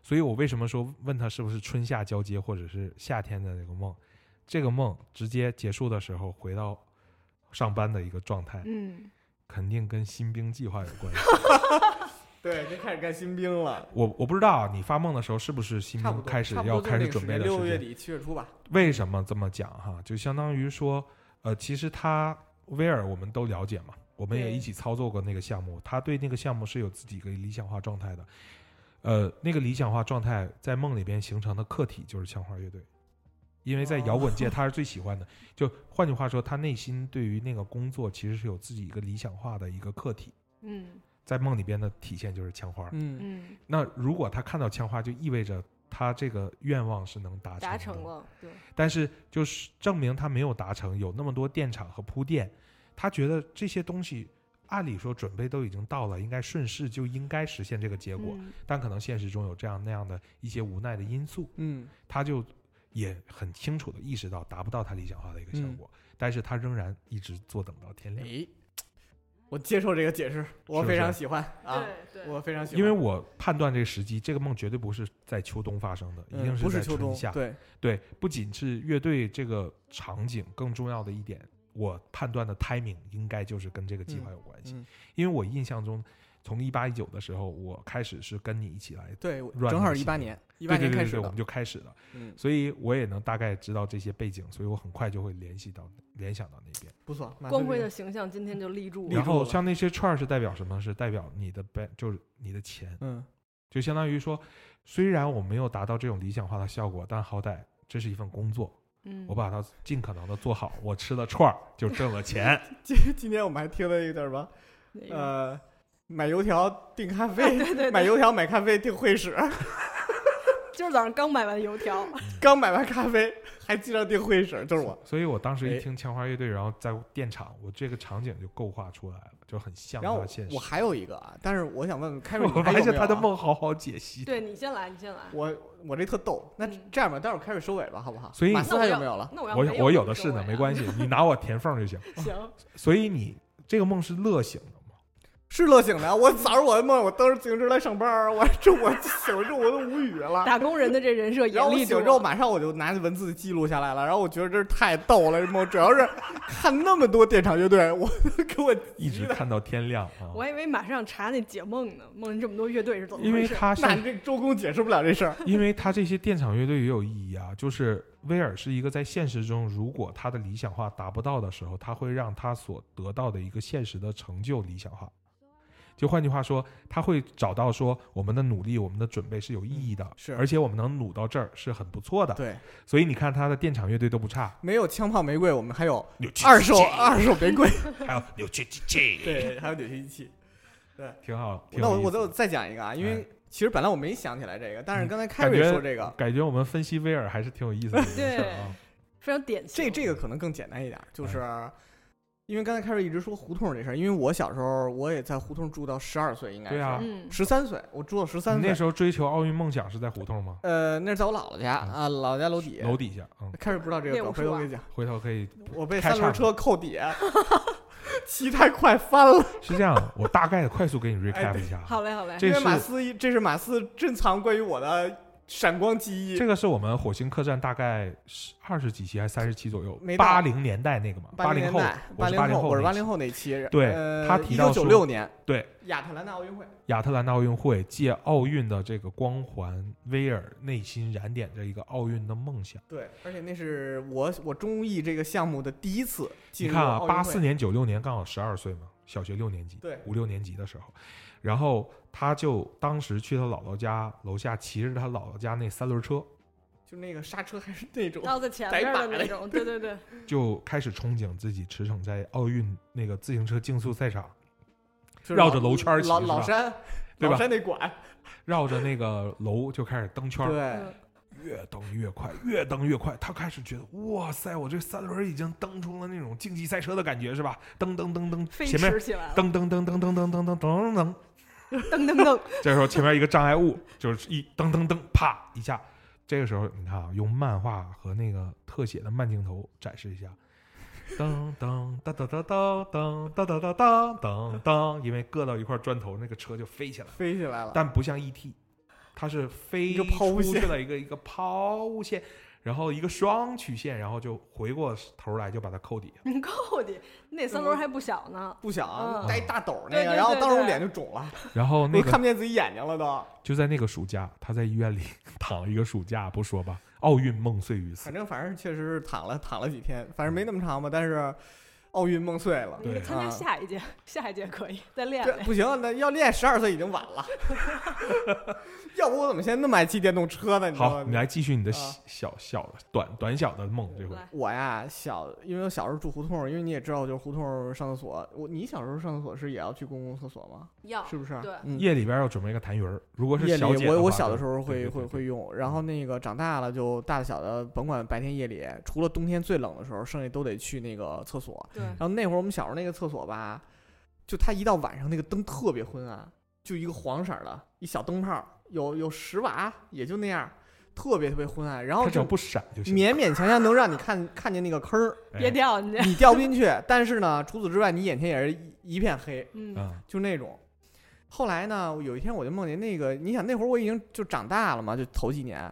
[SPEAKER 3] 所以我为什么说问他是不是春夏交接或者是夏天的那个梦？这个梦直接结束的时候回到上班的一个状态，
[SPEAKER 2] 嗯，
[SPEAKER 3] 肯定跟新兵计划有关系。
[SPEAKER 1] 对，就开始干新兵了。
[SPEAKER 3] 我我不知道啊你发梦的时候是不是新
[SPEAKER 1] 差不
[SPEAKER 3] 兵
[SPEAKER 1] 多，
[SPEAKER 3] 嗯开始
[SPEAKER 1] 差不多
[SPEAKER 3] 要
[SPEAKER 1] 就是
[SPEAKER 3] 开
[SPEAKER 1] 那
[SPEAKER 3] 始
[SPEAKER 1] 个
[SPEAKER 3] 准
[SPEAKER 1] 时
[SPEAKER 3] 备
[SPEAKER 1] 间
[SPEAKER 3] 的
[SPEAKER 1] 六
[SPEAKER 3] 时
[SPEAKER 1] 月
[SPEAKER 3] 间。
[SPEAKER 1] 底七月初吧。
[SPEAKER 3] 为什么这么讲哈？就相当于说，呃，其实他威尔我们都了解嘛，我们也
[SPEAKER 2] 对
[SPEAKER 3] 一起操作过那个项目，他对那个项目是有自己一个理想化状态的。呃，那个理想化状态在梦里边形成的客体就是枪花乐队，因为在摇
[SPEAKER 2] 哦 *laughs*
[SPEAKER 3] 滚界他是最喜欢的。就换句话说，他内心对于那个工作其实是有自己一个理想化的一个客体，
[SPEAKER 2] 嗯
[SPEAKER 3] 在梦里边的体现就是枪花。
[SPEAKER 1] 嗯，
[SPEAKER 2] 嗯，
[SPEAKER 3] 那如果他看到枪花，就意味着他这个愿望是能达成的。
[SPEAKER 2] 达成了，对，
[SPEAKER 3] 但是就是证明他没有达成，有那么多电场和铺垫，他觉得这些东西按理说准备都已经到了，应该顺势就应该实现这个结果，
[SPEAKER 2] 嗯
[SPEAKER 3] 但可能现实中有这样那样的一些无奈的因素，
[SPEAKER 1] 嗯，
[SPEAKER 3] 他就也很清楚的意识到达不到他理想化的一个效果，但是他仍然一直坐等到天
[SPEAKER 1] 嗯
[SPEAKER 3] 亮，
[SPEAKER 1] 哎，我接受这个解释，我
[SPEAKER 3] 嗯是不
[SPEAKER 1] 非常
[SPEAKER 3] 是
[SPEAKER 1] 喜欢啊，
[SPEAKER 2] 对对，
[SPEAKER 1] 我非常喜欢，
[SPEAKER 3] 因为我判断这个时机，这个梦绝对不是在秋冬发生的，一
[SPEAKER 1] 嗯
[SPEAKER 3] 定
[SPEAKER 1] 不
[SPEAKER 3] 在
[SPEAKER 1] 是秋
[SPEAKER 3] 春
[SPEAKER 1] 冬
[SPEAKER 3] 夏，
[SPEAKER 1] 对，
[SPEAKER 3] 对，不仅是乐队这个场景，更重要的一点，我判断的 timing 应该就是跟这个计划有关系。
[SPEAKER 1] 嗯嗯
[SPEAKER 3] 因为我印象中，从一八一九的时候，我开始是跟你一起来，
[SPEAKER 1] 对，我
[SPEAKER 3] 软
[SPEAKER 1] 正
[SPEAKER 3] 的
[SPEAKER 1] 好
[SPEAKER 3] 系
[SPEAKER 1] 一八
[SPEAKER 3] 列
[SPEAKER 1] 年，一八年
[SPEAKER 3] 对对
[SPEAKER 1] 开
[SPEAKER 3] 对
[SPEAKER 1] 始
[SPEAKER 3] 对，我
[SPEAKER 1] 的
[SPEAKER 3] 们，就开始了，
[SPEAKER 1] 嗯，
[SPEAKER 3] 所以我也能大概知道这些背景，所以我很快就会联系到联想到那边。
[SPEAKER 1] 不错，马
[SPEAKER 2] 光
[SPEAKER 1] 思
[SPEAKER 2] 辉
[SPEAKER 1] 这
[SPEAKER 2] 的
[SPEAKER 1] 个
[SPEAKER 2] 形象今天就立住
[SPEAKER 1] 立
[SPEAKER 3] 然
[SPEAKER 2] 了，
[SPEAKER 1] 住
[SPEAKER 3] 后
[SPEAKER 1] 了
[SPEAKER 3] 像那些串儿是代表什么？是代表你的 b 就是你的钱，
[SPEAKER 1] 嗯，
[SPEAKER 3] 就相当于说，虽然我没有达到这种理想化的效果，但好歹这是一份工作，
[SPEAKER 2] 嗯，
[SPEAKER 3] 我把它尽可能的做好。 *laughs* 我吃了串儿就挣
[SPEAKER 2] *laughs*
[SPEAKER 3] 了钱，
[SPEAKER 1] 今今天我们还听了一个叫什么？
[SPEAKER 2] 那个
[SPEAKER 1] 呃，买油条订咖啡，
[SPEAKER 2] 哎啊对对，
[SPEAKER 1] 买
[SPEAKER 2] 对
[SPEAKER 1] 油条买咖啡订会址，
[SPEAKER 3] 嗯
[SPEAKER 2] 今儿早上刚买完油条， *laughs*
[SPEAKER 1] 刚买完咖啡还记得订会址，就是我。
[SPEAKER 3] 所以我当时
[SPEAKER 1] 哎
[SPEAKER 3] 一听枪花乐队，然后在电场，我这个场景就构画出来了，就很像
[SPEAKER 1] 然后
[SPEAKER 3] 他
[SPEAKER 1] 我
[SPEAKER 3] 现实。
[SPEAKER 1] 我
[SPEAKER 3] *laughs*
[SPEAKER 1] 还有一个啊，但是我想问问开瑞，
[SPEAKER 3] 我
[SPEAKER 1] 你还
[SPEAKER 3] 发
[SPEAKER 1] 有
[SPEAKER 3] 现
[SPEAKER 1] 没有
[SPEAKER 3] 他的
[SPEAKER 1] 啊。
[SPEAKER 3] 梦好好解析。
[SPEAKER 2] 对你先来，你先来，
[SPEAKER 1] 我我这特逗，那
[SPEAKER 2] 嗯
[SPEAKER 1] 这样吧，待会儿开始收尾吧，好不好？
[SPEAKER 3] 所以
[SPEAKER 1] 马
[SPEAKER 2] 那
[SPEAKER 1] 斯
[SPEAKER 2] 我
[SPEAKER 1] 还有
[SPEAKER 2] 要
[SPEAKER 1] 没有了？
[SPEAKER 2] 那我要
[SPEAKER 3] 我
[SPEAKER 2] 没
[SPEAKER 3] 我
[SPEAKER 2] 就
[SPEAKER 3] 有的
[SPEAKER 2] 收
[SPEAKER 3] 是呢，
[SPEAKER 2] 尾
[SPEAKER 3] 没
[SPEAKER 2] 啊
[SPEAKER 3] 关系， *laughs* 你拿我填
[SPEAKER 2] *laughs*
[SPEAKER 3] 缝就行。
[SPEAKER 2] 行，
[SPEAKER 3] 所以你这个梦是乐醒的吗？
[SPEAKER 1] 是乐醒的，我早上我的梦，我蹬着自行车来上班儿，我这我醒了之后我都无语了。
[SPEAKER 2] 打工人的这人设也
[SPEAKER 1] 然后我
[SPEAKER 2] 立住
[SPEAKER 1] 醒
[SPEAKER 2] 了。
[SPEAKER 1] 之后，马上我就拿文字记录下来了。然后我觉得真是太逗了，这梦主要是看那么多电场乐队，我 *laughs* 给我
[SPEAKER 3] 一直
[SPEAKER 1] 急的。
[SPEAKER 3] 看到天亮啊！
[SPEAKER 2] 我还以为马上查那解梦呢，梦这么多乐队是怎么
[SPEAKER 3] 因为
[SPEAKER 2] 回事？
[SPEAKER 3] 他
[SPEAKER 1] 那
[SPEAKER 3] 像
[SPEAKER 1] 你这周公解释不了这事儿。 *laughs*
[SPEAKER 3] 因为他这些电场乐队也有意义啊，就是威尔是一个在现实中，如果他的理想化达不到的时候，他会让他所得到的一个现实的成就理想化。就换句话说，他会找到说我们的努力、我们的准备是有意义的，
[SPEAKER 1] 嗯是
[SPEAKER 3] 而且我们能努到这儿是很不错的。
[SPEAKER 1] 对，
[SPEAKER 3] 所以你看他的电场乐队都
[SPEAKER 1] *laughs*
[SPEAKER 3] 不差，
[SPEAKER 1] 没有枪炮玫瑰，我们还有
[SPEAKER 3] 扭曲
[SPEAKER 1] 二手二手玫瑰，
[SPEAKER 3] 还有扭曲机器，
[SPEAKER 1] 对，还有扭曲仪器。
[SPEAKER 3] 挺好。挺
[SPEAKER 1] *laughs* 那我
[SPEAKER 3] 有意
[SPEAKER 1] 我
[SPEAKER 3] 思
[SPEAKER 1] 再
[SPEAKER 3] 的
[SPEAKER 1] 再讲一个啊，因为
[SPEAKER 3] 哎
[SPEAKER 1] 其实本来我没想起来这个，但是
[SPEAKER 3] 嗯
[SPEAKER 1] 刚才凯
[SPEAKER 3] 感
[SPEAKER 1] 瑞
[SPEAKER 3] 觉
[SPEAKER 1] 说这个，
[SPEAKER 3] 感觉我们分析威尔还是挺有意思
[SPEAKER 1] *laughs*
[SPEAKER 3] 的一件事儿啊。
[SPEAKER 2] 非常典型。
[SPEAKER 1] 这这个可能更简单一点，
[SPEAKER 3] 嗯
[SPEAKER 1] 就是因为刚才凯瑞一直说胡同这事儿，因为我小时候我也在胡同住到十二岁，应该
[SPEAKER 3] 对啊
[SPEAKER 1] 是
[SPEAKER 2] 嗯，
[SPEAKER 1] 十三岁，我住到十三
[SPEAKER 3] 你
[SPEAKER 1] 岁
[SPEAKER 3] 那。时候追求奥运梦想是在胡同吗？
[SPEAKER 1] 呃，那是在我姥姥家啊，姥姥家楼底。
[SPEAKER 3] 嗯楼底下，嗯，
[SPEAKER 1] 开始不知道这个
[SPEAKER 2] 练武
[SPEAKER 1] 梗，
[SPEAKER 2] 术
[SPEAKER 1] 回头
[SPEAKER 2] 啊
[SPEAKER 1] 跟你讲。
[SPEAKER 3] 回头可以
[SPEAKER 1] 我被
[SPEAKER 3] 开
[SPEAKER 1] 三轮
[SPEAKER 3] 叉
[SPEAKER 1] 车扣底， *laughs* 骑太快翻了。
[SPEAKER 3] 是这样，我大概的快
[SPEAKER 1] *laughs*
[SPEAKER 3] 速给你
[SPEAKER 1] 哎
[SPEAKER 3] recap 一下啊。
[SPEAKER 2] 好嘞好嘞，
[SPEAKER 3] 这
[SPEAKER 1] 因为
[SPEAKER 3] 是
[SPEAKER 1] 马斯一，这是马斯珍藏关于我的闪光记忆
[SPEAKER 3] 这。个是我们火星客栈大概是二十几期还是三十期左右
[SPEAKER 1] 没，到
[SPEAKER 3] 八零年代那个嘛，
[SPEAKER 1] 八
[SPEAKER 3] 零
[SPEAKER 1] 年
[SPEAKER 3] 后
[SPEAKER 1] 代，，
[SPEAKER 3] 我是
[SPEAKER 1] 零
[SPEAKER 3] 零
[SPEAKER 1] 后，我是
[SPEAKER 3] 那
[SPEAKER 1] 八
[SPEAKER 3] 期
[SPEAKER 1] 零后那期。
[SPEAKER 3] 对
[SPEAKER 1] 呃
[SPEAKER 3] 他提到
[SPEAKER 1] 1996
[SPEAKER 3] 说
[SPEAKER 1] 年
[SPEAKER 3] 对
[SPEAKER 1] 亚特兰大奥运会。
[SPEAKER 3] 亚特兰大奥运会借奥运的这个光环，威尔内心燃点着一个奥运的梦想。
[SPEAKER 1] 对，而且那是我我中艺这个项目的第一次进
[SPEAKER 3] 你
[SPEAKER 1] 入
[SPEAKER 3] 看啊
[SPEAKER 1] 奥，运
[SPEAKER 3] 八
[SPEAKER 1] 会
[SPEAKER 3] 四年、九六年刚好十二岁嘛，小学六年级，
[SPEAKER 1] 对
[SPEAKER 3] 五六年级的时候，然后他就当时去他姥姥家楼下，骑着他姥姥家那三轮车，
[SPEAKER 1] 就那个刹车还是那种
[SPEAKER 2] 绕在前面的
[SPEAKER 1] 逮
[SPEAKER 2] 那
[SPEAKER 1] 把
[SPEAKER 2] 种，对对对，
[SPEAKER 3] 就开始憧憬自己驰骋在奥运那个自行车竞速赛场，
[SPEAKER 1] 就是
[SPEAKER 3] 绕
[SPEAKER 1] 老
[SPEAKER 3] 着楼圈儿骑
[SPEAKER 1] 老
[SPEAKER 3] 是
[SPEAKER 1] 老
[SPEAKER 3] 吧
[SPEAKER 1] 山，
[SPEAKER 3] 对
[SPEAKER 1] 老
[SPEAKER 3] 吧
[SPEAKER 1] 山那管。
[SPEAKER 3] 绕着那个楼就开始蹬圈儿，
[SPEAKER 1] 对，
[SPEAKER 2] 嗯
[SPEAKER 3] 越蹬越快，越蹬越快。他开始觉得，哇塞，我这三轮已经蹬出了那种竞技赛车的感觉，是吧？蹬蹬蹬蹬，
[SPEAKER 2] 飞
[SPEAKER 3] 前面
[SPEAKER 2] 驰起来了，
[SPEAKER 3] 蹬蹬蹬蹬蹬蹬蹬蹬蹬蹬。
[SPEAKER 2] 噔噔 *laughs* 噔，
[SPEAKER 3] 这时候前面一个障碍物就是一蹬蹬蹬，啪一下。这个时候你看啊，用漫画和那个特写的慢镜头展示一下。噔噔哒哒哒哒噔哒哒哒哒噔噔，因为硌到一块砖头，那个车就飞起来了。
[SPEAKER 1] 飞起来了。
[SPEAKER 3] 但不像 E E.T.，它是飞
[SPEAKER 1] 一个抛物
[SPEAKER 3] 出去
[SPEAKER 1] 线
[SPEAKER 3] 了一个一个抛物线，然后一个双曲线，然后就回过头来就把它扣底下。
[SPEAKER 2] 你够的，哦你那三轮还不小呢。
[SPEAKER 1] 不想
[SPEAKER 2] 嗯
[SPEAKER 1] 戴一大斗那
[SPEAKER 2] 对
[SPEAKER 1] 个，
[SPEAKER 2] 对
[SPEAKER 1] 然后
[SPEAKER 2] 对
[SPEAKER 1] 当时我
[SPEAKER 2] 对
[SPEAKER 1] 脸就肿了，
[SPEAKER 3] 然后那
[SPEAKER 1] 我
[SPEAKER 3] 个
[SPEAKER 1] 看不见自己眼睛了都。
[SPEAKER 3] 就在那个暑假，他在医院里 *laughs* 躺了一个暑假，不说吧，奥运梦碎于此
[SPEAKER 1] 反。正反正确实是躺了躺了几天，反正没那么长吧，但是奥运梦碎了。
[SPEAKER 2] 你
[SPEAKER 3] 对
[SPEAKER 2] 参加
[SPEAKER 1] 啊
[SPEAKER 2] 下一届，下一届可以再练
[SPEAKER 1] 这
[SPEAKER 2] 练。
[SPEAKER 1] 不行，那要练十二岁已经晚
[SPEAKER 2] *laughs*
[SPEAKER 1] 了。 *laughs* 要不我怎么现在那么爱骑电动车呢？你知道
[SPEAKER 3] 好，
[SPEAKER 1] 吗？
[SPEAKER 3] 你来继续你的
[SPEAKER 1] 啊
[SPEAKER 3] 小小小短短小的梦，这回
[SPEAKER 2] 来，
[SPEAKER 1] 我呀，小因为我小时候住胡同，因为你也知道，就是胡同上厕所。我你小时候上厕所是也要去公共厕所吗？
[SPEAKER 2] 要
[SPEAKER 1] 是不是？
[SPEAKER 2] 哦对
[SPEAKER 1] 嗯、
[SPEAKER 3] 夜里边要准备一个痰盂儿。如果
[SPEAKER 1] 夜
[SPEAKER 3] 是
[SPEAKER 1] 里
[SPEAKER 3] 小姐话
[SPEAKER 1] 我我小的时候
[SPEAKER 3] 就
[SPEAKER 1] 会
[SPEAKER 3] 对对
[SPEAKER 1] 会
[SPEAKER 3] 对嗯
[SPEAKER 1] 会用，然后那个长大了就大的小的，甭管白天夜里，除了冬天最冷的时候，剩下都得去那个厕所。
[SPEAKER 2] 对，
[SPEAKER 1] 然后那会儿我们小时候那个厕所吧，就它一到晚上那个灯特别昏暗，就一个黄色儿的一小灯泡，有有十瓦，也就那样，特别特别昏暗。然后
[SPEAKER 3] 他只要
[SPEAKER 1] 就
[SPEAKER 3] 不闪就行。
[SPEAKER 1] 勉勉强强能让你看看见那个坑儿，
[SPEAKER 3] 哎
[SPEAKER 2] 别掉你 *laughs* 这。
[SPEAKER 1] 你掉不进去。但是呢，除此之外，你眼前也是一一片黑，
[SPEAKER 2] 嗯，
[SPEAKER 3] 嗯，
[SPEAKER 1] 就那种。后来呢，有一天我就梦见那个，你想那会儿我已经就长大了嘛，就头几年，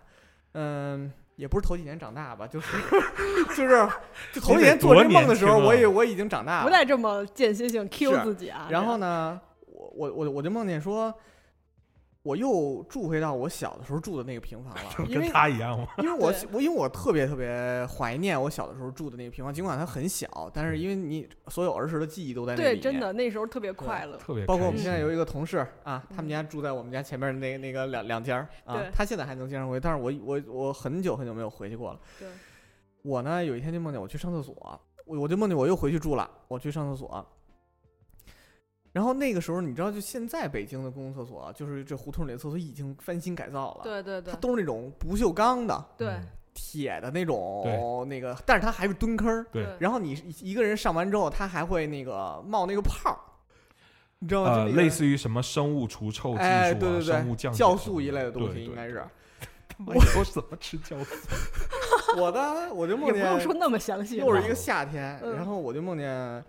[SPEAKER 1] 嗯，也不是头几年长大吧，就是 *laughs* 就是就头几年做这梦的时候，
[SPEAKER 3] 你得多年轻啊
[SPEAKER 1] 我也我已经长大了，
[SPEAKER 2] 不带这么间歇性 Q
[SPEAKER 1] 是
[SPEAKER 2] 自己啊。
[SPEAKER 1] 然后
[SPEAKER 2] 呢？
[SPEAKER 1] 呢，我我我我就梦见说，我又住回到我小的时候住的那个平房
[SPEAKER 2] *laughs*
[SPEAKER 1] 了，因
[SPEAKER 3] 跟
[SPEAKER 1] 为
[SPEAKER 3] 他一样吗？
[SPEAKER 1] 因为我
[SPEAKER 2] 对
[SPEAKER 1] 我因为我特别特别怀念我小的时候住的那个平房，尽管它很小，但是因为你所有儿时的记忆都在那里
[SPEAKER 2] 对，
[SPEAKER 1] 面
[SPEAKER 2] 真。的那时候特别快乐。
[SPEAKER 3] 特别
[SPEAKER 1] 包括我们
[SPEAKER 3] 开心
[SPEAKER 1] 现在有一个同事啊，他们家住在我们家前面那那个两两间儿啊
[SPEAKER 2] 嗯对，
[SPEAKER 1] 他现在还能经常回，但是我我我很久很久没有回去过了。
[SPEAKER 2] 对，
[SPEAKER 1] 我呢有一天就梦见我去上厕所，我我就梦见我又回去住了，我去上厕所。然后那个时候，你知道，就现在北京的公共厕所，啊就是这胡同里的厕所已经翻新改造了，
[SPEAKER 2] 对对对
[SPEAKER 1] 它都是那种不锈钢的、
[SPEAKER 2] 对
[SPEAKER 3] 嗯
[SPEAKER 1] 铁的那种那个，但是它还是蹲坑儿。
[SPEAKER 3] 对
[SPEAKER 2] 对，
[SPEAKER 1] 然后你一个人上完之后，它还会那个冒那个泡儿，你知道吗？就
[SPEAKER 3] 呃，
[SPEAKER 1] 那个
[SPEAKER 3] 类似于什么生物除臭技术啊、
[SPEAKER 1] 哎，对对
[SPEAKER 3] 生物降
[SPEAKER 1] 对，
[SPEAKER 3] 解
[SPEAKER 1] 酵
[SPEAKER 3] 什么
[SPEAKER 1] 素一类的东
[SPEAKER 3] 对
[SPEAKER 1] 西应该是。
[SPEAKER 3] 他妈以后怎么吃
[SPEAKER 1] *laughs*
[SPEAKER 3] 酵素？
[SPEAKER 1] 我的，我就梦
[SPEAKER 2] 也不
[SPEAKER 1] 见
[SPEAKER 2] 用说那么详细了。
[SPEAKER 1] 又是一个夏天，
[SPEAKER 2] 嗯
[SPEAKER 1] 然后我就梦见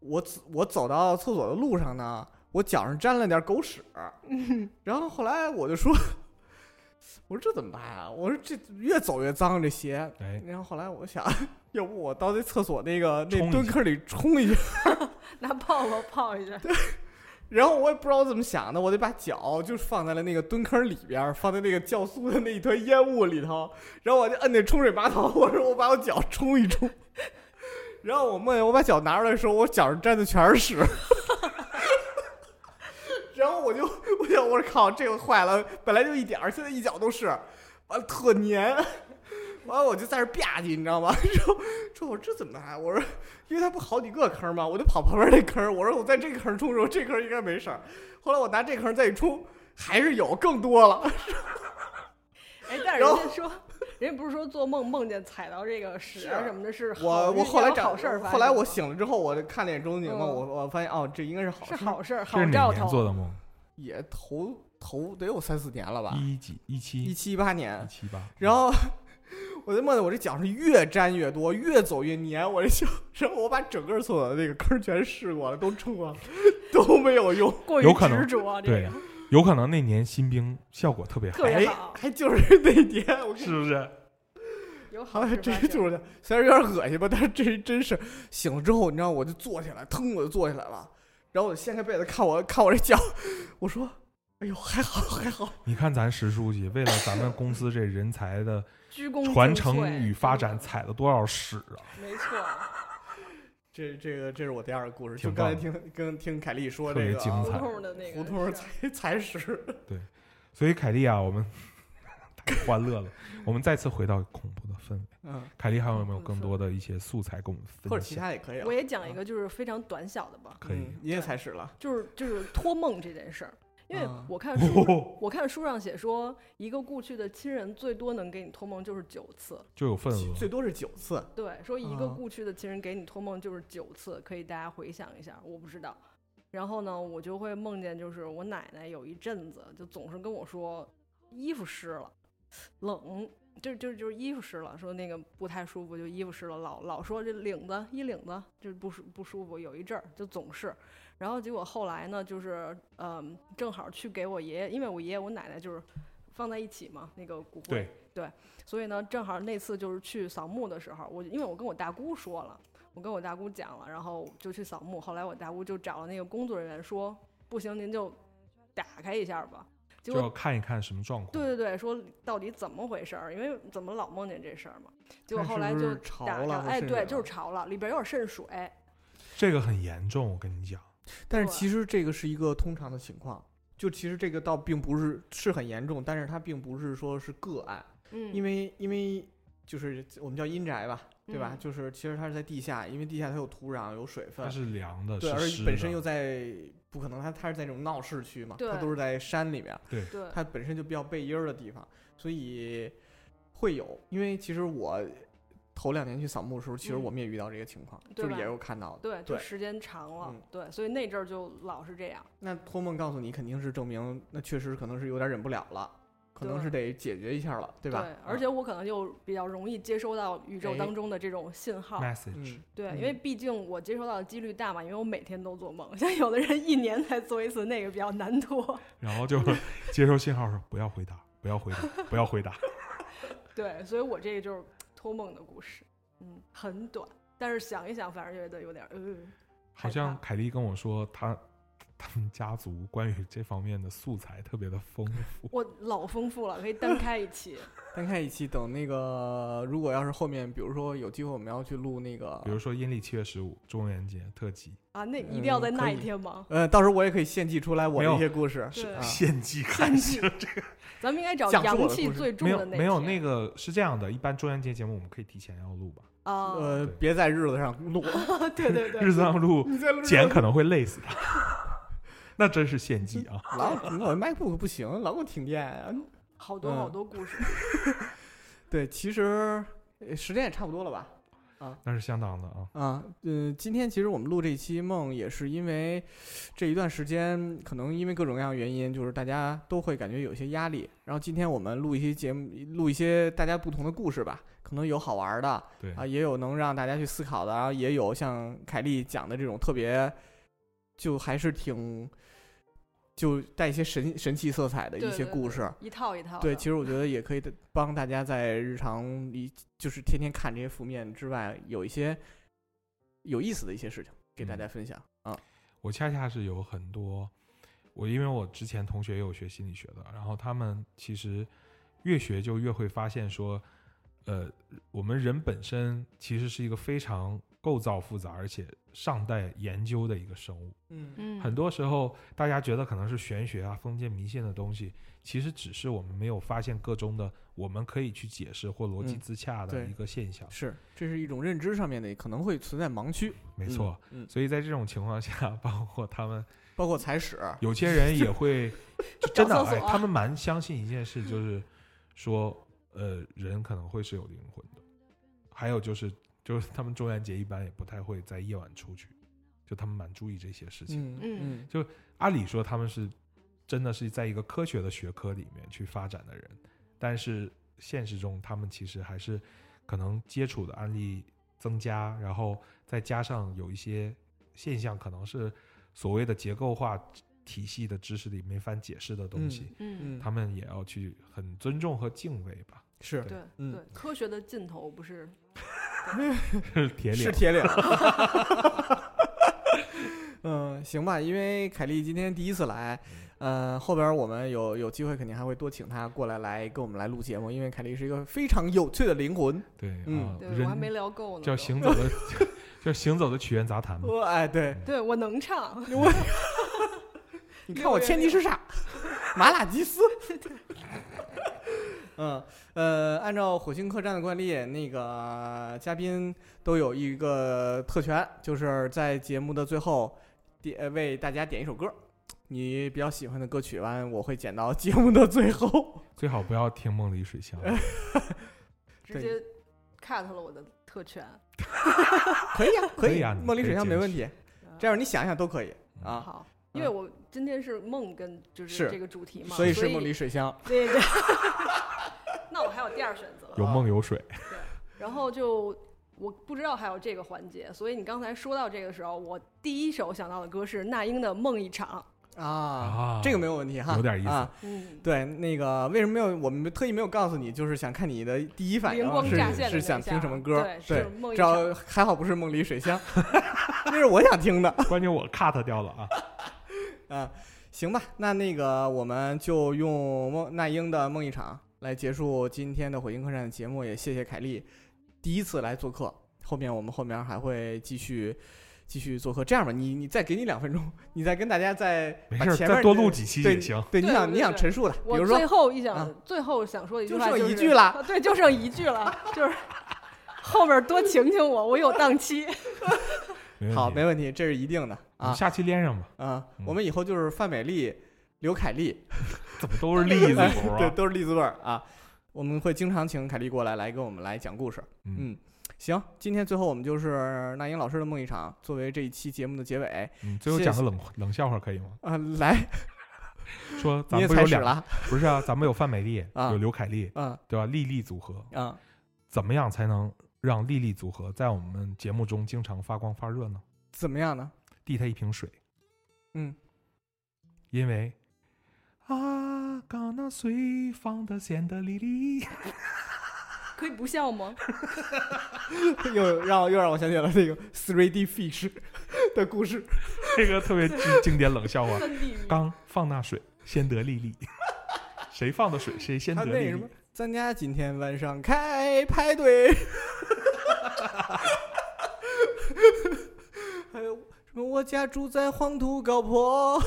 [SPEAKER 1] 我走我走到厕所的路上呢，我脚上沾了点狗屎， *laughs* 然后后来我就说， *laughs* 我说这怎么办啊？我说这越走越脏这鞋。
[SPEAKER 3] 哎，
[SPEAKER 1] 然后后来我想， *laughs* 要不我到那厕所那个
[SPEAKER 3] 冲
[SPEAKER 1] 那
[SPEAKER 3] 一
[SPEAKER 1] 蹲
[SPEAKER 3] 下
[SPEAKER 1] 坑里冲一下，
[SPEAKER 2] 拿泡泡泡一下，
[SPEAKER 1] 然后我也不知道我怎么想的，我得把脚就是放在了那个蹲坑里边儿，放在那个酵素的那一团烟雾里头，然后我就摁那冲水马桶，我说我把我脚冲一冲，然后我梦见我把脚拿出来的时候，我脚上沾的全是屎，然后我就我想我说靠，这个坏了，本来就一点儿，现在一脚都是，完了特粘，完了我就在这儿吧唧，你知道吗？ *laughs* 然后说我这怎么办啊？我说因为它不好几个坑嘛，我就跑旁边那坑，我说我在这个坑冲的时候，这坑应该没事儿。后来我拿这坑再一冲，还是有更多
[SPEAKER 2] *laughs*
[SPEAKER 1] 了。
[SPEAKER 2] 哎，但是人家说，人家不是说做梦梦见踩到这个屎啊
[SPEAKER 1] 是
[SPEAKER 2] 什么的，是好
[SPEAKER 1] 我我后来
[SPEAKER 2] 有
[SPEAKER 1] 长
[SPEAKER 2] 好事儿发生吗，
[SPEAKER 1] 后来我醒了之后，我看了眼周宁嘛，
[SPEAKER 2] 嗯
[SPEAKER 1] 我我发现哦，这应该是好事
[SPEAKER 2] 是
[SPEAKER 1] 儿，
[SPEAKER 2] 好事儿，
[SPEAKER 3] 这
[SPEAKER 2] 好
[SPEAKER 3] 是哪
[SPEAKER 2] 兆
[SPEAKER 3] 年做
[SPEAKER 2] 头。
[SPEAKER 3] 的梦？
[SPEAKER 1] 也头头得有三四年了吧，
[SPEAKER 2] 嗯
[SPEAKER 3] 一几一七
[SPEAKER 1] 一
[SPEAKER 3] 一
[SPEAKER 1] 七一八年。
[SPEAKER 3] 七吧。
[SPEAKER 1] 然后 *laughs* 我就梦见我这脚上越沾越多，越走越粘，我这脚， *laughs* 然后我把整个厕所的那个坑全试过了，都冲了， *laughs* 都没有用。
[SPEAKER 2] 过于
[SPEAKER 3] 有可能
[SPEAKER 2] 执着，啊这
[SPEAKER 3] 对
[SPEAKER 2] 个，
[SPEAKER 3] 有可能那年新兵效果特别好
[SPEAKER 2] 特，别
[SPEAKER 1] 哎
[SPEAKER 2] 好，
[SPEAKER 1] 还就是那天，我跟你
[SPEAKER 3] 是不是？
[SPEAKER 2] 有
[SPEAKER 1] 好
[SPEAKER 2] 好
[SPEAKER 1] 像
[SPEAKER 2] 事
[SPEAKER 1] 这
[SPEAKER 2] 发
[SPEAKER 1] 个
[SPEAKER 2] 生。
[SPEAKER 1] 就是，虽然有点恶心吧，但是这真是醒了之后，你知道，我就坐起来，腾我就坐起来了，然后我就掀开被子看我看我这脚，我说，哎呦，还好还好，
[SPEAKER 3] 你看咱石书记为了咱们公司这人才的
[SPEAKER 2] 鞠躬尽
[SPEAKER 3] 传承
[SPEAKER 2] 瘁
[SPEAKER 3] 与发展，踩了多少屎啊！
[SPEAKER 2] 没错，
[SPEAKER 1] 这这个这是我第二个故事，就
[SPEAKER 3] 挺
[SPEAKER 1] 刚才
[SPEAKER 3] 棒
[SPEAKER 1] 听跟听凯丽说
[SPEAKER 3] 特
[SPEAKER 1] 这
[SPEAKER 3] 别
[SPEAKER 1] 个
[SPEAKER 3] 精
[SPEAKER 1] 啊 *laughs*
[SPEAKER 2] 胡
[SPEAKER 3] 彩
[SPEAKER 2] 同的那个
[SPEAKER 1] 胡同
[SPEAKER 2] 事儿
[SPEAKER 1] 踩踩屎，
[SPEAKER 3] 所以凯莉啊，我们 *laughs* 太欢乐了，我们再次回到恐怖的氛围。
[SPEAKER 1] 嗯，
[SPEAKER 3] 凯莉还有没有更多的一些素材跟我们分享？
[SPEAKER 1] 或者其他也可以啊，
[SPEAKER 2] 我也讲一个就是非常短小的吧，
[SPEAKER 3] 可以
[SPEAKER 1] 嗯，你也踩屎了，
[SPEAKER 2] 就是就是托梦这件事儿，因为
[SPEAKER 1] 啊
[SPEAKER 2] 我看
[SPEAKER 3] *laughs*
[SPEAKER 2] 书
[SPEAKER 3] 哦，
[SPEAKER 2] 我看书上写说，一个故去的亲人最多能给你托梦就是九次。
[SPEAKER 3] 就有份额。
[SPEAKER 1] 最多是九次，
[SPEAKER 2] 对，说一个
[SPEAKER 1] 啊
[SPEAKER 2] 故去的亲人给你托梦就是九次，可以大家回想一下。我不知道。然后呢，我就会梦见，就是我奶奶有一阵子就总是跟我说衣服湿了，冷，就就就是衣服湿了，说那个不太舒服，就衣服湿了，老老说这领子衣领子就是不舒不舒服，有一阵儿就总是。呃然后结果后来呢，就是嗯、正好去给我爷爷，因为我爷爷我奶奶就是放在一起嘛，那个骨灰
[SPEAKER 3] 对。，
[SPEAKER 2] 所以呢，正好那次就是去扫墓的时候，我因为我跟我大姑说了，我跟我大姑讲了，然后就去扫墓。后来我大姑就找了那个工作人员说，不行，您就打开一下吧。结
[SPEAKER 3] 就
[SPEAKER 2] 果
[SPEAKER 3] 要看一看什么状况。
[SPEAKER 2] 对对对，说到底怎么回事儿？因为怎么老梦见这事儿嘛。结果
[SPEAKER 1] 看
[SPEAKER 2] 后
[SPEAKER 1] 是
[SPEAKER 2] 来
[SPEAKER 1] 不
[SPEAKER 2] 就是打
[SPEAKER 1] 潮
[SPEAKER 2] 开
[SPEAKER 1] 了或
[SPEAKER 2] 哎，
[SPEAKER 1] 渗
[SPEAKER 2] 对，
[SPEAKER 1] 水
[SPEAKER 2] 就
[SPEAKER 1] 了
[SPEAKER 2] 是潮了，里边有点渗水。
[SPEAKER 3] 这个很严重，我跟你讲。
[SPEAKER 1] 但是
[SPEAKER 2] 对
[SPEAKER 1] 其实这个是一个通常的情况，就其实这个倒并不是是很严重，但是它并不是说是个案，
[SPEAKER 2] 嗯，
[SPEAKER 1] 因为因为就是我们叫阴宅吧，对吧？
[SPEAKER 2] 嗯
[SPEAKER 1] 就是其实它是在地下，因为地下它有土壤有水分
[SPEAKER 3] 它，是凉的，
[SPEAKER 1] 对，
[SPEAKER 3] 是
[SPEAKER 1] 而
[SPEAKER 3] 湿
[SPEAKER 1] 本身
[SPEAKER 3] 的
[SPEAKER 1] 又在不可能它它是在那种闹市区嘛，它
[SPEAKER 2] 对
[SPEAKER 1] 都是在山里面，
[SPEAKER 2] 对，
[SPEAKER 1] 它本身就比较背阴儿的地方，所以会有。因为其实我头两年去扫墓的时候，其实
[SPEAKER 2] 嗯
[SPEAKER 1] 我们也遇到这个情况，就
[SPEAKER 2] 对
[SPEAKER 1] 是
[SPEAKER 2] 吧
[SPEAKER 1] 也有看到的。
[SPEAKER 2] 对，就
[SPEAKER 1] 对
[SPEAKER 2] 时间长了，
[SPEAKER 1] 嗯
[SPEAKER 2] 对，所以那阵儿就老是这样。
[SPEAKER 1] 那托梦告诉你，肯定是证明那确实可能是有点忍不了了，可能
[SPEAKER 2] 对
[SPEAKER 1] 是得解决一下了，对吧？嗯
[SPEAKER 2] 而且我可能又比较容易接收到宇宙
[SPEAKER 1] 哎
[SPEAKER 2] 当中的这种信号，
[SPEAKER 3] message
[SPEAKER 1] 嗯。
[SPEAKER 2] 对，
[SPEAKER 1] 嗯
[SPEAKER 2] 因为毕竟我接收到的几率大嘛，因为我每天都做梦，像有的人一年才做一次，那个比较难脱。
[SPEAKER 3] 然
[SPEAKER 1] *laughs*
[SPEAKER 3] 后就接收信号说不要回答，不要回答，不要回答。
[SPEAKER 2] 对，所以我这个就是托梦的故事，嗯，很短，但是想一想，反正觉得有点儿呃，
[SPEAKER 3] 好像凯莉跟我说，她 *laughs* 他们家族关于这方面的素材特别的丰富。
[SPEAKER 2] 我老丰富了，可以
[SPEAKER 1] *laughs*
[SPEAKER 2] 单开一期。
[SPEAKER 1] 单开一期，等那个如果要是后面，比如说有机会我们要去录那个
[SPEAKER 3] 比，如说阴历七月十五中元节特辑，
[SPEAKER 2] 啊，那
[SPEAKER 1] 嗯
[SPEAKER 2] 一定要在那
[SPEAKER 1] 可
[SPEAKER 2] 一
[SPEAKER 1] 以
[SPEAKER 2] 天吗？
[SPEAKER 1] 呃，到时候我也可以献祭出来我
[SPEAKER 3] 没
[SPEAKER 1] 的
[SPEAKER 3] 有
[SPEAKER 1] 一些故事，
[SPEAKER 2] 对
[SPEAKER 3] *laughs*
[SPEAKER 1] 啊
[SPEAKER 3] 献祭
[SPEAKER 2] 献
[SPEAKER 3] 开
[SPEAKER 2] 祭
[SPEAKER 3] 始，
[SPEAKER 2] 咱们应该找
[SPEAKER 1] 讲述我的
[SPEAKER 2] 阳气
[SPEAKER 1] 故事
[SPEAKER 2] 最重
[SPEAKER 3] 没有
[SPEAKER 2] 的
[SPEAKER 3] 没有那
[SPEAKER 2] 天
[SPEAKER 3] 个是这样的，一般中元节节目我们可以提前要录吧，
[SPEAKER 2] 啊，
[SPEAKER 1] 呃，
[SPEAKER 3] 对
[SPEAKER 1] 别在日子上录，
[SPEAKER 2] 对对对，
[SPEAKER 3] 日子上录
[SPEAKER 1] 你在日子
[SPEAKER 3] 剪
[SPEAKER 1] 上
[SPEAKER 3] 可能会累死他， *laughs* 那真是献祭啊！
[SPEAKER 1] 老老 MacBook 不行，老给我停电啊。
[SPEAKER 2] 好多好
[SPEAKER 1] 嗯
[SPEAKER 2] 多故事。
[SPEAKER 1] 对，其实呃时间也差不多了吧？
[SPEAKER 3] 那是相当的啊，
[SPEAKER 1] 啊，嗯、今天其实我们录这一期梦，也是因为这一段时间，可能因为各种各样的原因，就是大家都会感觉有些压力。然后今天我们录一些节目，录一些大家不同的故事吧，可能有好玩的
[SPEAKER 3] 对
[SPEAKER 2] 哎
[SPEAKER 1] 啊，也有能让大家去思考的，然后也有像凯丽讲的这种特别，就还是挺。就带一些神神奇色彩的一
[SPEAKER 2] 对
[SPEAKER 1] 些
[SPEAKER 2] 对
[SPEAKER 1] 故
[SPEAKER 2] 对
[SPEAKER 1] 事，
[SPEAKER 2] 一套一套的。
[SPEAKER 1] 对，其实我觉得也可
[SPEAKER 2] *laughs*
[SPEAKER 1] 以的帮大家在日常里，就是天天看这些负面之外，有一些有意思的一些事情给
[SPEAKER 3] 嗯
[SPEAKER 1] 大家分享、啊。
[SPEAKER 3] 我恰恰是有很多，我因为我之前同学也有学心理学的，然后他们其实越学就越会发现说，呃，我们人本身其实是一个非常构造复杂而且尚待研究的一个生物。
[SPEAKER 1] 嗯
[SPEAKER 2] 嗯，
[SPEAKER 3] 很多时候大家觉得可能是玄学啊、封建迷信的东西，其实只是我们没有发现个中的我们可以去解释或逻辑
[SPEAKER 1] 嗯
[SPEAKER 3] 自洽的
[SPEAKER 1] 对
[SPEAKER 3] 一个现象。
[SPEAKER 1] 是，这是一种认知上面的可能会存在盲区。
[SPEAKER 3] 没错。
[SPEAKER 1] 嗯，嗯，
[SPEAKER 3] 所以在这种情况下， *laughs* 包括他们
[SPEAKER 1] 包括踩屎，
[SPEAKER 3] 有些人也会，就真的
[SPEAKER 2] 找厕
[SPEAKER 3] 哎，
[SPEAKER 2] 所
[SPEAKER 3] 他们蛮相信一件事，就是说，呃，人可能会是有灵魂的。还有就是，就是他们中元节一般也不太会在夜晚出去，就他们蛮注意这些事情。
[SPEAKER 1] 嗯嗯
[SPEAKER 2] 嗯
[SPEAKER 3] 按理说他们是真的是在一个科学的学科里面去发展的人，但是现实中他们其实还是可能接触的案例增加，然后再加上有一些现象可能是所谓的结构化体系的知识里没法解释的东西，
[SPEAKER 2] 嗯，
[SPEAKER 1] 嗯，
[SPEAKER 3] 他们也要去很尊重和敬畏吧。
[SPEAKER 1] 是
[SPEAKER 2] 对
[SPEAKER 1] 嗯
[SPEAKER 2] 对，科学的尽头不是
[SPEAKER 3] 是
[SPEAKER 1] *laughs*
[SPEAKER 3] 铁
[SPEAKER 1] 是
[SPEAKER 3] 岭，
[SPEAKER 1] 铁岭。嗯，行吧，因为凯丽今天第一次来，呃，后边我们有有机会肯定还会多请她过来来跟我们来录节目，因为凯丽是一个非常有趣的灵魂。
[SPEAKER 3] 对啊、
[SPEAKER 1] 嗯
[SPEAKER 2] 对我还没
[SPEAKER 3] 人
[SPEAKER 2] 聊够呢。
[SPEAKER 3] 叫
[SPEAKER 2] 都
[SPEAKER 3] 行走的 *laughs* 叫行走的曲苑杂谈嘛。
[SPEAKER 1] 我哎，对，
[SPEAKER 2] 对我能唱，
[SPEAKER 1] 你
[SPEAKER 2] 六
[SPEAKER 1] 看我
[SPEAKER 2] 月
[SPEAKER 1] 牵
[SPEAKER 2] 六
[SPEAKER 1] 的是啥？麻辣鸡丝。 *laughs* 嗯呃，按照火星客栈的惯例，那个嘉宾都有一个特权，就是在节目的最后点呃为大家点一首歌，你比较喜欢的歌曲完，我会剪到节目的最后。
[SPEAKER 3] 最好不要听梦里水
[SPEAKER 2] *laughs*
[SPEAKER 3] 乡。
[SPEAKER 2] 直接 cut 了我的特权。
[SPEAKER 1] 可以啊，
[SPEAKER 3] 可以
[SPEAKER 1] 以
[SPEAKER 3] 啊
[SPEAKER 1] 啊，
[SPEAKER 3] 你
[SPEAKER 1] 梦里
[SPEAKER 3] 可以嗯
[SPEAKER 1] 水乡
[SPEAKER 3] 坚
[SPEAKER 1] 没问
[SPEAKER 3] 持
[SPEAKER 1] 题，
[SPEAKER 2] 嗯
[SPEAKER 1] 这样你想一想都可以啊，
[SPEAKER 2] 好，因为我今天是梦跟就是
[SPEAKER 1] 是
[SPEAKER 2] 这个主题嘛，
[SPEAKER 1] 所
[SPEAKER 2] 以
[SPEAKER 1] 以是梦里水乡。
[SPEAKER 2] 对 *laughs* 对。那我还有第二选择，
[SPEAKER 3] 有梦有水，
[SPEAKER 2] 然后就我不知道还有这个环节，所以你刚才说到这个时候，我第一首想到的歌是那英的《梦一场》。
[SPEAKER 1] 啊
[SPEAKER 3] 啊，
[SPEAKER 1] 这个没有问题哈，
[SPEAKER 3] 有点意思
[SPEAKER 1] 啊
[SPEAKER 2] 嗯，
[SPEAKER 1] 对，那个为什么没有？我们特意没有告诉你，就是想看你的第一反应啊
[SPEAKER 2] 灵光
[SPEAKER 3] 是
[SPEAKER 2] 乍现
[SPEAKER 1] 是
[SPEAKER 2] 的那
[SPEAKER 1] 想
[SPEAKER 2] 一下
[SPEAKER 1] 听什么歌
[SPEAKER 2] 对，
[SPEAKER 1] 对
[SPEAKER 2] 是梦一
[SPEAKER 1] 只要还好不是梦里水乡， *laughs* 那是我想听的。
[SPEAKER 3] 关键我 cut 掉了啊，
[SPEAKER 1] 啊，行吧，那那个我们就用梦那英的《梦一场》来结束今天的火星客栈的节目，也谢谢凯丽第一次来做客，后面我们后面还会继续。继续做客，这样吧，你你再给你两分钟，你再跟大家再
[SPEAKER 3] 没
[SPEAKER 1] 把
[SPEAKER 3] 事儿，
[SPEAKER 1] 前
[SPEAKER 3] 再
[SPEAKER 1] 面
[SPEAKER 3] 多
[SPEAKER 1] 的
[SPEAKER 3] 录几期
[SPEAKER 1] 对
[SPEAKER 3] 也行。
[SPEAKER 1] 对，你
[SPEAKER 2] 对
[SPEAKER 1] 想
[SPEAKER 2] 对
[SPEAKER 1] 你想
[SPEAKER 2] 对
[SPEAKER 1] 陈述的，比
[SPEAKER 2] 我
[SPEAKER 1] 如说
[SPEAKER 2] 最后一想、
[SPEAKER 1] 啊
[SPEAKER 2] 最后想说的一句
[SPEAKER 1] 就
[SPEAKER 2] 话、
[SPEAKER 1] 剩
[SPEAKER 2] 是，
[SPEAKER 1] 一句了
[SPEAKER 2] 啊对，就剩一句了，就是 *laughs* 后面多请请我，我有档期。
[SPEAKER 3] 没问
[SPEAKER 1] 好，
[SPEAKER 3] 题
[SPEAKER 1] 没问题，这是一定的
[SPEAKER 3] 我们
[SPEAKER 1] 啊
[SPEAKER 3] 下期
[SPEAKER 1] *laughs*
[SPEAKER 3] 连上吧，
[SPEAKER 1] 啊！
[SPEAKER 3] 嗯
[SPEAKER 1] 我们以后就是范美丽、刘凯丽，
[SPEAKER 3] 怎么都是例子头
[SPEAKER 1] 对，
[SPEAKER 3] 啊？
[SPEAKER 1] 都是栗子味儿啊。我们会经常请凯丽过来，来跟我们来讲故事。
[SPEAKER 3] 嗯
[SPEAKER 1] 嗯，行，今天最后我们就是那英老师的梦一场作为这一期节目的结尾啊、
[SPEAKER 3] 嗯，最后
[SPEAKER 1] 谢
[SPEAKER 3] 讲个冷冷笑话可以吗？
[SPEAKER 1] 来，
[SPEAKER 3] 说咱
[SPEAKER 1] 你也
[SPEAKER 3] 们不
[SPEAKER 1] 开
[SPEAKER 3] 有
[SPEAKER 1] 始
[SPEAKER 3] 两
[SPEAKER 1] 了
[SPEAKER 3] 不是啊，咱们有范美丽，
[SPEAKER 1] 啊
[SPEAKER 3] 有刘凯丽，
[SPEAKER 1] 啊
[SPEAKER 3] 对吧？丽丽组合，
[SPEAKER 1] 啊！
[SPEAKER 3] 怎么样才能让丽丽组合在我们节目中经常发光发热呢？
[SPEAKER 1] 怎么样呢？ *laughs*
[SPEAKER 3] 递她一瓶水，
[SPEAKER 1] 嗯，
[SPEAKER 3] 因为啊，刚那随放的显得丽丽，
[SPEAKER 2] 可以不笑吗？
[SPEAKER 1] 又让我又让我想起了那个 Three D Fish 的故事。
[SPEAKER 3] *laughs* 这个特别经经典冷笑
[SPEAKER 2] *laughs*
[SPEAKER 3] 话。
[SPEAKER 2] 三 D 语
[SPEAKER 3] 刚放那水，先得丽丽， *laughs* 谁放的水谁先
[SPEAKER 1] 他
[SPEAKER 3] 得
[SPEAKER 1] 那
[SPEAKER 3] 丽
[SPEAKER 1] 什么
[SPEAKER 3] 丽。，
[SPEAKER 1] 咱家今天晚上开派对， *laughs* 还有什么我家住在黄土高坡，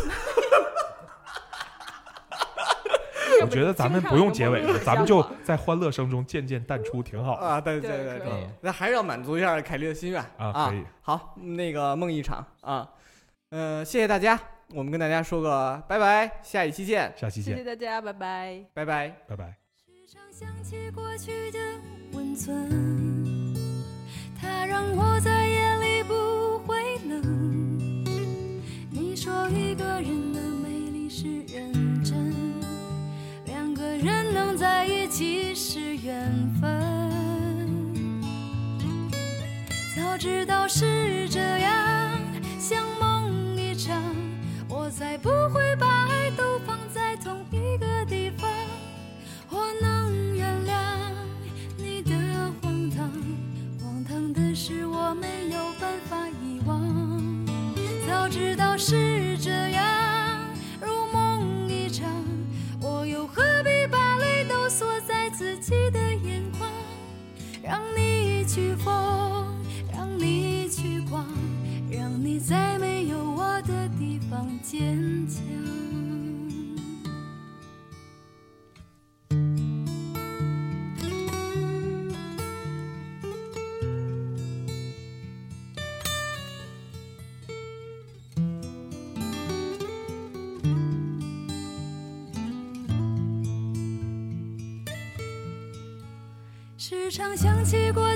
[SPEAKER 3] 我觉得咱们不用
[SPEAKER 1] *laughs*
[SPEAKER 3] 结尾了，咱们就在欢乐声中渐渐淡出，挺好的。
[SPEAKER 1] 啊，对
[SPEAKER 2] 对
[SPEAKER 1] 对
[SPEAKER 2] 可
[SPEAKER 1] 对，
[SPEAKER 3] 以
[SPEAKER 1] 那还是要满足一下凯莉的心愿
[SPEAKER 3] 啊可以
[SPEAKER 1] 好，那个梦一场啊，呃，谢谢大家，我们跟大家说个拜拜，下一期见，
[SPEAKER 3] 下期
[SPEAKER 2] 谢谢
[SPEAKER 3] 见，
[SPEAKER 2] 大家，拜拜。
[SPEAKER 1] 拜拜。
[SPEAKER 3] 拜拜。
[SPEAKER 4] 时常想起过去的温存，它让我在夜里不会冷。你说一个人的美丽是认真，两个人能在一起是缘分。早知道是这样，像梦一场，我才不会把爱都放在同一个地方。我能原谅你的荒唐，荒唐的是我没有办法遗忘。早知道是这样，如梦一场，我又何必把泪都锁在自己的眼眶？让你去疯，让你去狂，让你在没有我的地方坚强。时常想起过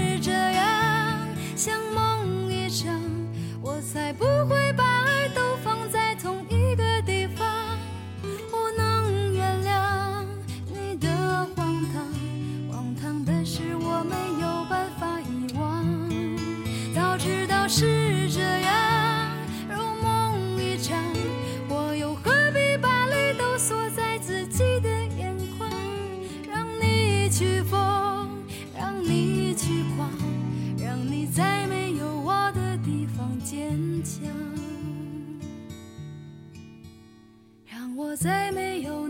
[SPEAKER 4] 这样，像梦一场，我才不会把爱都放在同一个地方。我能原谅你的荒唐，荒唐的是我没有办法遗忘。早知道是这样，如梦一场，我又何必把泪都锁在自己的眼眶？让你去疯，让你去狂，让你在没有我的地方坚强。让我在没有